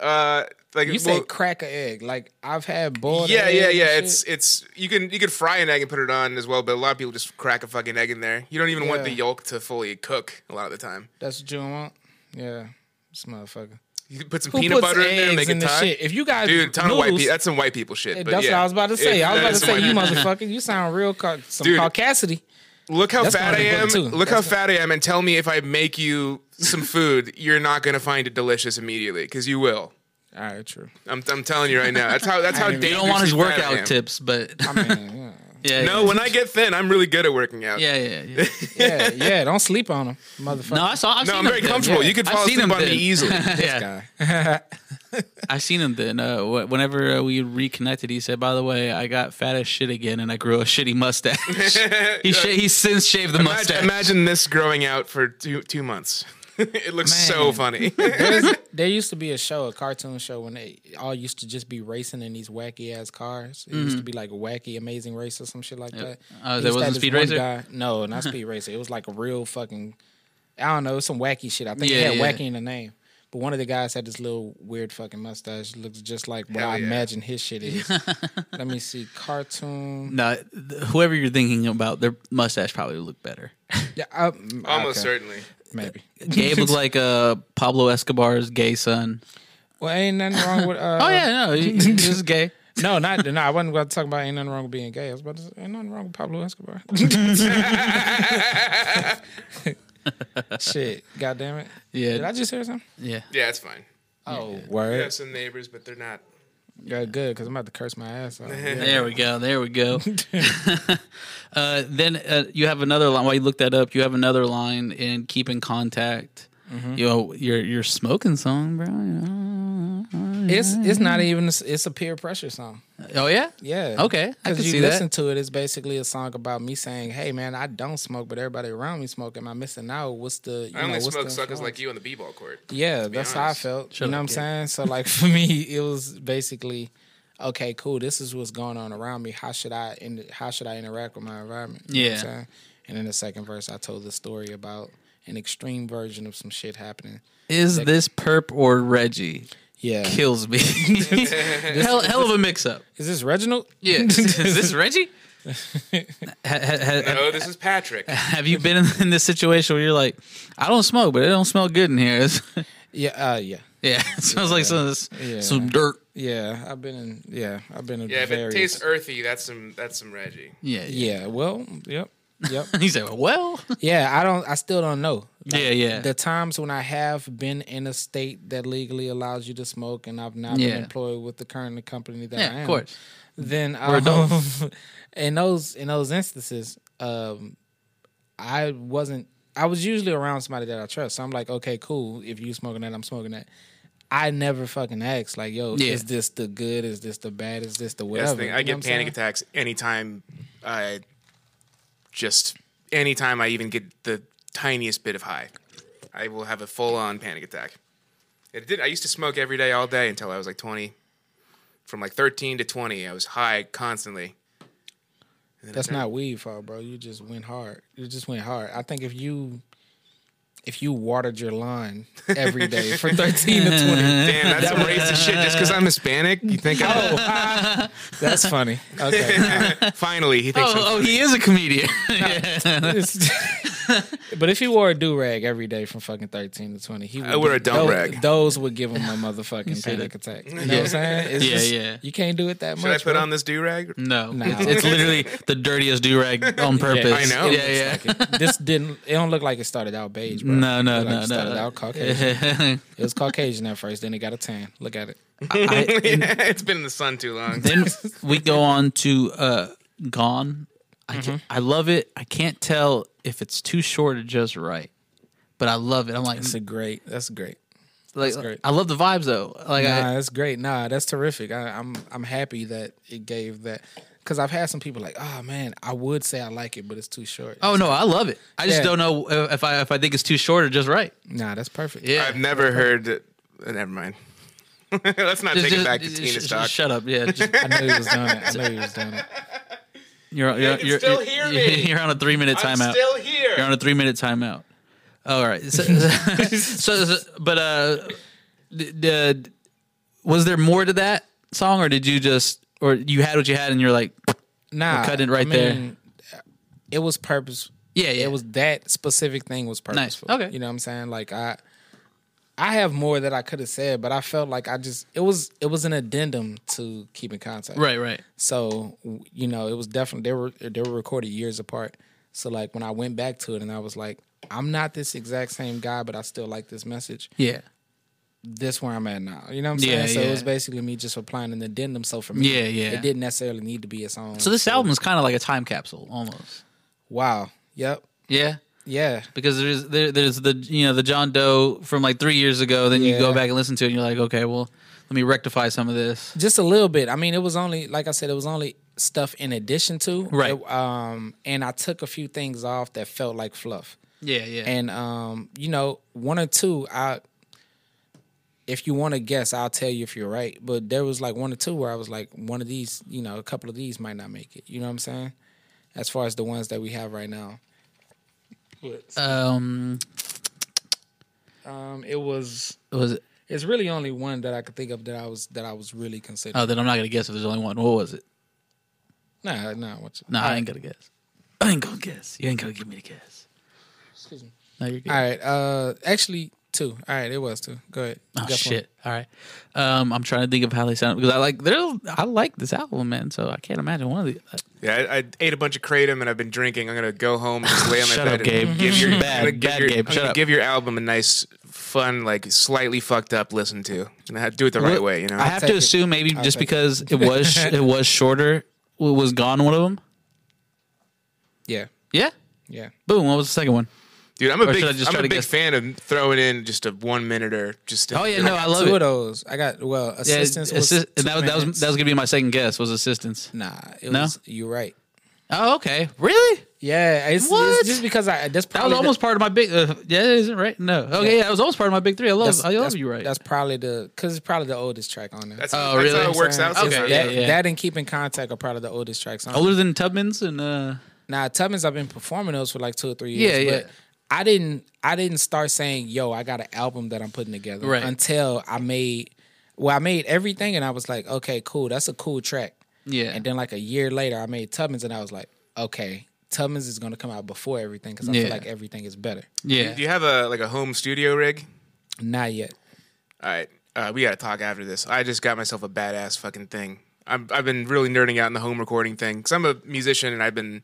[SPEAKER 3] Uh, like
[SPEAKER 2] Oh. You say
[SPEAKER 3] well,
[SPEAKER 2] crack a egg. Like I've had boiled.
[SPEAKER 3] yeah,
[SPEAKER 2] egg
[SPEAKER 3] yeah,
[SPEAKER 2] and
[SPEAKER 3] yeah.
[SPEAKER 2] shit.
[SPEAKER 3] It's it's you can you can fry an egg and put it on as well, but a lot of people just crack a fucking egg in there. You don't even want
[SPEAKER 2] Yeah.
[SPEAKER 3] the yolk to fully cook a lot of the time.
[SPEAKER 2] that's what you want. Yeah, this motherfucker.
[SPEAKER 3] You can put some
[SPEAKER 2] Who
[SPEAKER 3] peanut
[SPEAKER 2] puts
[SPEAKER 3] butter in there and
[SPEAKER 2] eggs
[SPEAKER 3] make
[SPEAKER 2] in
[SPEAKER 3] it
[SPEAKER 2] this
[SPEAKER 3] ton.
[SPEAKER 2] shit? If you guys,
[SPEAKER 3] Dude, a ton of white
[SPEAKER 2] noodles-
[SPEAKER 3] people. That's some white people shit. but
[SPEAKER 2] That's
[SPEAKER 3] yeah.
[SPEAKER 2] what I was about to say.
[SPEAKER 3] It-
[SPEAKER 2] I was
[SPEAKER 3] that
[SPEAKER 2] about to
[SPEAKER 3] is some
[SPEAKER 2] say,
[SPEAKER 3] white
[SPEAKER 2] you
[SPEAKER 3] people shit.
[SPEAKER 2] motherfucker, you sound real ca- some
[SPEAKER 3] Dude.
[SPEAKER 2] caucasity.
[SPEAKER 3] Look how
[SPEAKER 2] That's
[SPEAKER 3] fat
[SPEAKER 2] not
[SPEAKER 3] I
[SPEAKER 2] in the
[SPEAKER 3] am.
[SPEAKER 2] book, too.
[SPEAKER 3] Look
[SPEAKER 2] That's
[SPEAKER 3] how fat I am, and tell me if I make you some food, you're not gonna find it delicious immediately, because you will.
[SPEAKER 2] All right, true.
[SPEAKER 3] I'm, I'm telling you right now. That's how. That's how.
[SPEAKER 1] You don't want his
[SPEAKER 3] dangerously fat I
[SPEAKER 1] workout
[SPEAKER 3] am.
[SPEAKER 1] tips, but
[SPEAKER 2] I mean,
[SPEAKER 1] yeah.
[SPEAKER 3] No, when I get thin, I'm really good at working out.
[SPEAKER 1] yeah, yeah, yeah.
[SPEAKER 2] yeah, yeah, yeah. Don't sleep on him, motherfucker.
[SPEAKER 1] No, I saw. I've
[SPEAKER 3] No,
[SPEAKER 1] seen
[SPEAKER 3] I'm
[SPEAKER 1] him
[SPEAKER 3] very
[SPEAKER 1] thin.
[SPEAKER 3] comfortable.
[SPEAKER 1] Yeah.
[SPEAKER 3] You could
[SPEAKER 1] I've
[SPEAKER 3] fall
[SPEAKER 1] seen
[SPEAKER 3] asleep
[SPEAKER 1] him
[SPEAKER 3] on me
[SPEAKER 1] thin.
[SPEAKER 3] easily.
[SPEAKER 1] yeah,
[SPEAKER 2] guy.
[SPEAKER 1] I've seen him then. Uh, wh- whenever uh, we reconnected, he said, "By the way, I got fat as shit again, and I grew a shitty mustache." he sh- he since shaved the mustache.
[SPEAKER 3] Imagine, imagine this growing out for two two months. it looks so
[SPEAKER 2] Man.
[SPEAKER 3] funny.
[SPEAKER 2] There used to be a show, a cartoon show, when they all used to just be racing in these wacky ass cars. It used
[SPEAKER 1] Mm-hmm.
[SPEAKER 2] to be like a wacky Amazing Race or some shit like that.
[SPEAKER 1] Oh, that
[SPEAKER 2] He used to have
[SPEAKER 1] wasn't
[SPEAKER 2] this
[SPEAKER 1] Speed
[SPEAKER 2] one
[SPEAKER 1] Racer?
[SPEAKER 2] Guy, no, not Speed Racer. It was like a real fucking, I don't know, some wacky shit. I think
[SPEAKER 1] Yeah,
[SPEAKER 2] it had
[SPEAKER 1] yeah.
[SPEAKER 2] wacky in the name. But one of the guys had this little weird fucking mustache. Looks just like what
[SPEAKER 3] Hell
[SPEAKER 2] I
[SPEAKER 3] yeah.
[SPEAKER 2] imagine his shit is. Let me see, cartoon.
[SPEAKER 1] No, th- whoever you're thinking about, their mustache probably would look better.
[SPEAKER 2] Yeah, um,
[SPEAKER 3] Almost
[SPEAKER 2] okay,
[SPEAKER 3] certainly.
[SPEAKER 2] maybe.
[SPEAKER 1] Gabe looked like uh, Pablo Escobar's gay son.
[SPEAKER 2] Well, ain't nothing wrong with. Uh,
[SPEAKER 1] Oh yeah, no, he, he was gay.
[SPEAKER 2] No, not no. I wasn't about to talk about ain't nothing wrong with being gay. I was about to say ain't nothing wrong with Pablo Escobar. Shit, God damn it! Did I
[SPEAKER 1] Yeah,
[SPEAKER 2] just hear something?
[SPEAKER 1] yeah.
[SPEAKER 3] Yeah, it's fine.
[SPEAKER 2] Oh,
[SPEAKER 3] We
[SPEAKER 2] word.
[SPEAKER 3] have some neighbors, but they're not.
[SPEAKER 2] Yeah, good because I'm about to curse my ass off.
[SPEAKER 1] There we go. There we go. uh, then uh, you have another line. While you look that up, you have another line in "Keep in Contact." You know, your your smoking song, bro.
[SPEAKER 2] It's it's not even it's a peer pressure song.
[SPEAKER 1] Oh yeah,
[SPEAKER 2] Yeah.
[SPEAKER 1] Okay, I can
[SPEAKER 2] Because you
[SPEAKER 1] see that.
[SPEAKER 2] listen to it, it's basically a song about me saying, "Hey, man, I don't smoke, but everybody around me smoke. Am I missing out? What's the you
[SPEAKER 3] I only
[SPEAKER 2] know, what's
[SPEAKER 3] smoke
[SPEAKER 2] the
[SPEAKER 3] suckers
[SPEAKER 2] influence?"
[SPEAKER 3] like you on the b-ball court.
[SPEAKER 2] Yeah, that's how I
[SPEAKER 3] honest.
[SPEAKER 2] felt.
[SPEAKER 1] Shut
[SPEAKER 2] you know
[SPEAKER 1] up,
[SPEAKER 2] what I'm
[SPEAKER 1] Gabe.
[SPEAKER 2] saying? So like for me, it was basically, okay, cool. This is what's going on around me. How should I in, how should I interact with my environment? You know what I'm
[SPEAKER 1] Yeah.
[SPEAKER 2] saying? and in the second verse, I told the story about an extreme version of some shit happening.
[SPEAKER 1] is this perp or Reggie?
[SPEAKER 2] Yeah,
[SPEAKER 1] Kills me. hell, hell of a mix up.
[SPEAKER 2] is this Reginald?
[SPEAKER 1] Yeah, is this Reggie? Ha- ha- ha-
[SPEAKER 3] No, Oh, this is Patrick.
[SPEAKER 1] have you been in, in this situation where you're like, I don't smoke, but it don't smell good in here?
[SPEAKER 2] Yeah, uh, yeah,
[SPEAKER 1] yeah, it smells like some
[SPEAKER 2] Yeah.
[SPEAKER 1] some dirt.
[SPEAKER 2] yeah. I've been in. Yeah, I've been in.
[SPEAKER 3] Yeah, if it
[SPEAKER 2] various-
[SPEAKER 3] tastes earthy, that's some that's some Reggie.
[SPEAKER 1] Yeah, yeah.
[SPEAKER 2] Yeah. Well. Yep. Yep.
[SPEAKER 1] He said, "Well,
[SPEAKER 2] yeah. I don't. I still don't know.
[SPEAKER 1] yeah, yeah."
[SPEAKER 2] the times when I have been in a state that legally allows you to smoke and I've not
[SPEAKER 1] Yeah.
[SPEAKER 2] been employed with the current company that I
[SPEAKER 1] yeah,
[SPEAKER 2] am,
[SPEAKER 1] of course.
[SPEAKER 2] then um,
[SPEAKER 1] adults.
[SPEAKER 2] in those in those instances, um, I wasn't. I was usually around somebody that I trust, so I'm like, okay, cool. If you smoking that, I'm smoking that. I never fucking ask like, yo,
[SPEAKER 1] Yeah.
[SPEAKER 2] is this the good? Is this the bad? Is this the
[SPEAKER 3] That's
[SPEAKER 2] whatever?
[SPEAKER 3] the thing.
[SPEAKER 2] You
[SPEAKER 3] I
[SPEAKER 2] know what I'm
[SPEAKER 3] get
[SPEAKER 2] saying?
[SPEAKER 3] panic attacks anytime I just anytime I even get the tiniest bit of high, I will have a full on panic attack. It did. I used to smoke every day, all day until I was like twenty. From like thirteen to twenty, I was high constantly.
[SPEAKER 2] That's not weed fault, bro. You just went hard. You just went hard. I think if you if you watered your lawn every day for 13 to 20.
[SPEAKER 3] Damn, that's some racist shit. Just because I'm Hispanic, you think? I'm,
[SPEAKER 2] That's funny. Okay.
[SPEAKER 3] finally, he thinks.
[SPEAKER 1] Oh,
[SPEAKER 3] I'm,
[SPEAKER 1] oh, he is a comedian.
[SPEAKER 2] It's- but if he wore a do rag every day from fucking 13 to 20, he would
[SPEAKER 3] I wear a
[SPEAKER 2] be-
[SPEAKER 3] dumb
[SPEAKER 2] tho-
[SPEAKER 3] rag.
[SPEAKER 2] Those would give him a motherfucking panic attack. You know what I'm saying? It's
[SPEAKER 1] Yeah, yeah.
[SPEAKER 2] You can't do it that
[SPEAKER 3] should I
[SPEAKER 2] much.
[SPEAKER 3] put
[SPEAKER 2] bro.
[SPEAKER 3] on this do rag?
[SPEAKER 1] No, it's, it's literally the dirtiest do rag on purpose.
[SPEAKER 3] I know.
[SPEAKER 1] Yeah, yeah.
[SPEAKER 2] this didn't it don't look like it started out beige, bro.
[SPEAKER 1] No, no,
[SPEAKER 2] It looked like
[SPEAKER 1] no,
[SPEAKER 2] it
[SPEAKER 1] no.
[SPEAKER 2] started out Caucasian. It was Caucasian at first, then it got a tan. Look at it.
[SPEAKER 1] I- and
[SPEAKER 3] it's been in the sun too long.
[SPEAKER 1] then we go on to uh, "Gone."
[SPEAKER 3] Mm-hmm.
[SPEAKER 1] I, can I love it. I can't tell if it's too short or just right, but I love it. I'm like,
[SPEAKER 2] It's a great. That's great.
[SPEAKER 1] Like
[SPEAKER 2] great.
[SPEAKER 1] I love the vibes though. Like
[SPEAKER 2] Nah,
[SPEAKER 1] I,
[SPEAKER 2] that's great. Nah, that's terrific. I, I'm I'm happy that it gave that because I've had some people like, oh man, I would say I like it, but it's too short.
[SPEAKER 1] oh no, I love it. I just
[SPEAKER 2] Yeah.
[SPEAKER 1] don't know if if I if I think it's too short or just right.
[SPEAKER 2] Nah, that's perfect.
[SPEAKER 1] Yeah.
[SPEAKER 3] I've never heard. That, uh, never mind. Let's not
[SPEAKER 1] Just-
[SPEAKER 3] take it
[SPEAKER 1] just-
[SPEAKER 3] back to
[SPEAKER 1] just-
[SPEAKER 3] Tina's
[SPEAKER 1] sh-
[SPEAKER 3] talk.
[SPEAKER 1] Shut up. Yeah. Just,
[SPEAKER 2] I knew he was doing it. I knew he was doing it.
[SPEAKER 1] you're you're,
[SPEAKER 3] can
[SPEAKER 1] you're,
[SPEAKER 3] still
[SPEAKER 1] you're,
[SPEAKER 3] hear me.
[SPEAKER 1] you're on a 3 minute timeout.
[SPEAKER 3] here.
[SPEAKER 1] You're on a three minute timeout. All right. So, so, so- but uh, d- d- was there more to that song, or did you just, or you had what you had, and you're like,
[SPEAKER 2] Nah,
[SPEAKER 1] We're cutting it right there.
[SPEAKER 2] there. It was purpose.
[SPEAKER 1] yeah, yeah,
[SPEAKER 2] It was that specific thing was purposeful.
[SPEAKER 1] Okay.
[SPEAKER 2] you know what I'm saying? Like I, I have more that I could have said, but I felt like I just it was it was an addendum to keeping contact.
[SPEAKER 1] right, right.
[SPEAKER 2] So w- you know, it was definitely they were they were recorded years apart. So like when I went back to it and I was like, I'm not this exact same guy, but I still like this message.
[SPEAKER 1] Yeah,
[SPEAKER 2] This where I'm at now. You know what I'm saying?
[SPEAKER 1] Yeah,
[SPEAKER 2] so
[SPEAKER 1] yeah.
[SPEAKER 2] it was basically me just applying an addendum. So for me,
[SPEAKER 1] Yeah, yeah.
[SPEAKER 2] it didn't necessarily need to be its own.
[SPEAKER 1] So this album is kind of like a time capsule almost.
[SPEAKER 2] wow, yep,
[SPEAKER 1] Yeah.
[SPEAKER 2] yeah,
[SPEAKER 1] Because there's there, there's the you know the John Doe from like three years ago. Then you go
[SPEAKER 2] Yeah.
[SPEAKER 1] back and listen to it, and you're like, okay, well, let me rectify some of this.
[SPEAKER 2] just a little bit. I mean, it was only like I said, it was only stuff in addition to
[SPEAKER 1] Right.
[SPEAKER 2] It- um, and I took a few things off that felt like fluff.
[SPEAKER 1] Yeah, yeah,
[SPEAKER 2] And um, you know, one or two, I if you want to guess, I'll tell you if you're right. But there was like one or two where I was like, one of these, you know, a couple of these might not make it. You know what I'm saying? As far as the ones that we have right now.
[SPEAKER 1] um,
[SPEAKER 2] Um, it was
[SPEAKER 1] was it?
[SPEAKER 2] it's really only one that I could think of that I was that I was really considering.
[SPEAKER 1] Oh, then I'm not gonna guess if there's only one. What was it?
[SPEAKER 2] Nah, nah, what's
[SPEAKER 1] No, I ain't gonna guess. I ain't gonna guess. You ain't gonna give me the guess.
[SPEAKER 2] excuse me.
[SPEAKER 1] No, you're good.
[SPEAKER 2] All right. Uh actually two. All right, it was two. Go ahead.
[SPEAKER 1] Oh
[SPEAKER 2] Guess one.
[SPEAKER 1] shit! All right, um, I'm trying to think of how they sound because I like they I like this album, man. So I can't imagine one of the. uh,
[SPEAKER 3] Yeah, I, I ate a bunch of kratom and I've been drinking. I'm gonna go home, just lay on my
[SPEAKER 1] Shut up,
[SPEAKER 3] bed, and
[SPEAKER 1] Gabe.
[SPEAKER 3] give your
[SPEAKER 1] Bad,
[SPEAKER 3] I'm gonna give
[SPEAKER 1] bad
[SPEAKER 3] your,
[SPEAKER 1] Gabe.
[SPEAKER 3] I'm
[SPEAKER 1] Shut
[SPEAKER 3] gonna
[SPEAKER 1] up.
[SPEAKER 3] give your album a nice, fun, like slightly fucked up listen to, and I do it the right
[SPEAKER 1] What-
[SPEAKER 3] way. You know,
[SPEAKER 1] I have
[SPEAKER 2] take
[SPEAKER 1] to
[SPEAKER 2] it.
[SPEAKER 1] assume maybe just
[SPEAKER 2] take it.
[SPEAKER 1] because it was it was shorter w- was gone one of them.
[SPEAKER 2] Yeah.
[SPEAKER 1] Yeah,
[SPEAKER 2] Yeah.
[SPEAKER 1] boom. What was the second one?
[SPEAKER 3] dude. I'm a
[SPEAKER 1] or
[SPEAKER 3] big,
[SPEAKER 1] should I just
[SPEAKER 3] I'm
[SPEAKER 1] try
[SPEAKER 3] a
[SPEAKER 1] to
[SPEAKER 3] big
[SPEAKER 1] guess?
[SPEAKER 3] fan of throwing in just a one minute or just. A,
[SPEAKER 1] Oh yeah, no, I love
[SPEAKER 2] two of
[SPEAKER 1] it.
[SPEAKER 2] those. I got well,
[SPEAKER 1] Yeah,
[SPEAKER 2] assistance was
[SPEAKER 1] assi-
[SPEAKER 2] two
[SPEAKER 1] and that, was- that was
[SPEAKER 2] minutes.
[SPEAKER 1] that was gonna be my second guess was assistance.
[SPEAKER 2] Nah, it
[SPEAKER 1] No?
[SPEAKER 2] was you're right.
[SPEAKER 1] Oh okay, really?
[SPEAKER 2] Yeah, it's,
[SPEAKER 1] What?
[SPEAKER 2] it's just because I that's
[SPEAKER 1] That was
[SPEAKER 2] probably
[SPEAKER 1] almost part of my big. Uh, yeah, is it right? No. Okay, yeah. that was almost part of my big three. I
[SPEAKER 2] the,
[SPEAKER 1] love
[SPEAKER 2] that's,
[SPEAKER 1] I love
[SPEAKER 2] that's-
[SPEAKER 1] you right.
[SPEAKER 2] That's probably the because it's probably the oldest track on there.
[SPEAKER 3] That's,
[SPEAKER 1] Oh,
[SPEAKER 3] that's
[SPEAKER 1] really?
[SPEAKER 3] how it works out.
[SPEAKER 2] It's
[SPEAKER 3] sometimes.
[SPEAKER 1] yeah,
[SPEAKER 2] that,
[SPEAKER 1] yeah.
[SPEAKER 2] that and keeping contact are probably the oldest tracks on.
[SPEAKER 1] older than Tubman's and uh.
[SPEAKER 2] Now Tubman's I've been performing those for like two or three years.
[SPEAKER 1] Yeah,
[SPEAKER 2] but
[SPEAKER 1] yeah.
[SPEAKER 2] I didn't I didn't start saying, yo, I got an album that I'm putting together
[SPEAKER 1] Right.
[SPEAKER 2] until I made well, I made everything and I was like, okay, cool, that's a cool track.
[SPEAKER 1] Yeah.
[SPEAKER 2] And then like a year later I made Tubman's and I was like, okay, Tubman's is gonna come out before everything because I
[SPEAKER 1] Yeah.
[SPEAKER 2] feel like everything is better.
[SPEAKER 1] yeah.
[SPEAKER 3] Do you have a like a home studio rig?
[SPEAKER 2] Not yet.
[SPEAKER 3] All right, uh, we gotta talk after this. I just got myself a badass fucking thing. I'm, I've been really nerding out in the home recording thing because I'm a musician and I've been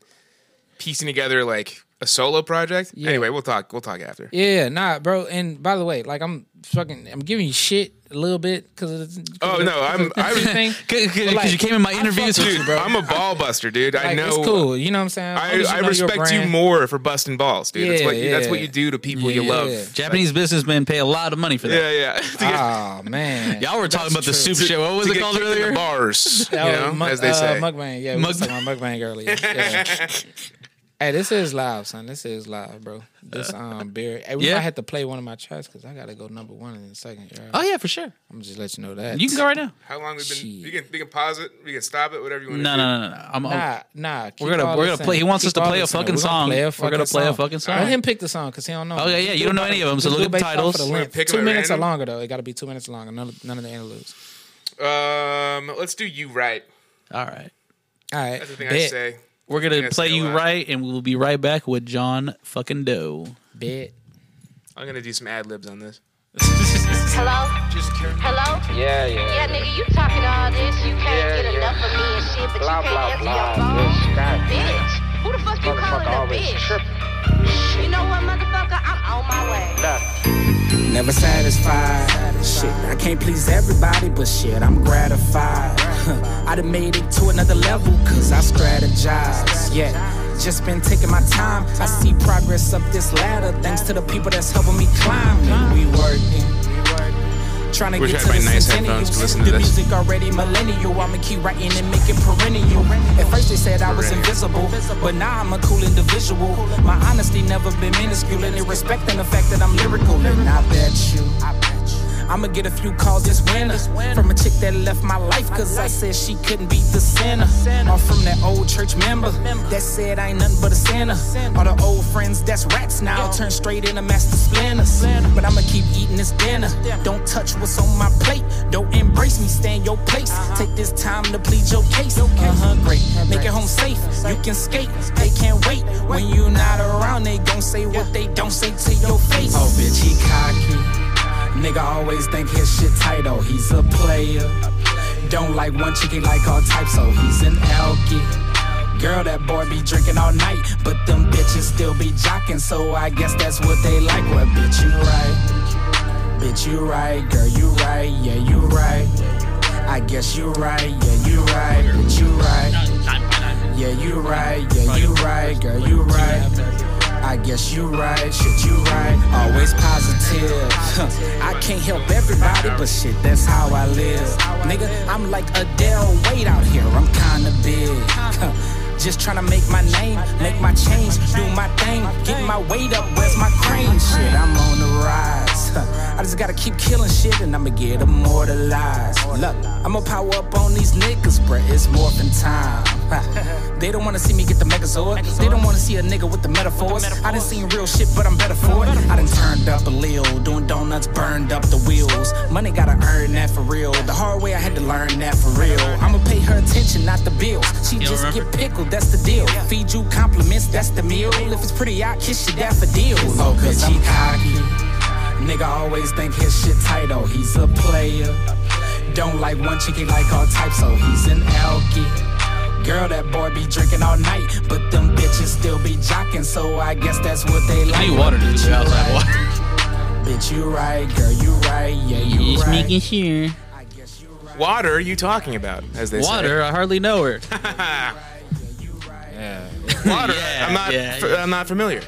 [SPEAKER 3] piecing together like a solo project. Anyway, we'll talk. We'll talk after.
[SPEAKER 2] Yeah, nah, bro. And by the way, like I'm fucking, I'm giving you shit a little bit because it's.
[SPEAKER 3] Oh, no, I'm- I'm-
[SPEAKER 1] Because
[SPEAKER 2] like,
[SPEAKER 1] you came in my
[SPEAKER 2] I
[SPEAKER 1] interviews,
[SPEAKER 2] fuck with
[SPEAKER 1] dude.
[SPEAKER 2] you,
[SPEAKER 3] Dude, I'm a ball buster, dude. I
[SPEAKER 2] Like,
[SPEAKER 3] know.
[SPEAKER 2] it's cool. You know what I'm saying? As long
[SPEAKER 3] I,
[SPEAKER 2] as
[SPEAKER 3] I
[SPEAKER 2] know your
[SPEAKER 3] respect you
[SPEAKER 2] brand-
[SPEAKER 3] more for busting balls, dude. that's
[SPEAKER 2] Yeah,
[SPEAKER 3] what you, that's
[SPEAKER 2] yeah.
[SPEAKER 3] what you do to people you
[SPEAKER 2] Yeah.
[SPEAKER 3] love.
[SPEAKER 1] Japanese businessmen pay a lot of money for that.
[SPEAKER 3] Yeah, yeah. To get-
[SPEAKER 2] Oh man,
[SPEAKER 1] Y'all were talking about the soup show. Uh, What was
[SPEAKER 3] to
[SPEAKER 1] it
[SPEAKER 3] get
[SPEAKER 1] called
[SPEAKER 3] kicked in the
[SPEAKER 1] earlier?
[SPEAKER 3] Bars, you
[SPEAKER 2] That
[SPEAKER 3] know,
[SPEAKER 2] was mu-
[SPEAKER 3] as they
[SPEAKER 2] uh,
[SPEAKER 3] say.
[SPEAKER 2] mukbang. Yeah, we was talking about mukbang earlier. Yeah. hey, this is live, son. This is live, bro. This um beer. Hey, we
[SPEAKER 1] Yeah.
[SPEAKER 2] might have to play one of my tracks because I gotta go number one in a second.
[SPEAKER 3] Uh,
[SPEAKER 2] Y'all.
[SPEAKER 1] Oh yeah, for sure.
[SPEAKER 2] I'm gonna just let you know that.
[SPEAKER 1] You can go right now.
[SPEAKER 3] How long we been?
[SPEAKER 2] Shit.
[SPEAKER 3] You can, you can pause it. We can stop it. Whatever you want.
[SPEAKER 1] No,
[SPEAKER 3] to do.
[SPEAKER 1] no, no, no. I'm, I'm-
[SPEAKER 2] Nah, nah. keep
[SPEAKER 1] We're gonna-
[SPEAKER 2] all
[SPEAKER 1] we're gonna
[SPEAKER 2] this
[SPEAKER 1] play-
[SPEAKER 2] in.
[SPEAKER 1] he wants us
[SPEAKER 2] Keep
[SPEAKER 1] to
[SPEAKER 2] all
[SPEAKER 1] play a
[SPEAKER 2] this in.
[SPEAKER 1] fucking
[SPEAKER 2] We're gonna
[SPEAKER 1] song.
[SPEAKER 2] play
[SPEAKER 1] We're gonna play a fucking song.
[SPEAKER 2] Let him pick the song because he don't know.
[SPEAKER 1] Okay, Oh, yeah, you don't know any of them, so
[SPEAKER 2] Just
[SPEAKER 1] look at the
[SPEAKER 2] do it based off of
[SPEAKER 1] titles.
[SPEAKER 2] the length.
[SPEAKER 3] pick
[SPEAKER 2] Two
[SPEAKER 3] them at
[SPEAKER 2] minutes or
[SPEAKER 3] random?
[SPEAKER 2] longer though. It got to be two minutes or longer. None, none of the interludes.
[SPEAKER 3] Um, let's do you right.
[SPEAKER 1] all right.
[SPEAKER 2] All right,
[SPEAKER 3] That's the thing I
[SPEAKER 2] bet,
[SPEAKER 3] say.
[SPEAKER 1] We're gonna
[SPEAKER 3] Yes,
[SPEAKER 1] play
[SPEAKER 3] go
[SPEAKER 1] you
[SPEAKER 3] out.
[SPEAKER 1] right, and we'll be right back with John fucking Doe.
[SPEAKER 2] bet.
[SPEAKER 3] I'm gonna do some ad libs on this.
[SPEAKER 8] Hello? Hello? Yeah, yeah. Yeah, nigga, you talking all this. You can't get enough of me and shit, but you can't answer your phone. Bitch. Who the fuck you calling a bitch? You know what, motherfucker? I'm on my way.
[SPEAKER 4] Never satisfied. Shit, I can't please everybody, but shit, I'm gratified. I done made it to another level, cause I strategize. Yeah, just been taking my time. I see progress up this ladder, thanks to the people that's helping me climb. And we working. trying to
[SPEAKER 3] Wish
[SPEAKER 4] get
[SPEAKER 3] I
[SPEAKER 4] to
[SPEAKER 3] had
[SPEAKER 4] the
[SPEAKER 3] my nice
[SPEAKER 4] centennial.
[SPEAKER 3] headphones to listen to
[SPEAKER 4] the
[SPEAKER 3] this.
[SPEAKER 4] music already millennial. I'ma keep writing and make it perennial. At first they said I was invisible, but now I'm a cool individual. My honesty never been minuscule, and they respecting the fact that I'm lyrical. And I bet you, I bet you. I'ma get a few calls this winter from a chick that left my life cause I said she couldn't beat the sinner. Or from that old church member that said I ain't nothing but a sinner. Or the old friends that's rats now turn straight into master splinters. But I'ma keep eating this dinner. Don't touch what's on my plate. Don't embrace me, stay in your place. Take this time to plead Uh-huh. your case. Uh huh, great. Make it home safe. You can skate. They can't wait. When you not around, they gon' say what they don't say to your face. Oh, bitch, he cocky. Nigga always think his shit tight, oh, he's a player. Don't like one chick, he like all types, so he's an alky. Girl, that boy be drinking all night, but them bitches still be jocking, so I guess that's what they like. Well, bitch, you right. Bitch, you right. Girl, you right. Yeah, you right. I guess you right. Yeah, you right. Bitch, you right. Yeah, you right. Yeah, you right. Girl, you right. I guess you right, shit you right, always positive. I can't help everybody, but shit, that's how I live. Nigga, I'm like Adele Wade out here, I'm kinda big. Just tryna make my name, make my change, do my thing, get my weight up, where's my crane? Shit, I'm on the rise. I just gotta keep killing shit and I'ma get immortalized. Look, I'ma power up on these niggas, bruh, it's morphin' time. they don't wanna see me get the megazord, they don't wanna see a nigga with the metaphors. I done seen real shit, but I'm better for it. I done turned up a lil, doing donuts, burned up the wheels. Money gotta earn that for real. The hard way I had to learn that for real. I'ma pay her attention, not the bills. She just get pickled, that's the deal. Feed you compliments, that's the meal. If it's pretty, I kiss you daffodil. Oh, cause I'm cocky. Nigga always think his shit tight, oh, he's a player. Don't like one chick, he like all types, so he's an alky. Girl, that boy be drinking all night, but them bitches still be jocking, so I guess that's what they like.
[SPEAKER 9] need water to do
[SPEAKER 4] Bitch,
[SPEAKER 9] the
[SPEAKER 4] you
[SPEAKER 9] outside
[SPEAKER 4] right.
[SPEAKER 9] water.
[SPEAKER 4] Bitch, you right, girl, you right, yeah, you right.
[SPEAKER 9] sure.
[SPEAKER 4] I guess you right,
[SPEAKER 3] Water are you talking about? As they
[SPEAKER 9] Water, I hardly know her.
[SPEAKER 4] you right.
[SPEAKER 3] say. Water.
[SPEAKER 9] Yeah,
[SPEAKER 3] I'm not.
[SPEAKER 9] yeah,
[SPEAKER 3] f- I'm not familiar.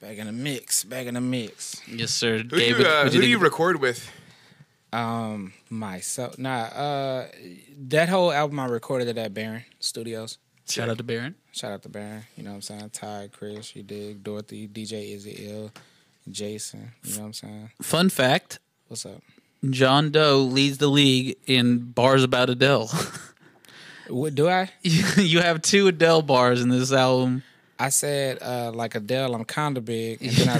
[SPEAKER 2] Back in the mix. Back in the mix.
[SPEAKER 9] yes, sir.
[SPEAKER 3] Who do
[SPEAKER 9] Gabe,
[SPEAKER 3] you,
[SPEAKER 9] what-
[SPEAKER 3] uh,
[SPEAKER 9] what
[SPEAKER 3] who do you
[SPEAKER 9] think?
[SPEAKER 3] record with?
[SPEAKER 2] Um, myself. Nah. Uh, that whole album I recorded at that Baron Studios.
[SPEAKER 9] Shout out to Baron.
[SPEAKER 2] Shout out to Baron. You know what I'm saying? Ty, Chris, you dig, Dorothy, DJ Izzy Ill, Jason. You know what I'm saying?
[SPEAKER 9] Fun fact:
[SPEAKER 2] What's up?
[SPEAKER 9] John Doe leads the league in bars about Adele.
[SPEAKER 2] What do I?
[SPEAKER 9] you have two Adele bars in this album.
[SPEAKER 2] I said uh, like Adele, I'm kinda big, and then I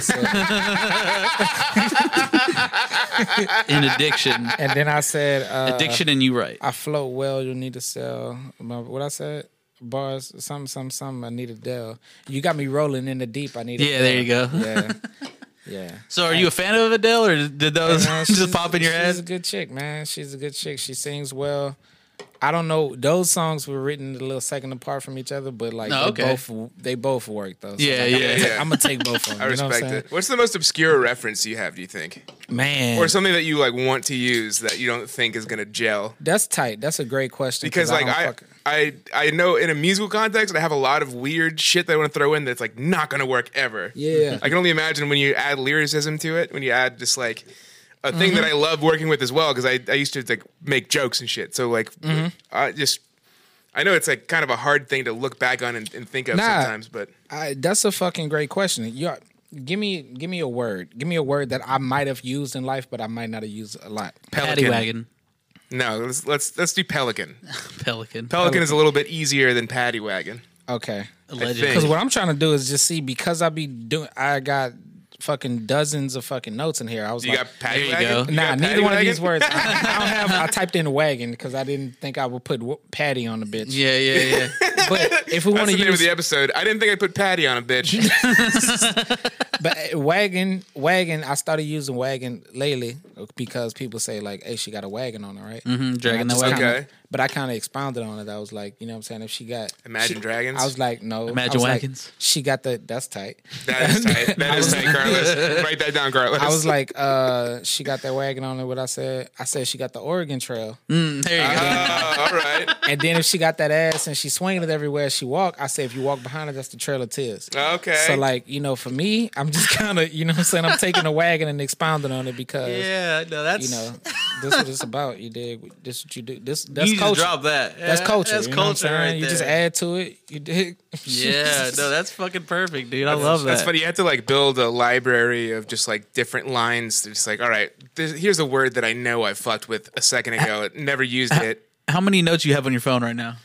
[SPEAKER 2] said,
[SPEAKER 9] In addiction,
[SPEAKER 2] and then I said, uh,
[SPEAKER 9] addiction, and you right.
[SPEAKER 2] I float well. You need to sell. My, what I said. Bars, some, some, some. I need Adele. You got me rolling in the deep. I need.
[SPEAKER 9] Yeah, there you go.
[SPEAKER 2] Yeah, yeah.
[SPEAKER 9] So, are you a fan of Adele, or did those
[SPEAKER 2] Man,
[SPEAKER 9] just
[SPEAKER 2] she's-
[SPEAKER 9] pop in your
[SPEAKER 2] she's a
[SPEAKER 9] head?
[SPEAKER 2] good chick, man. She's a good chick. She sings well. I don't know. Those songs were written a little second apart from each other, but like
[SPEAKER 9] Oh, okay.
[SPEAKER 2] they both they both work though. So,
[SPEAKER 9] Yeah,
[SPEAKER 2] like, I'm
[SPEAKER 9] yeah.
[SPEAKER 2] gonna, take, I'm gonna take both of them.
[SPEAKER 3] I
[SPEAKER 2] you know
[SPEAKER 3] respect
[SPEAKER 2] what I'm saying?
[SPEAKER 3] it. What's the most obscure reference you have? Do you think,
[SPEAKER 2] man.
[SPEAKER 3] or something that you like want to use that you don't think is gonna gel?
[SPEAKER 2] That's tight. That's a great question
[SPEAKER 3] Because like
[SPEAKER 2] don't
[SPEAKER 3] I,
[SPEAKER 2] fuck-
[SPEAKER 3] I, I know in a musical context, I have a lot of weird shit that I want to throw in that's like not gonna work ever.
[SPEAKER 2] yeah.
[SPEAKER 3] I can only imagine when you add lyricism to it, when you add just like a thing that I
[SPEAKER 2] Mm-hmm.
[SPEAKER 3] love working with as well, because I, I used to like make jokes and shit. So like,
[SPEAKER 2] Mm-hmm.
[SPEAKER 3] I just I know it's like kind of a hard thing to look back on and, and think of
[SPEAKER 2] Nah.
[SPEAKER 3] sometimes, but
[SPEAKER 2] I, that's a fucking great question. You give me give me a word. Give me a word that I might have used in life, but I might not have used a lot.
[SPEAKER 9] Paddy
[SPEAKER 3] Pelican.
[SPEAKER 9] wagon,
[SPEAKER 3] No, let's let's let's do pelican. Pelican,
[SPEAKER 9] pelican,
[SPEAKER 3] is a little bit easier than paddy wagon.
[SPEAKER 2] Okay.
[SPEAKER 9] allegedly.
[SPEAKER 2] Because what I'm trying to do is just see because I be doing. I got fucking dozens of fucking notes in here. I was
[SPEAKER 3] You
[SPEAKER 2] like,
[SPEAKER 3] got paddy
[SPEAKER 9] There you
[SPEAKER 3] wagon.
[SPEAKER 9] go.
[SPEAKER 3] You
[SPEAKER 2] Nah,
[SPEAKER 3] got
[SPEAKER 2] neither
[SPEAKER 3] paddy
[SPEAKER 2] one of
[SPEAKER 3] wagon?
[SPEAKER 2] these words. I, I don't have. I typed in wagon because I didn't think I would put w- patty on the bitch.
[SPEAKER 9] yeah, yeah, yeah.
[SPEAKER 2] But if we want
[SPEAKER 3] That's
[SPEAKER 2] to
[SPEAKER 3] the name
[SPEAKER 2] use
[SPEAKER 3] of the episode. I didn't think I'd put Patty on a bitch.
[SPEAKER 2] but uh, wagon, wagon, I started using wagon lately because people say like, "Hey, she got a wagon on her, right?" Mm-hmm,
[SPEAKER 9] dragging the wagon.
[SPEAKER 3] Okay.
[SPEAKER 2] But I kind of expounded on it. I was like, you know, what I'm saying if she got
[SPEAKER 3] Imagine
[SPEAKER 2] she-
[SPEAKER 3] Dragons?
[SPEAKER 2] I was like, no, I
[SPEAKER 9] Imagine
[SPEAKER 2] was like,
[SPEAKER 9] wagons.
[SPEAKER 2] she got the. That's tight.
[SPEAKER 3] That is tight. That is tight, Carlos. Write that down, Carlos.
[SPEAKER 2] I was like, uh, she got that wagon on her. What I said, I said she got the Oregon Trail.
[SPEAKER 9] There you go.
[SPEAKER 3] Uh, all right.
[SPEAKER 2] And then if she got that ass and she swinging it everywhere she walk, I say if you walk behind her, that's the Trail of Tears.
[SPEAKER 3] Okay.
[SPEAKER 2] So like, you know, for me, I'm just kind of, you know, what I'm saying I'm taking a wagon and expounding on it because
[SPEAKER 9] Yeah, no, that's
[SPEAKER 2] you know, this what it's about. You dig? This what you do. This that's
[SPEAKER 9] you just
[SPEAKER 2] culture.
[SPEAKER 9] drop that.
[SPEAKER 2] That's
[SPEAKER 9] Yeah,
[SPEAKER 2] culture.
[SPEAKER 9] That's
[SPEAKER 2] you know what I'm
[SPEAKER 9] culture,
[SPEAKER 2] saying?
[SPEAKER 9] right
[SPEAKER 2] You just
[SPEAKER 9] there.
[SPEAKER 2] add to it. You dig?
[SPEAKER 9] Yeah, no, that's fucking perfect, dude. I love that.
[SPEAKER 2] uh,
[SPEAKER 3] That's funny. You have to like build a library of just like different lines. It's like, all right, this, here's a word that I know I fucked with a second ago. It never used it.
[SPEAKER 9] How many notes you have on your phone right now?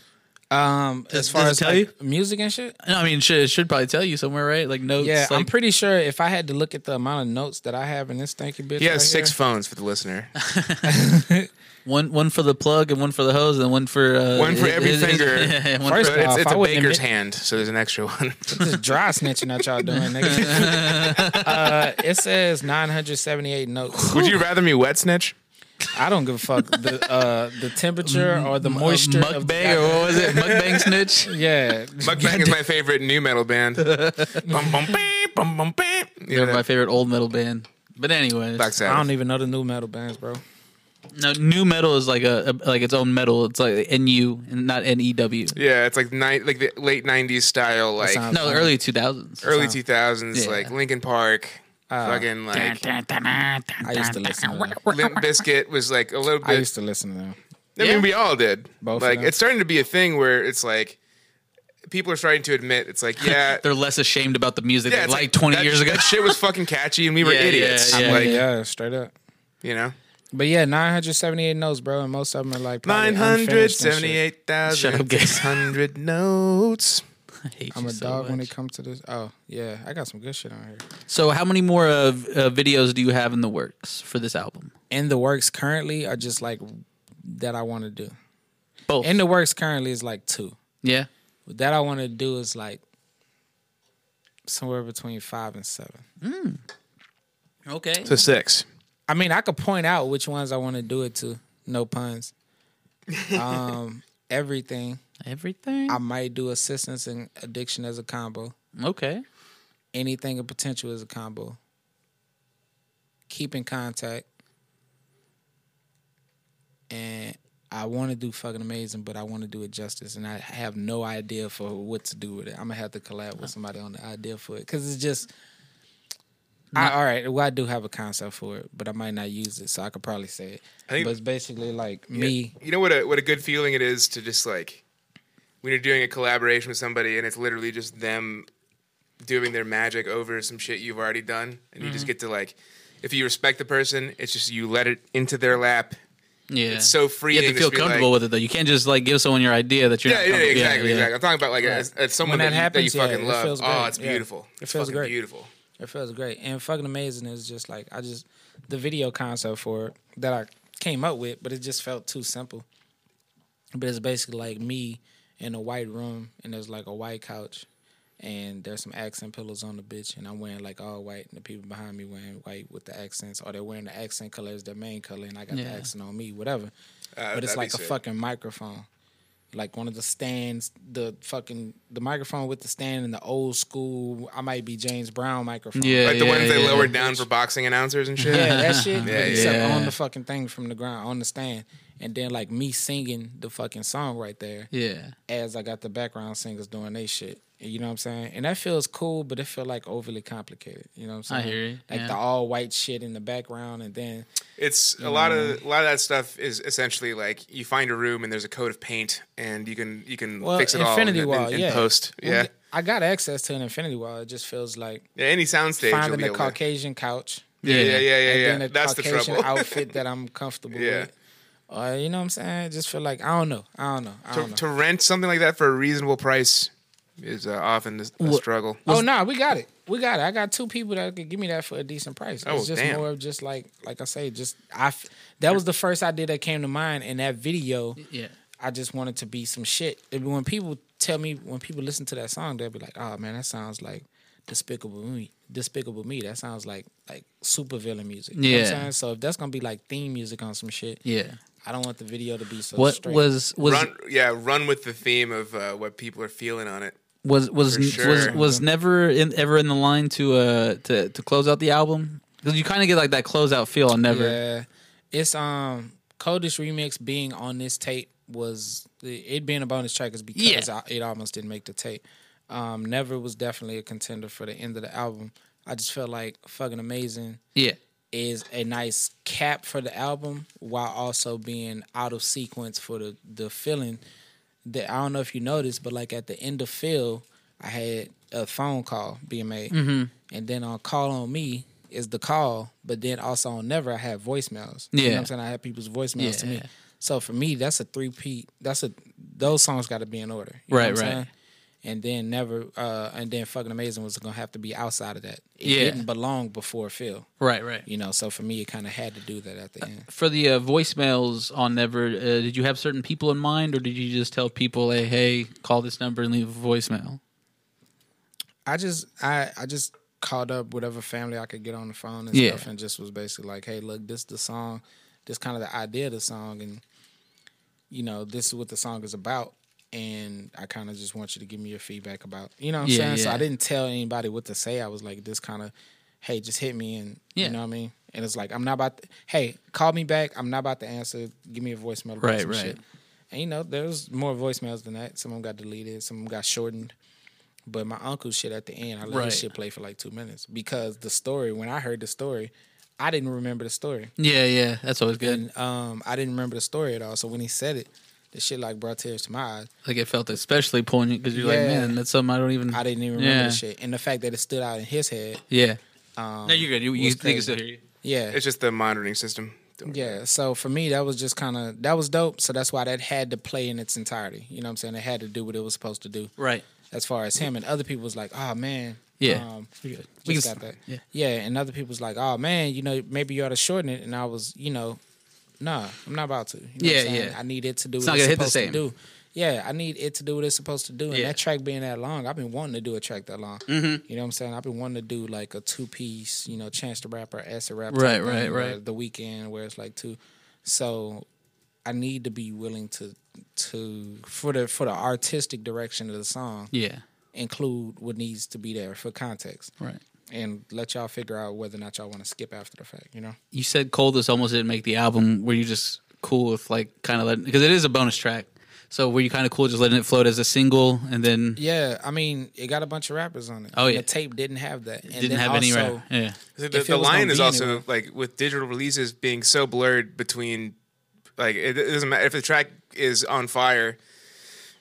[SPEAKER 2] Um, as far
[SPEAKER 9] does it
[SPEAKER 2] as
[SPEAKER 9] tell
[SPEAKER 2] like, music and shit.
[SPEAKER 9] No, I mean, should it should probably tell you somewhere, right? Like notes.
[SPEAKER 2] Yeah, I'm
[SPEAKER 9] like-
[SPEAKER 2] pretty sure if I had to look at the amount of notes that I have in this thank you bitch,
[SPEAKER 3] He
[SPEAKER 2] right
[SPEAKER 3] has six
[SPEAKER 2] here,
[SPEAKER 3] phones for the listener.
[SPEAKER 9] one one for the plug and one for the hose and one for uh,
[SPEAKER 3] One for every finger.
[SPEAKER 9] and one
[SPEAKER 2] First
[SPEAKER 3] But it's,
[SPEAKER 2] off,
[SPEAKER 3] it's
[SPEAKER 2] Uh, I
[SPEAKER 3] a
[SPEAKER 2] wouldn't
[SPEAKER 3] baker's
[SPEAKER 2] admit-
[SPEAKER 3] hand, so there's an extra one.
[SPEAKER 2] this is dry snitching that y'all doing, nigga. uh, it says 978 notes.
[SPEAKER 3] Would you rather me wet snitch?
[SPEAKER 2] I don't give a fuck the uh, the temperature or the moisture of
[SPEAKER 9] mukbang or what was it? Mukbang snitch.
[SPEAKER 2] Yeah,
[SPEAKER 3] Mukbang is my favorite new metal band. bum, bum, beep, bum, bum, beep. You
[SPEAKER 9] They're
[SPEAKER 3] know,
[SPEAKER 9] my favorite old metal band. But anyways,
[SPEAKER 3] Black
[SPEAKER 2] I don't
[SPEAKER 3] Sabbath.
[SPEAKER 2] even know the new metal bands, bro.
[SPEAKER 9] no, new metal is like a, a- like its own metal. It's like N U and not N E W.
[SPEAKER 3] Yeah, it's like ni- like the late '90s style, like
[SPEAKER 2] sounds-
[SPEAKER 9] No, early two thousands.
[SPEAKER 3] early 2000s,
[SPEAKER 9] Yeah.
[SPEAKER 3] like Linkin Park, fucking like
[SPEAKER 2] I used to listen. To them.
[SPEAKER 3] Limp Biscuit was like a little bit.
[SPEAKER 2] I used to listen to them.
[SPEAKER 3] I mean, we all did.
[SPEAKER 2] Both of
[SPEAKER 3] like
[SPEAKER 2] them.
[SPEAKER 3] it's starting to be a thing where it's like people are starting to admit it's like yeah,
[SPEAKER 9] They're less ashamed about the music
[SPEAKER 3] yeah
[SPEAKER 9] they
[SPEAKER 3] it's
[SPEAKER 9] like twenty
[SPEAKER 3] that-
[SPEAKER 9] years ago.
[SPEAKER 3] that shit was fucking catchy and we were
[SPEAKER 9] Yeah, yeah,
[SPEAKER 3] idiots.
[SPEAKER 9] yeah.
[SPEAKER 3] Like
[SPEAKER 2] yeah, straight up.
[SPEAKER 3] you know,
[SPEAKER 2] But yeah, 978 notes, bro, and most of them are like probably
[SPEAKER 3] nine hundred
[SPEAKER 2] unfinished and shit.
[SPEAKER 3] seventy-eight
[SPEAKER 9] Shut up,
[SPEAKER 3] thousand
[SPEAKER 9] Gabe.
[SPEAKER 3] six hundred notes.
[SPEAKER 9] I hate
[SPEAKER 2] I'm
[SPEAKER 9] you
[SPEAKER 2] a
[SPEAKER 9] so
[SPEAKER 2] dog when
[SPEAKER 9] much.
[SPEAKER 2] it comes to this. Oh yeah, I got some good shit on here.
[SPEAKER 9] So, how many more uh, v- uh, videos do you have in the works for this album?
[SPEAKER 2] In the works currently are just like that I want to do.
[SPEAKER 9] Both.
[SPEAKER 2] In the works currently is like two.
[SPEAKER 9] yeah.
[SPEAKER 2] That I want to do is like somewhere between five and seven.
[SPEAKER 9] Okay.
[SPEAKER 3] So six.
[SPEAKER 2] I mean, I could point out which ones I want to do it to. No puns. Um, everything.
[SPEAKER 9] Everything.
[SPEAKER 2] I might do assistance and addiction as a combo.
[SPEAKER 9] okay.
[SPEAKER 2] Anything and potential as a combo. Keep in contact. And I want to do fucking amazing, but I want to do it justice, and I have no idea for what to do with it. I'm gonna have to collab with somebody on the idea for it because it's just. I, all right, well, I do have a concept for it, but I might not use it, so I could probably say it.
[SPEAKER 3] think-
[SPEAKER 2] but it's basically like me.
[SPEAKER 3] You know what a what a good feeling it is to just like when you're doing a collaboration with somebody and it's literally just them doing their magic over some shit you've already done and you
[SPEAKER 2] Mm-hmm.
[SPEAKER 3] just get to like if you respect the person, it's just you let it into their lap.
[SPEAKER 9] Yeah.
[SPEAKER 3] It's so freeing
[SPEAKER 9] You have
[SPEAKER 3] to
[SPEAKER 9] to feel
[SPEAKER 3] just be
[SPEAKER 9] comfortable
[SPEAKER 3] like-
[SPEAKER 9] with it though. You can't just like give someone your idea that you're
[SPEAKER 3] Yeah,
[SPEAKER 9] not
[SPEAKER 3] yeah,
[SPEAKER 9] comfortable-
[SPEAKER 3] exactly,
[SPEAKER 9] yeah.
[SPEAKER 3] exactly. I'm talking about like as, as someone
[SPEAKER 2] When
[SPEAKER 3] that,
[SPEAKER 2] that
[SPEAKER 3] you,
[SPEAKER 2] happens,
[SPEAKER 3] that you
[SPEAKER 2] yeah,
[SPEAKER 3] fucking
[SPEAKER 2] it
[SPEAKER 3] love.
[SPEAKER 2] feels
[SPEAKER 3] Oh,
[SPEAKER 2] great.
[SPEAKER 3] it's
[SPEAKER 2] Yeah.
[SPEAKER 3] beautiful.
[SPEAKER 2] It
[SPEAKER 3] It's
[SPEAKER 2] feels
[SPEAKER 3] fucking
[SPEAKER 2] great.
[SPEAKER 3] beautiful.
[SPEAKER 2] It feels great. And fucking amazing is just like I just the video concept for it that I came up with, but it just felt too simple. But it's basically like me in a white room and there's like a white couch and there's some accent pillows on the bitch and I'm wearing like all white and the people behind me wearing white with the accents or they're wearing the accent color as their main color and I got the
[SPEAKER 9] Yeah.
[SPEAKER 2] accent on me, whatever. but
[SPEAKER 3] Uh, that'd
[SPEAKER 2] it's
[SPEAKER 3] be
[SPEAKER 2] like a
[SPEAKER 3] sick.
[SPEAKER 2] fucking microphone. Like one of the stands, the fucking the microphone with the stand and the old school I might be James Brown microphone.
[SPEAKER 9] Yeah,
[SPEAKER 3] Like the
[SPEAKER 9] yeah,
[SPEAKER 3] ones they
[SPEAKER 9] yeah.
[SPEAKER 3] lowered down for boxing announcers and shit.
[SPEAKER 2] Yeah, that shit. but except
[SPEAKER 9] yeah.
[SPEAKER 2] on the fucking thing from the ground, on the stand. And then like me singing the fucking song right there
[SPEAKER 9] Yeah.
[SPEAKER 2] as I got the background singers doing they shit. You know what I'm saying? And that feels cool, but it feel like overly complicated. You know what I'm
[SPEAKER 9] I
[SPEAKER 2] saying?
[SPEAKER 9] hear you,
[SPEAKER 2] Like
[SPEAKER 9] yeah.
[SPEAKER 2] the all white shit in the background and then
[SPEAKER 3] It's a lot of a lot of that stuff is essentially like you find a room and there's a coat of paint and you can you can
[SPEAKER 2] well
[SPEAKER 3] fix it
[SPEAKER 2] Infinity
[SPEAKER 3] all in- in,
[SPEAKER 2] Wall,
[SPEAKER 3] in
[SPEAKER 2] yeah.
[SPEAKER 3] post.
[SPEAKER 2] Well,
[SPEAKER 3] Yeah.
[SPEAKER 2] I got access to an Infinity Wall. It just feels like
[SPEAKER 3] Yeah, any soundstage. you'll
[SPEAKER 2] finding
[SPEAKER 3] be
[SPEAKER 2] the
[SPEAKER 3] able to-
[SPEAKER 2] Caucasian couch.
[SPEAKER 3] Yeah, yeah, yeah, yeah.
[SPEAKER 2] and
[SPEAKER 3] yeah.
[SPEAKER 2] then a
[SPEAKER 3] That's
[SPEAKER 2] Caucasian
[SPEAKER 3] the trouble.
[SPEAKER 2] outfit that I'm comfortable
[SPEAKER 3] Yeah.
[SPEAKER 2] with. Or you know what I'm saying? I just feel like I don't know. I don't know. I don't
[SPEAKER 3] to,
[SPEAKER 2] know.
[SPEAKER 3] to rent something like that for a reasonable price is uh, often a, a struggle.
[SPEAKER 2] oh no, we got it. We got it. I got two people that could give me that for a decent price.
[SPEAKER 3] Oh,
[SPEAKER 2] it's just
[SPEAKER 3] damn.
[SPEAKER 2] more of just like like I say, just I. f- That was the first idea that came to mind in that video.
[SPEAKER 9] Yeah.
[SPEAKER 2] I just wanted to be some shit. And When people tell me, when people listen to that song, they'll be like, "Oh man, that sounds like Despicable Me." Despicable Me. That sounds like like super villain music. You know what
[SPEAKER 9] Yeah.
[SPEAKER 2] I'm saying? So if that's gonna be like theme music on some shit,
[SPEAKER 9] Yeah.
[SPEAKER 2] I don't want the video to be so.
[SPEAKER 9] What
[SPEAKER 2] straight.
[SPEAKER 9] was was
[SPEAKER 3] Run, yeah, run with the theme of uh, what people are feeling on it.
[SPEAKER 9] was was was,
[SPEAKER 3] For
[SPEAKER 9] was
[SPEAKER 3] sure.
[SPEAKER 2] Mm-hmm.
[SPEAKER 9] never in, ever in the line to uh to to close out the album because you kind of get like that closeout feel on never.
[SPEAKER 2] Yeah, it's um coldest remix being on this tape was it being a bonus track is because
[SPEAKER 9] Yeah.
[SPEAKER 2] I, it almost didn't make the tape. Um, Never was definitely a contender for the end of the album. I just felt like fucking amazing
[SPEAKER 9] Yeah.
[SPEAKER 2] is a nice cap for the album while also being out of sequence for the the feeling that I don't know if you noticed, but like at the end of Phil, I had a phone call being made,
[SPEAKER 1] Mm-hmm.
[SPEAKER 2] and then on Call on Me is the call, but then also on Never I have voicemails. you know what
[SPEAKER 1] Yeah.
[SPEAKER 2] I'm saying I have people's voicemails to me.
[SPEAKER 1] Yeah.
[SPEAKER 2] So for me, that's a three peat. That's a those songs got to be in order. You know
[SPEAKER 1] Right,
[SPEAKER 2] what I'm
[SPEAKER 1] right.
[SPEAKER 2] saying? And then never, uh, and then fucking amazing was gonna have to be outside of that. It
[SPEAKER 1] Yeah.
[SPEAKER 2] didn't belong before Phil.
[SPEAKER 1] Right, right.
[SPEAKER 2] You know, so for me, it kind of had to do that at the end.
[SPEAKER 1] For the uh, voicemails on Never, uh, did you have certain people in mind, or did you just tell people, "Hey, hey, call this number and leave a voicemail"?
[SPEAKER 2] I just I I just called up whatever family I could get on the phone and
[SPEAKER 1] Yeah.
[SPEAKER 2] stuff and just was basically like, hey, look, this the song, this kind of the idea of the song and you know, this is what the song is about. And I kind of just want you to give me your feedback about you know what I'm
[SPEAKER 1] Yeah,
[SPEAKER 2] saying? So I
[SPEAKER 1] yeah.
[SPEAKER 2] didn't tell anybody what to say. I was like, this kind of hey, just hit me and
[SPEAKER 1] Yeah.
[SPEAKER 2] you know what I mean? And it's like I'm not about to, hey, call me back. I'm not about to answer. Give me a voicemail about
[SPEAKER 1] Right,
[SPEAKER 2] some
[SPEAKER 1] right.
[SPEAKER 2] shit. And you know, there's more voicemails than that. Some of them got deleted, some of them got shortened. But my uncle's shit at the end, I let
[SPEAKER 1] Right.
[SPEAKER 2] his shit play for like two minutes because the story. When I heard the story, I didn't remember the story,
[SPEAKER 1] Yeah, yeah, that's always good.
[SPEAKER 2] and um, I didn't remember the story at all. So when he said it, the shit like brought tears to my eyes.
[SPEAKER 1] like it felt especially poignant because you're like,
[SPEAKER 2] Yeah.
[SPEAKER 1] "Man, that's something I don't even."
[SPEAKER 2] I didn't even remember
[SPEAKER 1] Yeah.
[SPEAKER 2] the shit, and the fact that it stood out in his head.
[SPEAKER 1] Yeah.
[SPEAKER 2] Um,
[SPEAKER 1] no, you're good. You, you
[SPEAKER 2] was
[SPEAKER 1] they can
[SPEAKER 2] crazy.
[SPEAKER 1] still hear you.
[SPEAKER 2] Yeah,
[SPEAKER 3] It's just the monitoring system. Don't worry.
[SPEAKER 2] Yeah, so for me, that was just kind of that was dope. So that's why that had to play in its entirety. You know what I'm saying? It had to do what it was supposed to do.
[SPEAKER 1] Right.
[SPEAKER 2] As far as him and other people was like, oh man,
[SPEAKER 1] Yeah.
[SPEAKER 2] um,
[SPEAKER 1] good.
[SPEAKER 2] just
[SPEAKER 1] We can
[SPEAKER 2] got
[SPEAKER 1] s-
[SPEAKER 2] that.
[SPEAKER 1] yeah.
[SPEAKER 2] Yeah. and other people was like, oh man, you know, maybe you ought to shorten it. And I was, you know, nah, I'm not about to. You know what I'm
[SPEAKER 1] Yeah,
[SPEAKER 2] saying?
[SPEAKER 1] yeah.
[SPEAKER 2] I need it to do
[SPEAKER 1] It's
[SPEAKER 2] what
[SPEAKER 1] not
[SPEAKER 2] it's
[SPEAKER 1] gonna hit the
[SPEAKER 2] supposed
[SPEAKER 1] same.
[SPEAKER 2] to do. Yeah, I need it to do what it's supposed to do. And
[SPEAKER 1] Yeah. Mm-hmm.
[SPEAKER 2] that track being that long, I've been wanting to do a track that long. You know what I'm saying? I've been wanting to do like a two piece, you know, Chance the Rapper, S the Rapper. type
[SPEAKER 1] Right,
[SPEAKER 2] thing,
[SPEAKER 1] right,
[SPEAKER 2] where
[SPEAKER 1] right.
[SPEAKER 2] The weekend, where it's like two. So I need to be willing to to for the for the artistic direction of the song
[SPEAKER 1] Yeah.
[SPEAKER 2] include what needs to be there for context
[SPEAKER 1] Right.
[SPEAKER 2] and let y'all figure out whether or not y'all want to skip after the fact. You know,
[SPEAKER 1] You said Coldest almost didn't make the album. Were you just cool with like kind of letting because it is a bonus track. So were you kind of cool just letting it float as a single and then
[SPEAKER 2] yeah. I mean, it got a bunch of rappers on it.
[SPEAKER 1] Oh, yeah.
[SPEAKER 2] the tape didn't have that. And
[SPEAKER 1] didn't
[SPEAKER 2] then
[SPEAKER 1] have any
[SPEAKER 2] also-
[SPEAKER 1] rap? Yeah.
[SPEAKER 3] The,
[SPEAKER 2] If
[SPEAKER 3] the,
[SPEAKER 2] it
[SPEAKER 3] the
[SPEAKER 2] was gonna
[SPEAKER 3] line is
[SPEAKER 2] be
[SPEAKER 3] also
[SPEAKER 2] anywhere.
[SPEAKER 3] like with digital releases being so blurred between, like it, it doesn't matter if the track is on fire,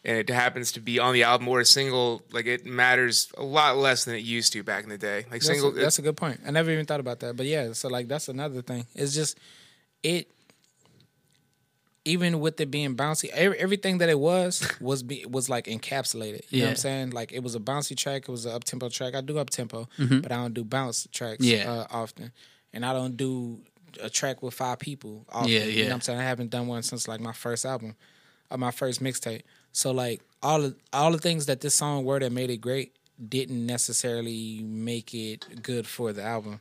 [SPEAKER 3] and it happens to be on the album or a single. Like it matters a lot less than it used to back in the day. Like
[SPEAKER 2] That's,
[SPEAKER 3] single,
[SPEAKER 2] a, that's a good point. I never even thought about that. But yeah, so like that's another thing. It's just it. Even with it being bouncy, every, everything that it was was be, was like encapsulated. You know what
[SPEAKER 1] Yeah.
[SPEAKER 2] I'm saying? Like it was a bouncy track, it was an up tempo track. I do up tempo, but I don't do bounce tracks
[SPEAKER 1] Mm-hmm. Yeah.
[SPEAKER 2] uh, often, and I don't do a track with five people. Often,
[SPEAKER 1] Yeah,
[SPEAKER 2] You know
[SPEAKER 1] yeah.
[SPEAKER 2] what I'm saying? I haven't done one since like my first album of my first mixtape. So like all of, all the things that this song were that made it great didn't necessarily make it good for the album.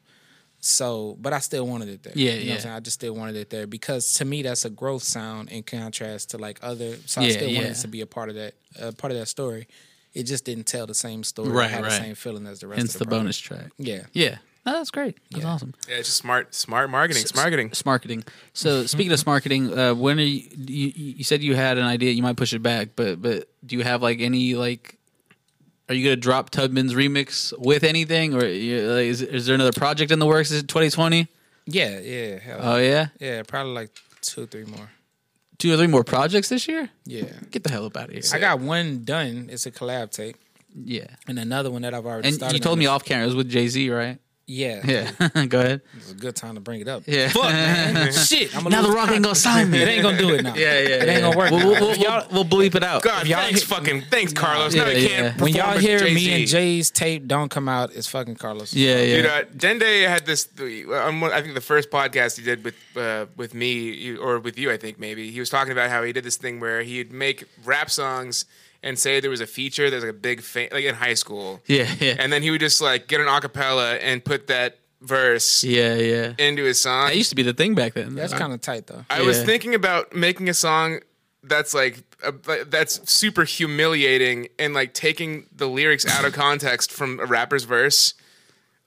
[SPEAKER 2] So, but I still wanted it there.
[SPEAKER 1] Yeah,
[SPEAKER 2] you know What
[SPEAKER 1] yeah.
[SPEAKER 2] I'm saying? I just still wanted it there because to me that's a growth sound in contrast to like other. So I
[SPEAKER 1] Yeah,
[SPEAKER 2] still
[SPEAKER 1] yeah.
[SPEAKER 2] wanted it to be a part of that, uh, part of that story. It just didn't tell the same story.
[SPEAKER 1] Right,
[SPEAKER 2] Right, had
[SPEAKER 1] right.
[SPEAKER 2] the same feeling as the rest.
[SPEAKER 1] Hence
[SPEAKER 2] of
[SPEAKER 1] the
[SPEAKER 2] the, product.
[SPEAKER 1] bonus track.
[SPEAKER 2] Yeah,
[SPEAKER 1] Yeah. No, that's great. That's awesome.
[SPEAKER 3] yeah, it's just smart, smart marketing, it's marketing.
[SPEAKER 1] It's marketing. So speaking of marketing, uh, when are you, you? You said you had an idea. You might push it back, but but do you have like any like? Are you gonna drop Tubman's remix with anything, or you, like, is is there another project in the works? Is it 2020?
[SPEAKER 2] yeah, yeah. Hell,
[SPEAKER 1] Oh yeah,
[SPEAKER 2] yeah, probably like two, three more.
[SPEAKER 1] two or three more projects this year.
[SPEAKER 2] Yeah,
[SPEAKER 1] Get the hell up out of here.
[SPEAKER 2] I got one done. It's a collab tape.
[SPEAKER 1] yeah.
[SPEAKER 2] and another one that I've already
[SPEAKER 1] And
[SPEAKER 2] started.
[SPEAKER 1] you
[SPEAKER 2] on
[SPEAKER 1] told me
[SPEAKER 2] this-
[SPEAKER 1] off camera it was with Jay Z, right?
[SPEAKER 2] yeah,
[SPEAKER 1] Yeah. Go ahead.
[SPEAKER 2] It's a good time to bring it up.
[SPEAKER 1] Yeah.
[SPEAKER 2] Shit, I'm
[SPEAKER 1] now the rock ain't gonna sign me.
[SPEAKER 2] It ain't gonna do it now.
[SPEAKER 1] Yeah, yeah.
[SPEAKER 2] It ain't gonna work.
[SPEAKER 1] We'll, we'll,
[SPEAKER 2] now.
[SPEAKER 1] we'll, we'll bleep it out.
[SPEAKER 3] God,
[SPEAKER 2] y'all
[SPEAKER 3] thanks,
[SPEAKER 2] hit-
[SPEAKER 3] fucking thanks, Carlos. now
[SPEAKER 1] Yeah,
[SPEAKER 3] I
[SPEAKER 1] yeah.
[SPEAKER 3] can't.
[SPEAKER 2] when
[SPEAKER 3] perform
[SPEAKER 2] y'all
[SPEAKER 3] with
[SPEAKER 2] hear
[SPEAKER 3] Jay-Z.
[SPEAKER 2] me and Jay's tape don't come out, it's fucking Carlos.
[SPEAKER 1] Yeah, yeah.
[SPEAKER 3] Dude, uh, Dende had this. On one, I think the first podcast he did with uh, with me you- or with you, I think maybe he was talking about how he did this thing where he'd make rap songs and say there was a feature. There's like a big fa- like in high school,
[SPEAKER 1] yeah, yeah,
[SPEAKER 3] and then he would just like get an acapella and put that verse
[SPEAKER 1] yeah, yeah.
[SPEAKER 3] into his song.
[SPEAKER 1] That used to be the thing back then. Uh,
[SPEAKER 2] That's kind of tight though.
[SPEAKER 3] I was
[SPEAKER 1] Yeah.
[SPEAKER 3] thinking about making a song that's like uh, that's super humiliating and like taking the lyrics out of context from a rapper's verse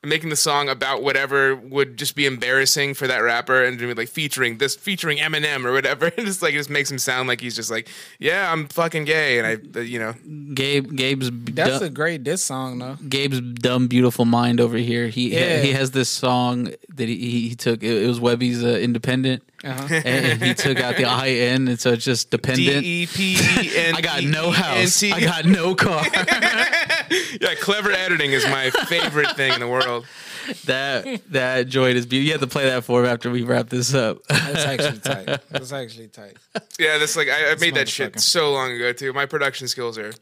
[SPEAKER 3] making the song about whatever would just be embarrassing for that rapper and doing like featuring this featuring Eminem or whatever. And just like it just makes him sound like he's just like, yeah, I'm fucking gay and I uh, you know,
[SPEAKER 1] Gabe Gabe's
[SPEAKER 2] That's
[SPEAKER 1] du-
[SPEAKER 2] a great diss song though.
[SPEAKER 1] Gabe's dumb beautiful mind over here. He
[SPEAKER 2] Yeah.
[SPEAKER 1] he has this song that he- he he took. It, it was Webby's uh, Independent,
[SPEAKER 2] Uh-huh.
[SPEAKER 1] and he took out the I N, and so it's just
[SPEAKER 3] D
[SPEAKER 1] dependent.
[SPEAKER 3] E P E N.
[SPEAKER 1] I got no house. I got no car.
[SPEAKER 3] Yeah, clever editing is my favorite thing in the world.
[SPEAKER 1] that that joint is beautiful. You have to play that for him after we wrap this up.
[SPEAKER 2] That's actually tight. That's actually tight.
[SPEAKER 3] Yeah, that's like I, I made that shit
[SPEAKER 2] motherfucker.
[SPEAKER 3] so long ago too. My production skills are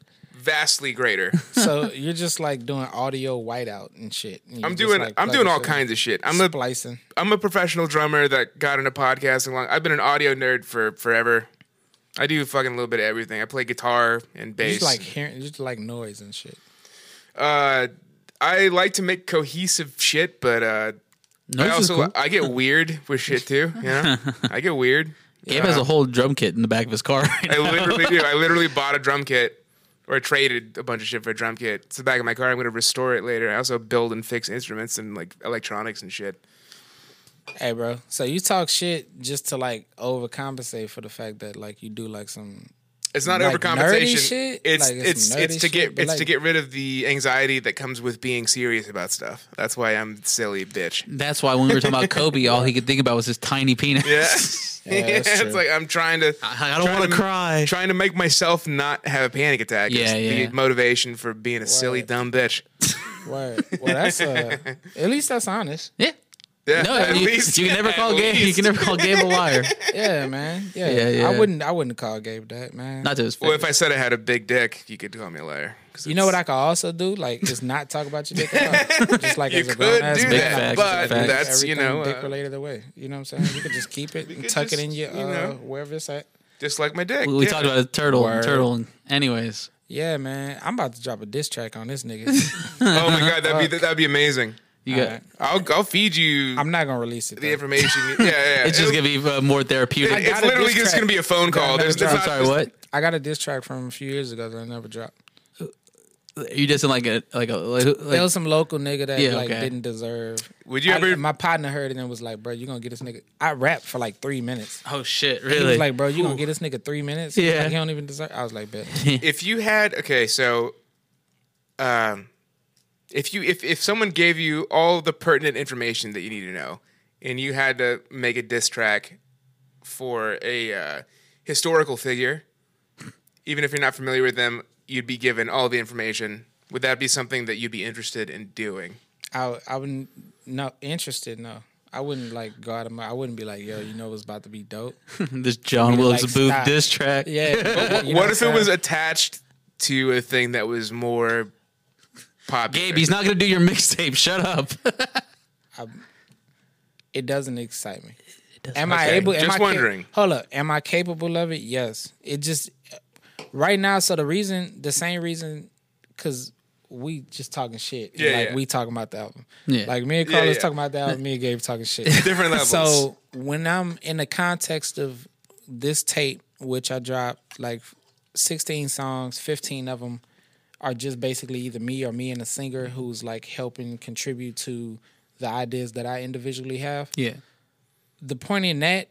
[SPEAKER 3] vastly greater.
[SPEAKER 2] So you're just like doing audio whiteout and shit. and you
[SPEAKER 3] I'm
[SPEAKER 2] just,
[SPEAKER 3] doing
[SPEAKER 2] like,
[SPEAKER 3] I'm
[SPEAKER 2] plug
[SPEAKER 3] doing
[SPEAKER 2] it
[SPEAKER 3] all
[SPEAKER 2] in.
[SPEAKER 3] kinds of shit. I'm a
[SPEAKER 2] splicing.
[SPEAKER 3] I'm a professional drummer that got into podcasting long. I've been an audio nerd for forever. I do fucking a little bit of everything. I play guitar and bass.
[SPEAKER 2] Just like hearing, just like noise and shit.
[SPEAKER 3] uh, I like to make cohesive shit, but uh, I
[SPEAKER 1] is
[SPEAKER 3] also
[SPEAKER 1] cool.
[SPEAKER 3] I get weird with shit too. Yeah, I get weird.
[SPEAKER 1] Gabe has a whole drum kit in the back of his car. Right
[SPEAKER 3] I
[SPEAKER 1] now.
[SPEAKER 3] literally do. I literally bought a drum kit or traded a bunch of shit for a drum kit. It's the back of my car. I'm gonna restore it later. I also build and fix instruments and like electronics and shit.
[SPEAKER 2] Hey, bro. So you talk shit just to like overcompensate for the fact that like you do like some.
[SPEAKER 3] It's not
[SPEAKER 2] Like nerdy
[SPEAKER 3] overcompensation.
[SPEAKER 2] shit?
[SPEAKER 3] It's
[SPEAKER 2] Like, it's
[SPEAKER 3] it's
[SPEAKER 2] some
[SPEAKER 3] it's,
[SPEAKER 2] nerdy
[SPEAKER 3] to get
[SPEAKER 2] shit, but
[SPEAKER 3] it's to
[SPEAKER 2] like-
[SPEAKER 3] get rid of the anxiety that comes with being serious about stuff. That's why I'm silly bitch.
[SPEAKER 1] That's why when we were talking about Kobe, all he could think about was his tiny penis.
[SPEAKER 3] Yeah.
[SPEAKER 2] that's true.
[SPEAKER 3] it's like I'm trying to
[SPEAKER 1] I don't
[SPEAKER 3] trying
[SPEAKER 1] want to cry.
[SPEAKER 3] Trying to make myself not have a panic attack. is
[SPEAKER 1] Yeah, yeah.
[SPEAKER 3] The motivation for being a silly
[SPEAKER 2] Word.
[SPEAKER 3] dumb bitch.
[SPEAKER 2] Word. Well, that's uh, at least that's honest.
[SPEAKER 1] Yeah.
[SPEAKER 3] Yeah,
[SPEAKER 1] No,
[SPEAKER 3] at
[SPEAKER 1] you,
[SPEAKER 3] least-
[SPEAKER 1] you can never
[SPEAKER 3] at
[SPEAKER 1] call Gabe. You
[SPEAKER 3] least.
[SPEAKER 1] can never call Gabe a liar.
[SPEAKER 2] Yeah, man. Yeah,
[SPEAKER 1] Yeah, yeah.
[SPEAKER 2] I wouldn't. I wouldn't call Gabe that, man.
[SPEAKER 1] Not to his face.
[SPEAKER 3] Well, if I said I had a big dick, you could call me a liar. 'Cause
[SPEAKER 2] you know
[SPEAKER 3] it's-
[SPEAKER 2] what I could also do? Like, just not talk about your dick at all. Just like
[SPEAKER 3] You
[SPEAKER 2] as a
[SPEAKER 3] could
[SPEAKER 2] grown ass
[SPEAKER 3] do
[SPEAKER 2] man,
[SPEAKER 1] Big
[SPEAKER 2] I
[SPEAKER 1] facts,
[SPEAKER 3] that,
[SPEAKER 2] could
[SPEAKER 3] but
[SPEAKER 2] just
[SPEAKER 1] big
[SPEAKER 2] take
[SPEAKER 3] that's you
[SPEAKER 2] everything
[SPEAKER 3] know
[SPEAKER 2] dick
[SPEAKER 3] uh,
[SPEAKER 2] related away. You know what I'm saying? You could just keep it, and
[SPEAKER 3] could
[SPEAKER 2] tuck it
[SPEAKER 3] just,
[SPEAKER 2] in your, uh,
[SPEAKER 3] you know.
[SPEAKER 2] wherever it's at.
[SPEAKER 3] just like my dick.
[SPEAKER 1] we
[SPEAKER 3] yeah.
[SPEAKER 1] talked about a turtle,
[SPEAKER 2] Word.
[SPEAKER 1] turtle, and anyways,
[SPEAKER 2] Yeah, man. I'm about to drop a diss track on this nigga.
[SPEAKER 3] Oh my god, that'd be that'd be amazing.
[SPEAKER 1] you got.
[SPEAKER 2] Alright.
[SPEAKER 3] I'll I'll feed you
[SPEAKER 2] I'm not gonna release it.
[SPEAKER 3] the
[SPEAKER 2] though.
[SPEAKER 3] information. you- Yeah, yeah.
[SPEAKER 1] It's just
[SPEAKER 3] It'll-
[SPEAKER 1] gonna be uh, more therapeutic.
[SPEAKER 3] It's
[SPEAKER 2] gotta
[SPEAKER 3] literally
[SPEAKER 2] diss
[SPEAKER 3] just
[SPEAKER 2] track.
[SPEAKER 3] gonna be a phone call.
[SPEAKER 2] Gotta
[SPEAKER 3] There's,
[SPEAKER 2] diss
[SPEAKER 3] there's
[SPEAKER 2] track.
[SPEAKER 1] I'm
[SPEAKER 3] not,
[SPEAKER 1] sorry, what?
[SPEAKER 2] I got a diss track from a few years ago that I never dropped.
[SPEAKER 1] You just in like a like a like,
[SPEAKER 2] There
[SPEAKER 1] like
[SPEAKER 2] was some local nigga that
[SPEAKER 1] Yeah,
[SPEAKER 2] like
[SPEAKER 1] okay.
[SPEAKER 2] didn't deserve.
[SPEAKER 3] Would you
[SPEAKER 2] I-
[SPEAKER 3] ever-
[SPEAKER 2] my partner heard it and was like, "Bro, you gonna get this nigga?" I rapped for like three minutes.
[SPEAKER 1] oh shit,
[SPEAKER 2] He
[SPEAKER 1] really?
[SPEAKER 2] was like, "Bro, you gonna get this nigga three minutes?"
[SPEAKER 1] Yeah.
[SPEAKER 2] like, he don't even deserve. I was like, "Bet."
[SPEAKER 3] If you had okay, so, um, if you if if someone gave you all the pertinent information that you need to know, and you had to make a diss track for a uh, historical figure, even if you're not familiar with them, you'd be given all the information. Would that be something that you'd be interested in doing?
[SPEAKER 2] I I wouldn't no interested no. I wouldn't like go out of my. I wouldn't be like, "Yo, you know what's about to be dope."
[SPEAKER 1] this John Wilkes
[SPEAKER 2] like,
[SPEAKER 1] Booth
[SPEAKER 2] stop.
[SPEAKER 1] diss track.
[SPEAKER 2] Yeah. you know
[SPEAKER 3] what if it
[SPEAKER 2] I'm
[SPEAKER 3] was
[SPEAKER 2] saying?
[SPEAKER 3] attached to a thing that was more popular?
[SPEAKER 1] Gabe, he's not gonna do your mixtape. Shut up.
[SPEAKER 2] It doesn't excite me. am I
[SPEAKER 3] Okay,
[SPEAKER 2] able? am
[SPEAKER 3] just
[SPEAKER 2] I ca-
[SPEAKER 3] wondering.
[SPEAKER 2] hold up. Am I capable of it? Yes. It just right now. So the reason, the same reason, because we just talking shit.
[SPEAKER 3] Yeah,
[SPEAKER 2] like
[SPEAKER 3] yeah.
[SPEAKER 2] we talking about the album.
[SPEAKER 1] Yeah.
[SPEAKER 2] Like me and
[SPEAKER 3] Yeah,
[SPEAKER 2] Carlos
[SPEAKER 3] yeah.
[SPEAKER 2] talking about the album. Me and Gabe talking shit.
[SPEAKER 3] Different levels.
[SPEAKER 2] So when I'm in the context of this tape, which I dropped like 16 songs, 15 of them are just basically either me or me and a singer who's like helping contribute to the ideas that I individually have
[SPEAKER 1] yeah.
[SPEAKER 2] the point in that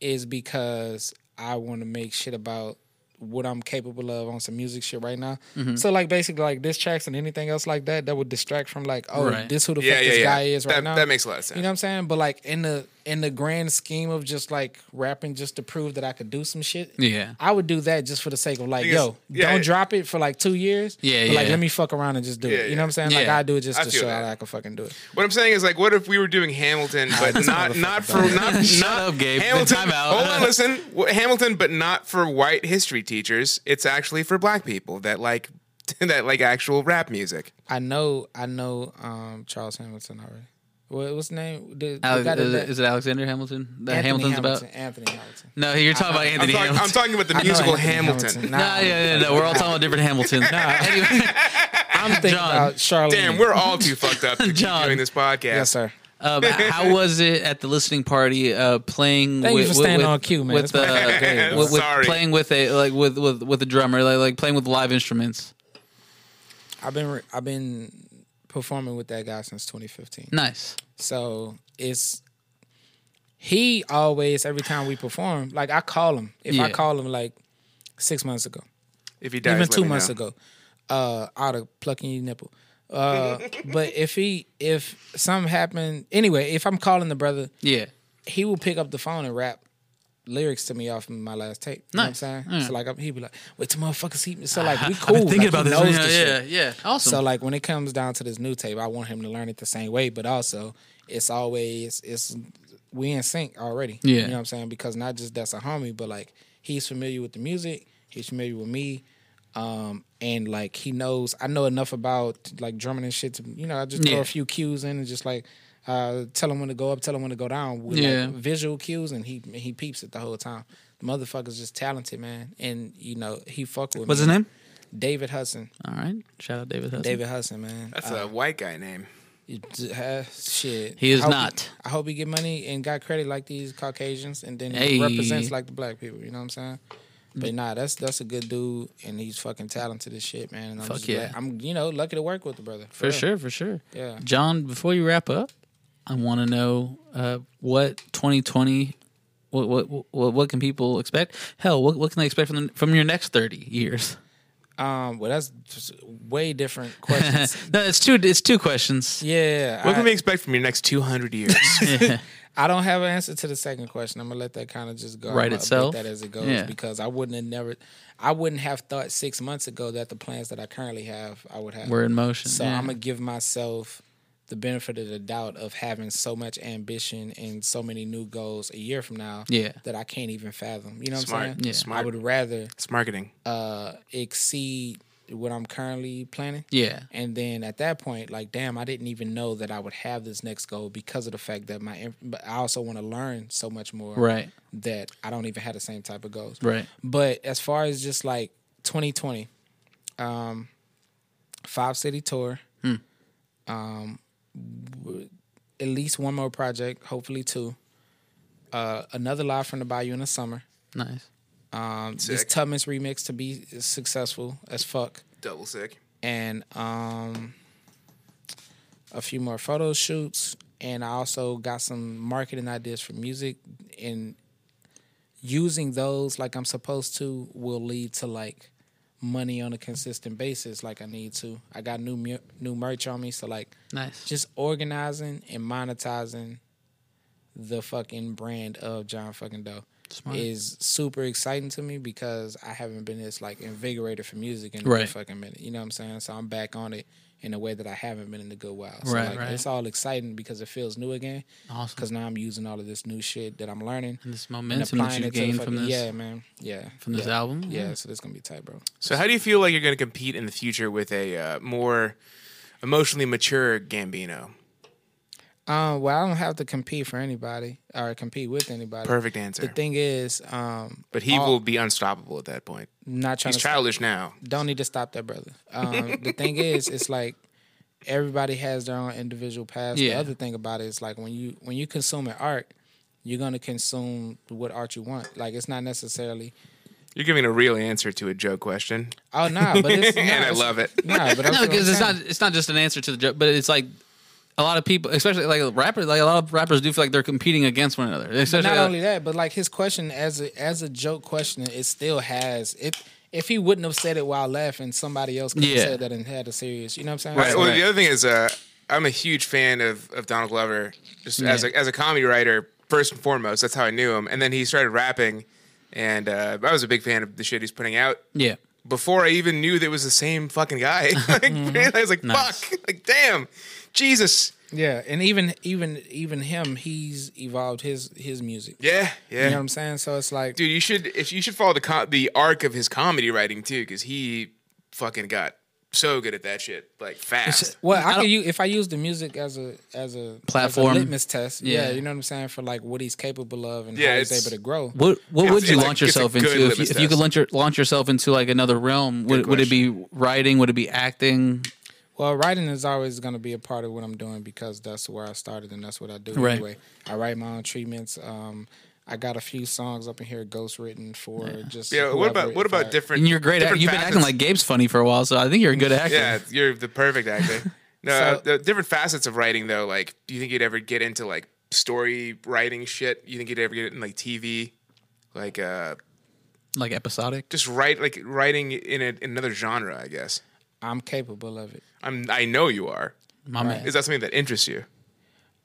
[SPEAKER 2] is because I want to make shit about what I'm capable of on some music shit right now. So like basically like diss tracks and anything else like that that would distract from like oh
[SPEAKER 1] Right.
[SPEAKER 2] this who the
[SPEAKER 3] Yeah,
[SPEAKER 2] fuck
[SPEAKER 3] yeah,
[SPEAKER 2] this
[SPEAKER 3] yeah.
[SPEAKER 2] guy is right
[SPEAKER 3] That-
[SPEAKER 2] now.
[SPEAKER 3] that makes a lot of sense.
[SPEAKER 2] You know what I'm saying? But like in the in the grand scheme of just like rapping just to prove that I could do some shit.
[SPEAKER 1] Yeah.
[SPEAKER 2] I would do that just for the sake of like
[SPEAKER 3] Because-
[SPEAKER 2] yo
[SPEAKER 3] yeah,
[SPEAKER 2] don't
[SPEAKER 3] yeah.
[SPEAKER 2] drop it for like two years.
[SPEAKER 1] Yeah,
[SPEAKER 2] but like
[SPEAKER 1] yeah.
[SPEAKER 2] let me fuck around and just do
[SPEAKER 3] Yeah,
[SPEAKER 2] it. You
[SPEAKER 3] yeah.
[SPEAKER 2] know what I'm saying? Like
[SPEAKER 1] Yeah.
[SPEAKER 2] I do it just
[SPEAKER 3] I
[SPEAKER 2] to
[SPEAKER 3] feel
[SPEAKER 2] show
[SPEAKER 3] that.
[SPEAKER 2] that I can fucking do it.
[SPEAKER 3] What I'm saying is like, what if we were doing Hamilton, but not not for not
[SPEAKER 1] Shut
[SPEAKER 3] not
[SPEAKER 1] up, Gabe.
[SPEAKER 3] Hamilton.
[SPEAKER 1] Time out.
[SPEAKER 3] Hold on, listen, Wh- Hamilton, but not for white history teachers. It's actually for black people that like that like actual rap music.
[SPEAKER 2] I know, I know um, Charles Hamilton already. What, what's his name? The, the
[SPEAKER 1] Alex,
[SPEAKER 2] guy that-
[SPEAKER 1] is, it- Uh, is it Alexander Hamilton? That
[SPEAKER 2] Anthony
[SPEAKER 1] Hamilton's
[SPEAKER 2] Hamilton,
[SPEAKER 1] about?
[SPEAKER 2] Anthony Hamilton.
[SPEAKER 1] No, you're talking about
[SPEAKER 3] I'm
[SPEAKER 1] Anthony
[SPEAKER 3] talking, I'm
[SPEAKER 1] Hamilton.
[SPEAKER 3] talking about the
[SPEAKER 2] I know
[SPEAKER 3] musical
[SPEAKER 2] Anthony
[SPEAKER 3] Hamilton.
[SPEAKER 2] Nah,
[SPEAKER 1] Nah, yeah, yeah, no, we're all talking about different Hamiltons. Anyway,
[SPEAKER 2] I'm thinking
[SPEAKER 1] John.
[SPEAKER 2] about Charlamagne.
[SPEAKER 3] Damn, we're all too fucked up to keep
[SPEAKER 1] John.
[SPEAKER 3] doing this podcast.
[SPEAKER 2] yes, sir.
[SPEAKER 1] um, how was it at the listening party? Uh, playing
[SPEAKER 2] Thank
[SPEAKER 1] with,
[SPEAKER 2] you for
[SPEAKER 1] with-
[SPEAKER 2] staying
[SPEAKER 1] with-
[SPEAKER 2] on cue, man.
[SPEAKER 1] With,
[SPEAKER 2] That's my
[SPEAKER 1] uh,
[SPEAKER 2] favorite game, bro.
[SPEAKER 1] with, with
[SPEAKER 3] Sorry.
[SPEAKER 1] playing with a like with with with a drummer, like like playing with live instruments.
[SPEAKER 2] I've been re- I've been performing with that guy since 2015.
[SPEAKER 9] Nice.
[SPEAKER 2] So it's he always every time we perform, like I call him. If I
[SPEAKER 9] Yeah.
[SPEAKER 2] call him like six months ago,
[SPEAKER 3] If he dies,
[SPEAKER 2] even
[SPEAKER 3] let
[SPEAKER 2] two
[SPEAKER 3] me
[SPEAKER 2] months
[SPEAKER 3] know.
[SPEAKER 2] ago, uh, out of plucking your nipple. Uh, but if he if something happened anyway, if I'm calling the brother,
[SPEAKER 9] Yeah.
[SPEAKER 2] he will pick up the phone and rap lyrics to me off of my last tape. You
[SPEAKER 9] Nice.
[SPEAKER 2] know what I'm saying?
[SPEAKER 9] Yeah.
[SPEAKER 2] So like I'm, he'd be like, "Wait, till motherfuckers see me." So like we
[SPEAKER 9] I've
[SPEAKER 2] cool.
[SPEAKER 9] been thinking about
[SPEAKER 2] Like, he
[SPEAKER 9] this.
[SPEAKER 2] knows
[SPEAKER 9] Yeah,
[SPEAKER 2] this shit.
[SPEAKER 9] yeah, yeah. Awesome.
[SPEAKER 2] So like when it comes down to this new tape, I want him to learn it the same way, but also it's always it's we in sync already. You
[SPEAKER 9] Yeah.
[SPEAKER 2] know what I'm saying? Because not just that's a homie, but like he's familiar with the music, he's familiar with me. Um and like he knows I know enough about like drumming and shit to you know, I just throw
[SPEAKER 9] Yeah.
[SPEAKER 2] a few cues in and just like uh tell him when to go up, tell him when to go down with
[SPEAKER 9] Yeah.
[SPEAKER 2] like visual cues and he he peeps it the whole time. The motherfucker's just talented, man. And you know, he fuck with
[SPEAKER 9] What's
[SPEAKER 2] me.
[SPEAKER 9] his name?
[SPEAKER 2] David Hudson.
[SPEAKER 9] All right. Shout out David Hudson.
[SPEAKER 2] David Hudson, man.
[SPEAKER 3] That's a white guy name.
[SPEAKER 2] You d- uh, shit.
[SPEAKER 9] He is
[SPEAKER 2] I hope
[SPEAKER 9] not.
[SPEAKER 2] I hope he get money and got credit like these Caucasians, and then
[SPEAKER 9] Hey.
[SPEAKER 2] he represents like the black people. You know what I'm saying? But nah, that's that's a good dude, and he's fucking talented as shit, man. And I'm
[SPEAKER 9] Fuck
[SPEAKER 2] just glad-
[SPEAKER 9] yeah.
[SPEAKER 2] I'm you know lucky to work with the brother
[SPEAKER 9] For
[SPEAKER 2] real.
[SPEAKER 9] sure, for sure.
[SPEAKER 2] Yeah.
[SPEAKER 9] John, before you wrap up, I want to know uh, what 2020, what, what what what can people expect? Hell, what, what can they expect from the, from your next 30 years?
[SPEAKER 2] Um, well, that's just way different questions.
[SPEAKER 9] no, it's two it's two questions.
[SPEAKER 2] yeah,
[SPEAKER 3] What
[SPEAKER 2] I,
[SPEAKER 3] can we expect from your next 200 years?
[SPEAKER 2] I don't have an answer to the second question. I'm gonna let that kind of just go. I'm
[SPEAKER 9] Right
[SPEAKER 2] gonna update
[SPEAKER 9] itself?
[SPEAKER 2] That as it goes,
[SPEAKER 9] Yeah.
[SPEAKER 2] because I wouldn't have never, I wouldn't have thought six months ago that the plans that I currently have, I would have.
[SPEAKER 9] We're in motion.
[SPEAKER 2] So
[SPEAKER 9] yeah.
[SPEAKER 2] I'm gonna give myself the benefit of the doubt of having so much ambition and so many new goals a year from now
[SPEAKER 9] Yeah.
[SPEAKER 2] that I can't even fathom. You know what
[SPEAKER 3] Smart.
[SPEAKER 2] I'm saying?
[SPEAKER 3] Yeah.
[SPEAKER 2] I
[SPEAKER 3] Smart.
[SPEAKER 2] would rather
[SPEAKER 3] it's marketing.
[SPEAKER 2] uh, exceed what I'm currently planning.
[SPEAKER 9] yeah.
[SPEAKER 2] And then at that point, like, damn, I didn't even know that I would have this next goal because of the fact that my, but I also want to learn so much more
[SPEAKER 9] Right.
[SPEAKER 2] that I don't even have the same type of goals.
[SPEAKER 9] Right.
[SPEAKER 2] But as far as just like 2020, um, five city tour, um, w- at least one more project, hopefully two. Uh, another live from the Bayou in the summer.
[SPEAKER 9] Nice.
[SPEAKER 2] Um, this
[SPEAKER 3] Sick.
[SPEAKER 2] Tubman's remix to be successful as fuck,
[SPEAKER 3] Double sick.
[SPEAKER 2] and um, a few more photo shoots. And I also got some marketing ideas for music and using those like I'm supposed to will lead to like money on a consistent basis like I need to. I got new mu- new merch on me so like
[SPEAKER 9] Nice.
[SPEAKER 2] just organizing and monetizing the fucking brand of John fucking Doe
[SPEAKER 9] Smart.
[SPEAKER 2] is super exciting to me because I haven't been this like invigorated for music in a
[SPEAKER 9] Right.
[SPEAKER 2] good fucking minute. You know what I'm saying? So I'm back on it in a way that I haven't been in a good while. So
[SPEAKER 9] Right,
[SPEAKER 2] like,
[SPEAKER 9] right.
[SPEAKER 2] it's all exciting because it feels new again.
[SPEAKER 9] Awesome.
[SPEAKER 2] Because now I'm using all of this new shit that I'm learning
[SPEAKER 9] And this
[SPEAKER 2] and
[SPEAKER 9] momentum that
[SPEAKER 2] applying
[SPEAKER 9] you
[SPEAKER 2] it to the
[SPEAKER 9] gained from
[SPEAKER 2] fucking-
[SPEAKER 9] this
[SPEAKER 2] Yeah, man. Yeah.
[SPEAKER 9] from this
[SPEAKER 2] yeah.
[SPEAKER 9] album.
[SPEAKER 2] Yeah, so this gonna be tight, bro.
[SPEAKER 3] So, how do you feel like you're going to compete in the future with a uh, more emotionally mature Gambino?
[SPEAKER 2] Um, well, I don't have to compete for anybody or compete with anybody.
[SPEAKER 3] Perfect answer.
[SPEAKER 2] The thing is, um,
[SPEAKER 3] but he
[SPEAKER 2] all-
[SPEAKER 3] will be unstoppable at that point.
[SPEAKER 2] not trying
[SPEAKER 3] He's
[SPEAKER 2] to
[SPEAKER 3] childish now.
[SPEAKER 2] don't need to stop that brother. Um, the thing is, it's like everybody has their own individual paths. The
[SPEAKER 9] Yeah.
[SPEAKER 2] other thing about it is like when you when you consume an art, you're gonna consume what art you want. Like it's not necessarily
[SPEAKER 3] You're giving a real answer to a joke question,
[SPEAKER 2] oh nah, but it's
[SPEAKER 3] and I
[SPEAKER 2] it's-
[SPEAKER 3] love it.
[SPEAKER 2] Nah, but I'm
[SPEAKER 9] No,
[SPEAKER 2] I'm
[SPEAKER 9] because it's
[SPEAKER 2] saying-
[SPEAKER 9] not it's not just an answer to the joke, but it's like a lot of people, especially like rappers, like a lot of rappers do feel like they're competing against one another. Especially uh,
[SPEAKER 2] not
[SPEAKER 9] like-
[SPEAKER 2] only that, but like his question as a as a joke question, it still has it. If he wouldn't have said it while laughing, somebody else could have
[SPEAKER 9] Yeah.
[SPEAKER 2] said that and had a serious. You know what I'm saying?
[SPEAKER 3] Right.
[SPEAKER 2] So,
[SPEAKER 3] Well, the other thing is, uh, I'm a huge fan of, of Donald Glover, just as a as a comedy writer first and foremost. That's how I knew him, and then he started rapping, and uh, I was a big fan of the shit he's putting out.
[SPEAKER 9] yeah.
[SPEAKER 3] Before I even knew that it was the same fucking guy, like,
[SPEAKER 2] Mm-hmm.
[SPEAKER 3] I was like, "Fuck!" Like, damn, Jesus,
[SPEAKER 2] yeah, and even even even him, he's evolved his his music.
[SPEAKER 3] yeah, yeah.
[SPEAKER 2] You know what I'm saying? So it's like,
[SPEAKER 3] Dude, you should if you should follow the co the arc of his comedy writing too, because he fucking got so good at that shit, like fast.
[SPEAKER 2] well, I,
[SPEAKER 9] don't-
[SPEAKER 2] could use, if I use the music as a as a as a
[SPEAKER 9] Platform.
[SPEAKER 2] litmus test. Yeah.
[SPEAKER 9] Yeah.
[SPEAKER 2] you know what I'm saying for like what he's capable of and
[SPEAKER 3] Yeah,
[SPEAKER 2] how he's
[SPEAKER 3] it's-
[SPEAKER 2] able to grow.
[SPEAKER 9] What what
[SPEAKER 3] It's-
[SPEAKER 9] would you
[SPEAKER 3] it's a-
[SPEAKER 9] launch
[SPEAKER 3] it's a
[SPEAKER 9] yourself
[SPEAKER 3] good
[SPEAKER 9] into if you,
[SPEAKER 3] litmus
[SPEAKER 9] if you could
[SPEAKER 3] test.
[SPEAKER 9] launch, your, launch yourself into like another realm? Would, would it be writing? Would it be acting?
[SPEAKER 2] Well, writing is always going to be a part of what I'm doing because that's where I started and that's what I do
[SPEAKER 9] Right.
[SPEAKER 2] anyway. I write my own treatments. Um, I got a few songs up in here ghost written for just
[SPEAKER 3] Yeah. What
[SPEAKER 2] whoever-
[SPEAKER 3] about what
[SPEAKER 2] if
[SPEAKER 3] about
[SPEAKER 2] I-
[SPEAKER 3] different?
[SPEAKER 9] And you're great. At,
[SPEAKER 3] different
[SPEAKER 9] you've been acting
[SPEAKER 3] facets?
[SPEAKER 9] like Gabe's funny for a while, so I think you're a good actor.
[SPEAKER 3] Yeah, you're the perfect actor. No,
[SPEAKER 2] So-
[SPEAKER 3] the different facets of writing though. Like, do you think you'd ever get into like story writing shit? You think you'd ever get in like TV, like uh,
[SPEAKER 1] like episodic.
[SPEAKER 3] just write like writing in, a, in another genre? I guess.
[SPEAKER 2] I'm capable of it.
[SPEAKER 3] I'm. I know you are.
[SPEAKER 1] My man.
[SPEAKER 3] Is that something that interests you?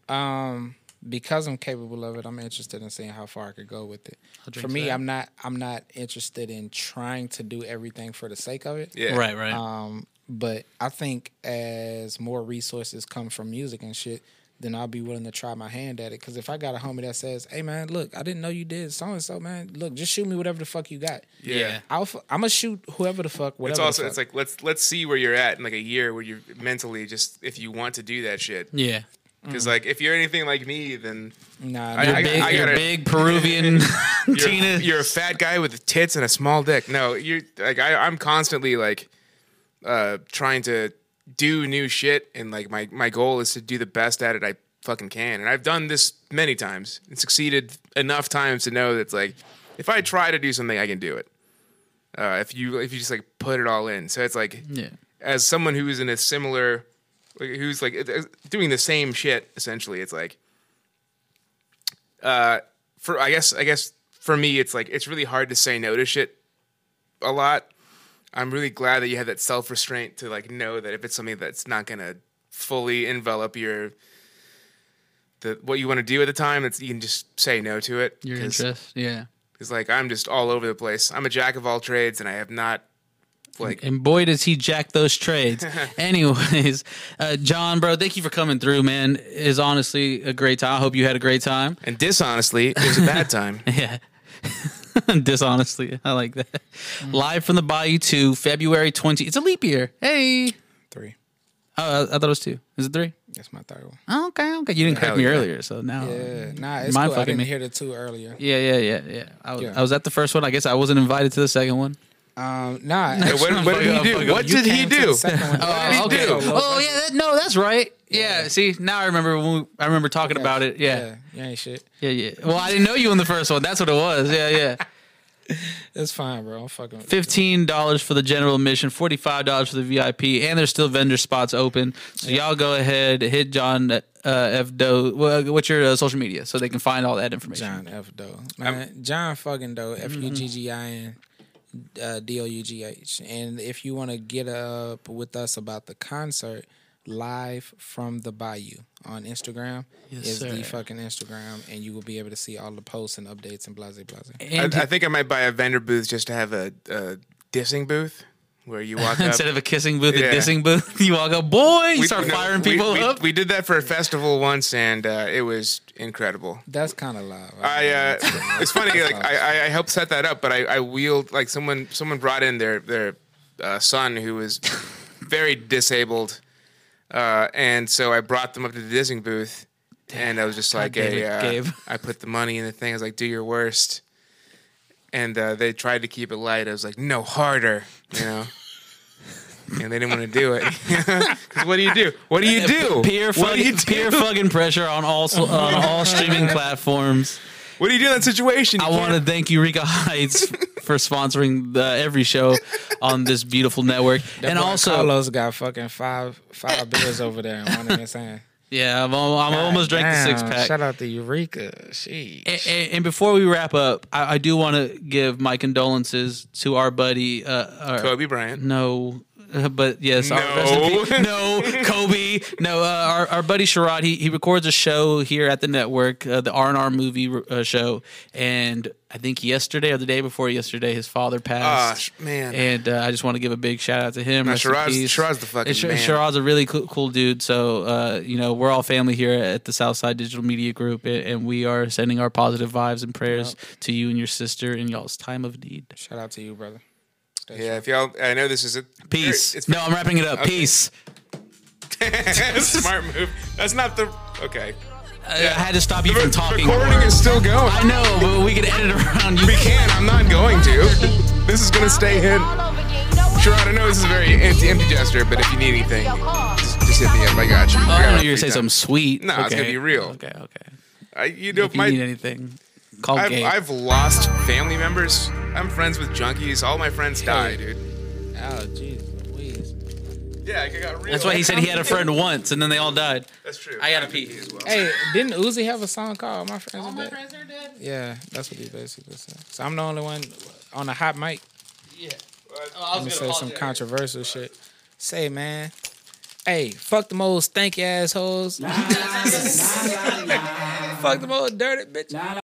[SPEAKER 2] Um, because I'm capable of it, I'm interested in seeing how far I could go with it. For me, I'm not. I'm not interested in trying to do everything for the sake of it.
[SPEAKER 3] Yeah. Um,
[SPEAKER 1] Right, right.
[SPEAKER 2] But I think as more resources come from music and shit, then I'll be willing to try my hand at it. Because if I got a homie that says, "Hey man, look, I didn't know you did so and so, man. Look, just shoot me whatever the fuck you got.
[SPEAKER 3] Yeah.
[SPEAKER 2] I'll. F- I'm gonna shoot whoever the fuck. Whatever.
[SPEAKER 3] It's
[SPEAKER 2] the
[SPEAKER 3] also
[SPEAKER 2] fuck.
[SPEAKER 3] it's like let's let's see where you're at in like a year where you're mentally just if you want to do that shit
[SPEAKER 1] yeah.
[SPEAKER 3] because like if you're anything like me then
[SPEAKER 2] nah.
[SPEAKER 3] I-
[SPEAKER 2] nah.
[SPEAKER 3] I-
[SPEAKER 1] Big, you're
[SPEAKER 3] gotta-
[SPEAKER 1] big Peruvian
[SPEAKER 3] you're,
[SPEAKER 1] Tina.
[SPEAKER 3] you're a fat guy with tits and a small dick no you're like I, I'm constantly like uh trying to do new shit and like my my goal is to do the best at it I fucking can and I've done this many times and succeeded enough times to know that's like if I try to do something I can do it uh, if you if you just like put it all in so it's like
[SPEAKER 1] yeah.
[SPEAKER 3] as someone who is in a similar, like, who's like uh, doing the same shit essentially, it's like, uh, for I guess I guess for me, it's like it's really hard to say no to shit a lot. I'm really glad that you have that self restraint to like know that if it's something that's not gonna fully envelop your the what you want to do at the time, it's you can just say no to it.
[SPEAKER 1] Your
[SPEAKER 3] 'Cause-
[SPEAKER 1] interest. Yeah.
[SPEAKER 3] Cause like I'm just all over the place. I'm a jack of all trades, and I have not like
[SPEAKER 1] And boy, does he jack those trades. Anyways, uh, John, bro, thank you for coming through, man. It's honestly a great time. I hope you had a great time.
[SPEAKER 3] and dishonestly, it was a bad time.
[SPEAKER 1] Yeah. Dishonestly, I like that. Live from the Bayou 2, February 20. It's a leap year. Hey.
[SPEAKER 2] three.
[SPEAKER 1] Oh, I I thought it was two. Is it three?
[SPEAKER 2] That's my third one.
[SPEAKER 1] Oh, okay, okay. You didn't correct
[SPEAKER 3] Hell
[SPEAKER 1] me
[SPEAKER 3] yeah.
[SPEAKER 1] earlier, so now.
[SPEAKER 2] Yeah. Nah. It's
[SPEAKER 1] Mind
[SPEAKER 2] cool. I
[SPEAKER 1] fucking
[SPEAKER 2] didn't
[SPEAKER 1] me.
[SPEAKER 2] hear the two earlier.
[SPEAKER 1] Yeah, yeah, yeah, yeah. I was,
[SPEAKER 2] Yeah.
[SPEAKER 1] I was at the first one. I guess I wasn't invited to the second one.
[SPEAKER 2] Um. Nah.
[SPEAKER 3] Hey, What, what did he do? What did he do?
[SPEAKER 1] Oh,
[SPEAKER 3] did he
[SPEAKER 1] okay.
[SPEAKER 3] do?
[SPEAKER 1] Oh, yeah. That, no, that's right. Yeah. See, now I remember. When we, I remember talking about it.
[SPEAKER 2] Yeah,
[SPEAKER 1] Yeah.
[SPEAKER 2] you ain't shit.
[SPEAKER 1] yeah, yeah, Well, I didn't know you in the first one. That's what it was. Yeah, yeah.
[SPEAKER 2] It's fine, bro. I'm fucking. with you.
[SPEAKER 1] Fifteen dollars for the general admission, forty five dollars for the VIP, and there's still vendor spots open. So y'all go ahead, hit John uh, F Doe. wha- What's your uh, social media so they can find all that information?
[SPEAKER 2] John F. Doe. Man, John fucking Doe. F U G G I N uh, D O U G H. And if you want to get up with us about the concert, live from the Bayou on Instagram is the
[SPEAKER 1] sir.
[SPEAKER 2] fucking Instagram, and you will be able to see all the posts and updates and blase blase.
[SPEAKER 3] I,
[SPEAKER 1] And
[SPEAKER 3] I think I might buy a vendor booth just to have a, a dissing booth where you walk up.
[SPEAKER 1] instead of a kissing booth,
[SPEAKER 3] Yeah.
[SPEAKER 1] a dissing booth, you all go, boy, you start
[SPEAKER 3] no,
[SPEAKER 1] firing
[SPEAKER 3] we-
[SPEAKER 1] people
[SPEAKER 3] we,
[SPEAKER 1] up.
[SPEAKER 3] We, did that for a festival once, and uh, it was incredible.
[SPEAKER 2] That's kind of live.
[SPEAKER 3] I uh, it's funny. Like I, I- I helped set that up, but I, I wheeled like someone someone brought in their their uh, son who was very disabled, uh, and so I brought them up to the dissing booth, and I was just like,
[SPEAKER 1] damn
[SPEAKER 3] hey,
[SPEAKER 1] it,
[SPEAKER 3] uh,
[SPEAKER 1] Gabe."
[SPEAKER 3] I put the money in the thing. I was like, do your worst, and uh, they tried to keep it light. I was like, no harder, you know. And they didn't want to do it. 'Cause what do you do? What do you do?
[SPEAKER 1] Peer
[SPEAKER 3] what do you
[SPEAKER 1] fucking,
[SPEAKER 3] do?
[SPEAKER 1] peer fucking pressure on all so- on all streaming platforms.
[SPEAKER 3] What do you do in that situation? You
[SPEAKER 1] I
[SPEAKER 3] can't-
[SPEAKER 1] want to thank Eureka Heights for sponsoring the, every show on this beautiful network, and
[SPEAKER 2] Boy,
[SPEAKER 1] also
[SPEAKER 2] Carlos got fucking five five beers over there and one in his hand.
[SPEAKER 1] yeah, I'm, al- I'm almost drank the
[SPEAKER 2] Damn,
[SPEAKER 1] six pack.
[SPEAKER 2] Shout out to Eureka. Sheesh.
[SPEAKER 1] A- a- And, before we wrap up, I, I do want to give my condolences to our buddy. Uh, our,
[SPEAKER 3] Kobe Bryant.
[SPEAKER 1] No, uh, but yes, our-
[SPEAKER 3] No.
[SPEAKER 1] rest in peace. no, Kobe. No, uh, our our buddy Sherrod. He he records a show here at the network, uh, the R and R movie uh, show, and I think yesterday or the day before yesterday, his father
[SPEAKER 3] Ah,
[SPEAKER 1] passed.
[SPEAKER 3] sh- man.
[SPEAKER 1] And uh, I just want to give a big shout out to him.
[SPEAKER 3] No,
[SPEAKER 1] Rest in
[SPEAKER 3] Sherrod's-
[SPEAKER 1] peace.
[SPEAKER 3] Sherrod's the fucking
[SPEAKER 1] And Sher-
[SPEAKER 3] man.
[SPEAKER 1] Sherrod's a really cool, cool dude. So uh, you know, we're all family here at the Southside Digital Media Group, and, and we are sending our positive vibes and prayers to you and your sister in y'all's time of need.
[SPEAKER 2] Shout out to you, brother.
[SPEAKER 3] Yeah, if y'all, I know this is a
[SPEAKER 1] Peace.
[SPEAKER 3] It's
[SPEAKER 1] no, I'm wrapping it up. Peace.
[SPEAKER 3] smart move. That's not the okay.
[SPEAKER 1] I had to stop you
[SPEAKER 3] The
[SPEAKER 1] from talking.
[SPEAKER 3] recording is still going.
[SPEAKER 1] I know, but we could edit around you.
[SPEAKER 3] We can. I'm not going to. This is gonna stay in. Sure, I don't know. This is a very empty, empty gesture, but if you need anything, just, just hit me up. I got you.
[SPEAKER 1] Oh, I don't know
[SPEAKER 3] got my
[SPEAKER 1] you were gonna
[SPEAKER 3] free
[SPEAKER 1] say
[SPEAKER 3] time.
[SPEAKER 1] something sweet.
[SPEAKER 3] No, it's gonna be real.
[SPEAKER 1] Okay, okay.
[SPEAKER 3] I, you know,
[SPEAKER 1] If you
[SPEAKER 3] my
[SPEAKER 1] need anything, call
[SPEAKER 3] I've,
[SPEAKER 1] Gabe.
[SPEAKER 3] I've lost family members. I'm friends with junkies. All my friends die, dude.
[SPEAKER 2] Oh, jeez, Louise.
[SPEAKER 3] Yeah, it got real.
[SPEAKER 1] That's why he said he had a friend once, and then they all died.
[SPEAKER 3] That's true.
[SPEAKER 1] I gotta pee.
[SPEAKER 3] as well.
[SPEAKER 2] Hey, didn't Uzi have a song called "My Friends Are Dead"?
[SPEAKER 10] friends are dead.
[SPEAKER 2] Yeah, that's what he basically said. So I'm the only one on a hot mic. Let me say some controversial shit. Say, man. Hey, fuck them old stanky assholes. fuck them old dirty bitches.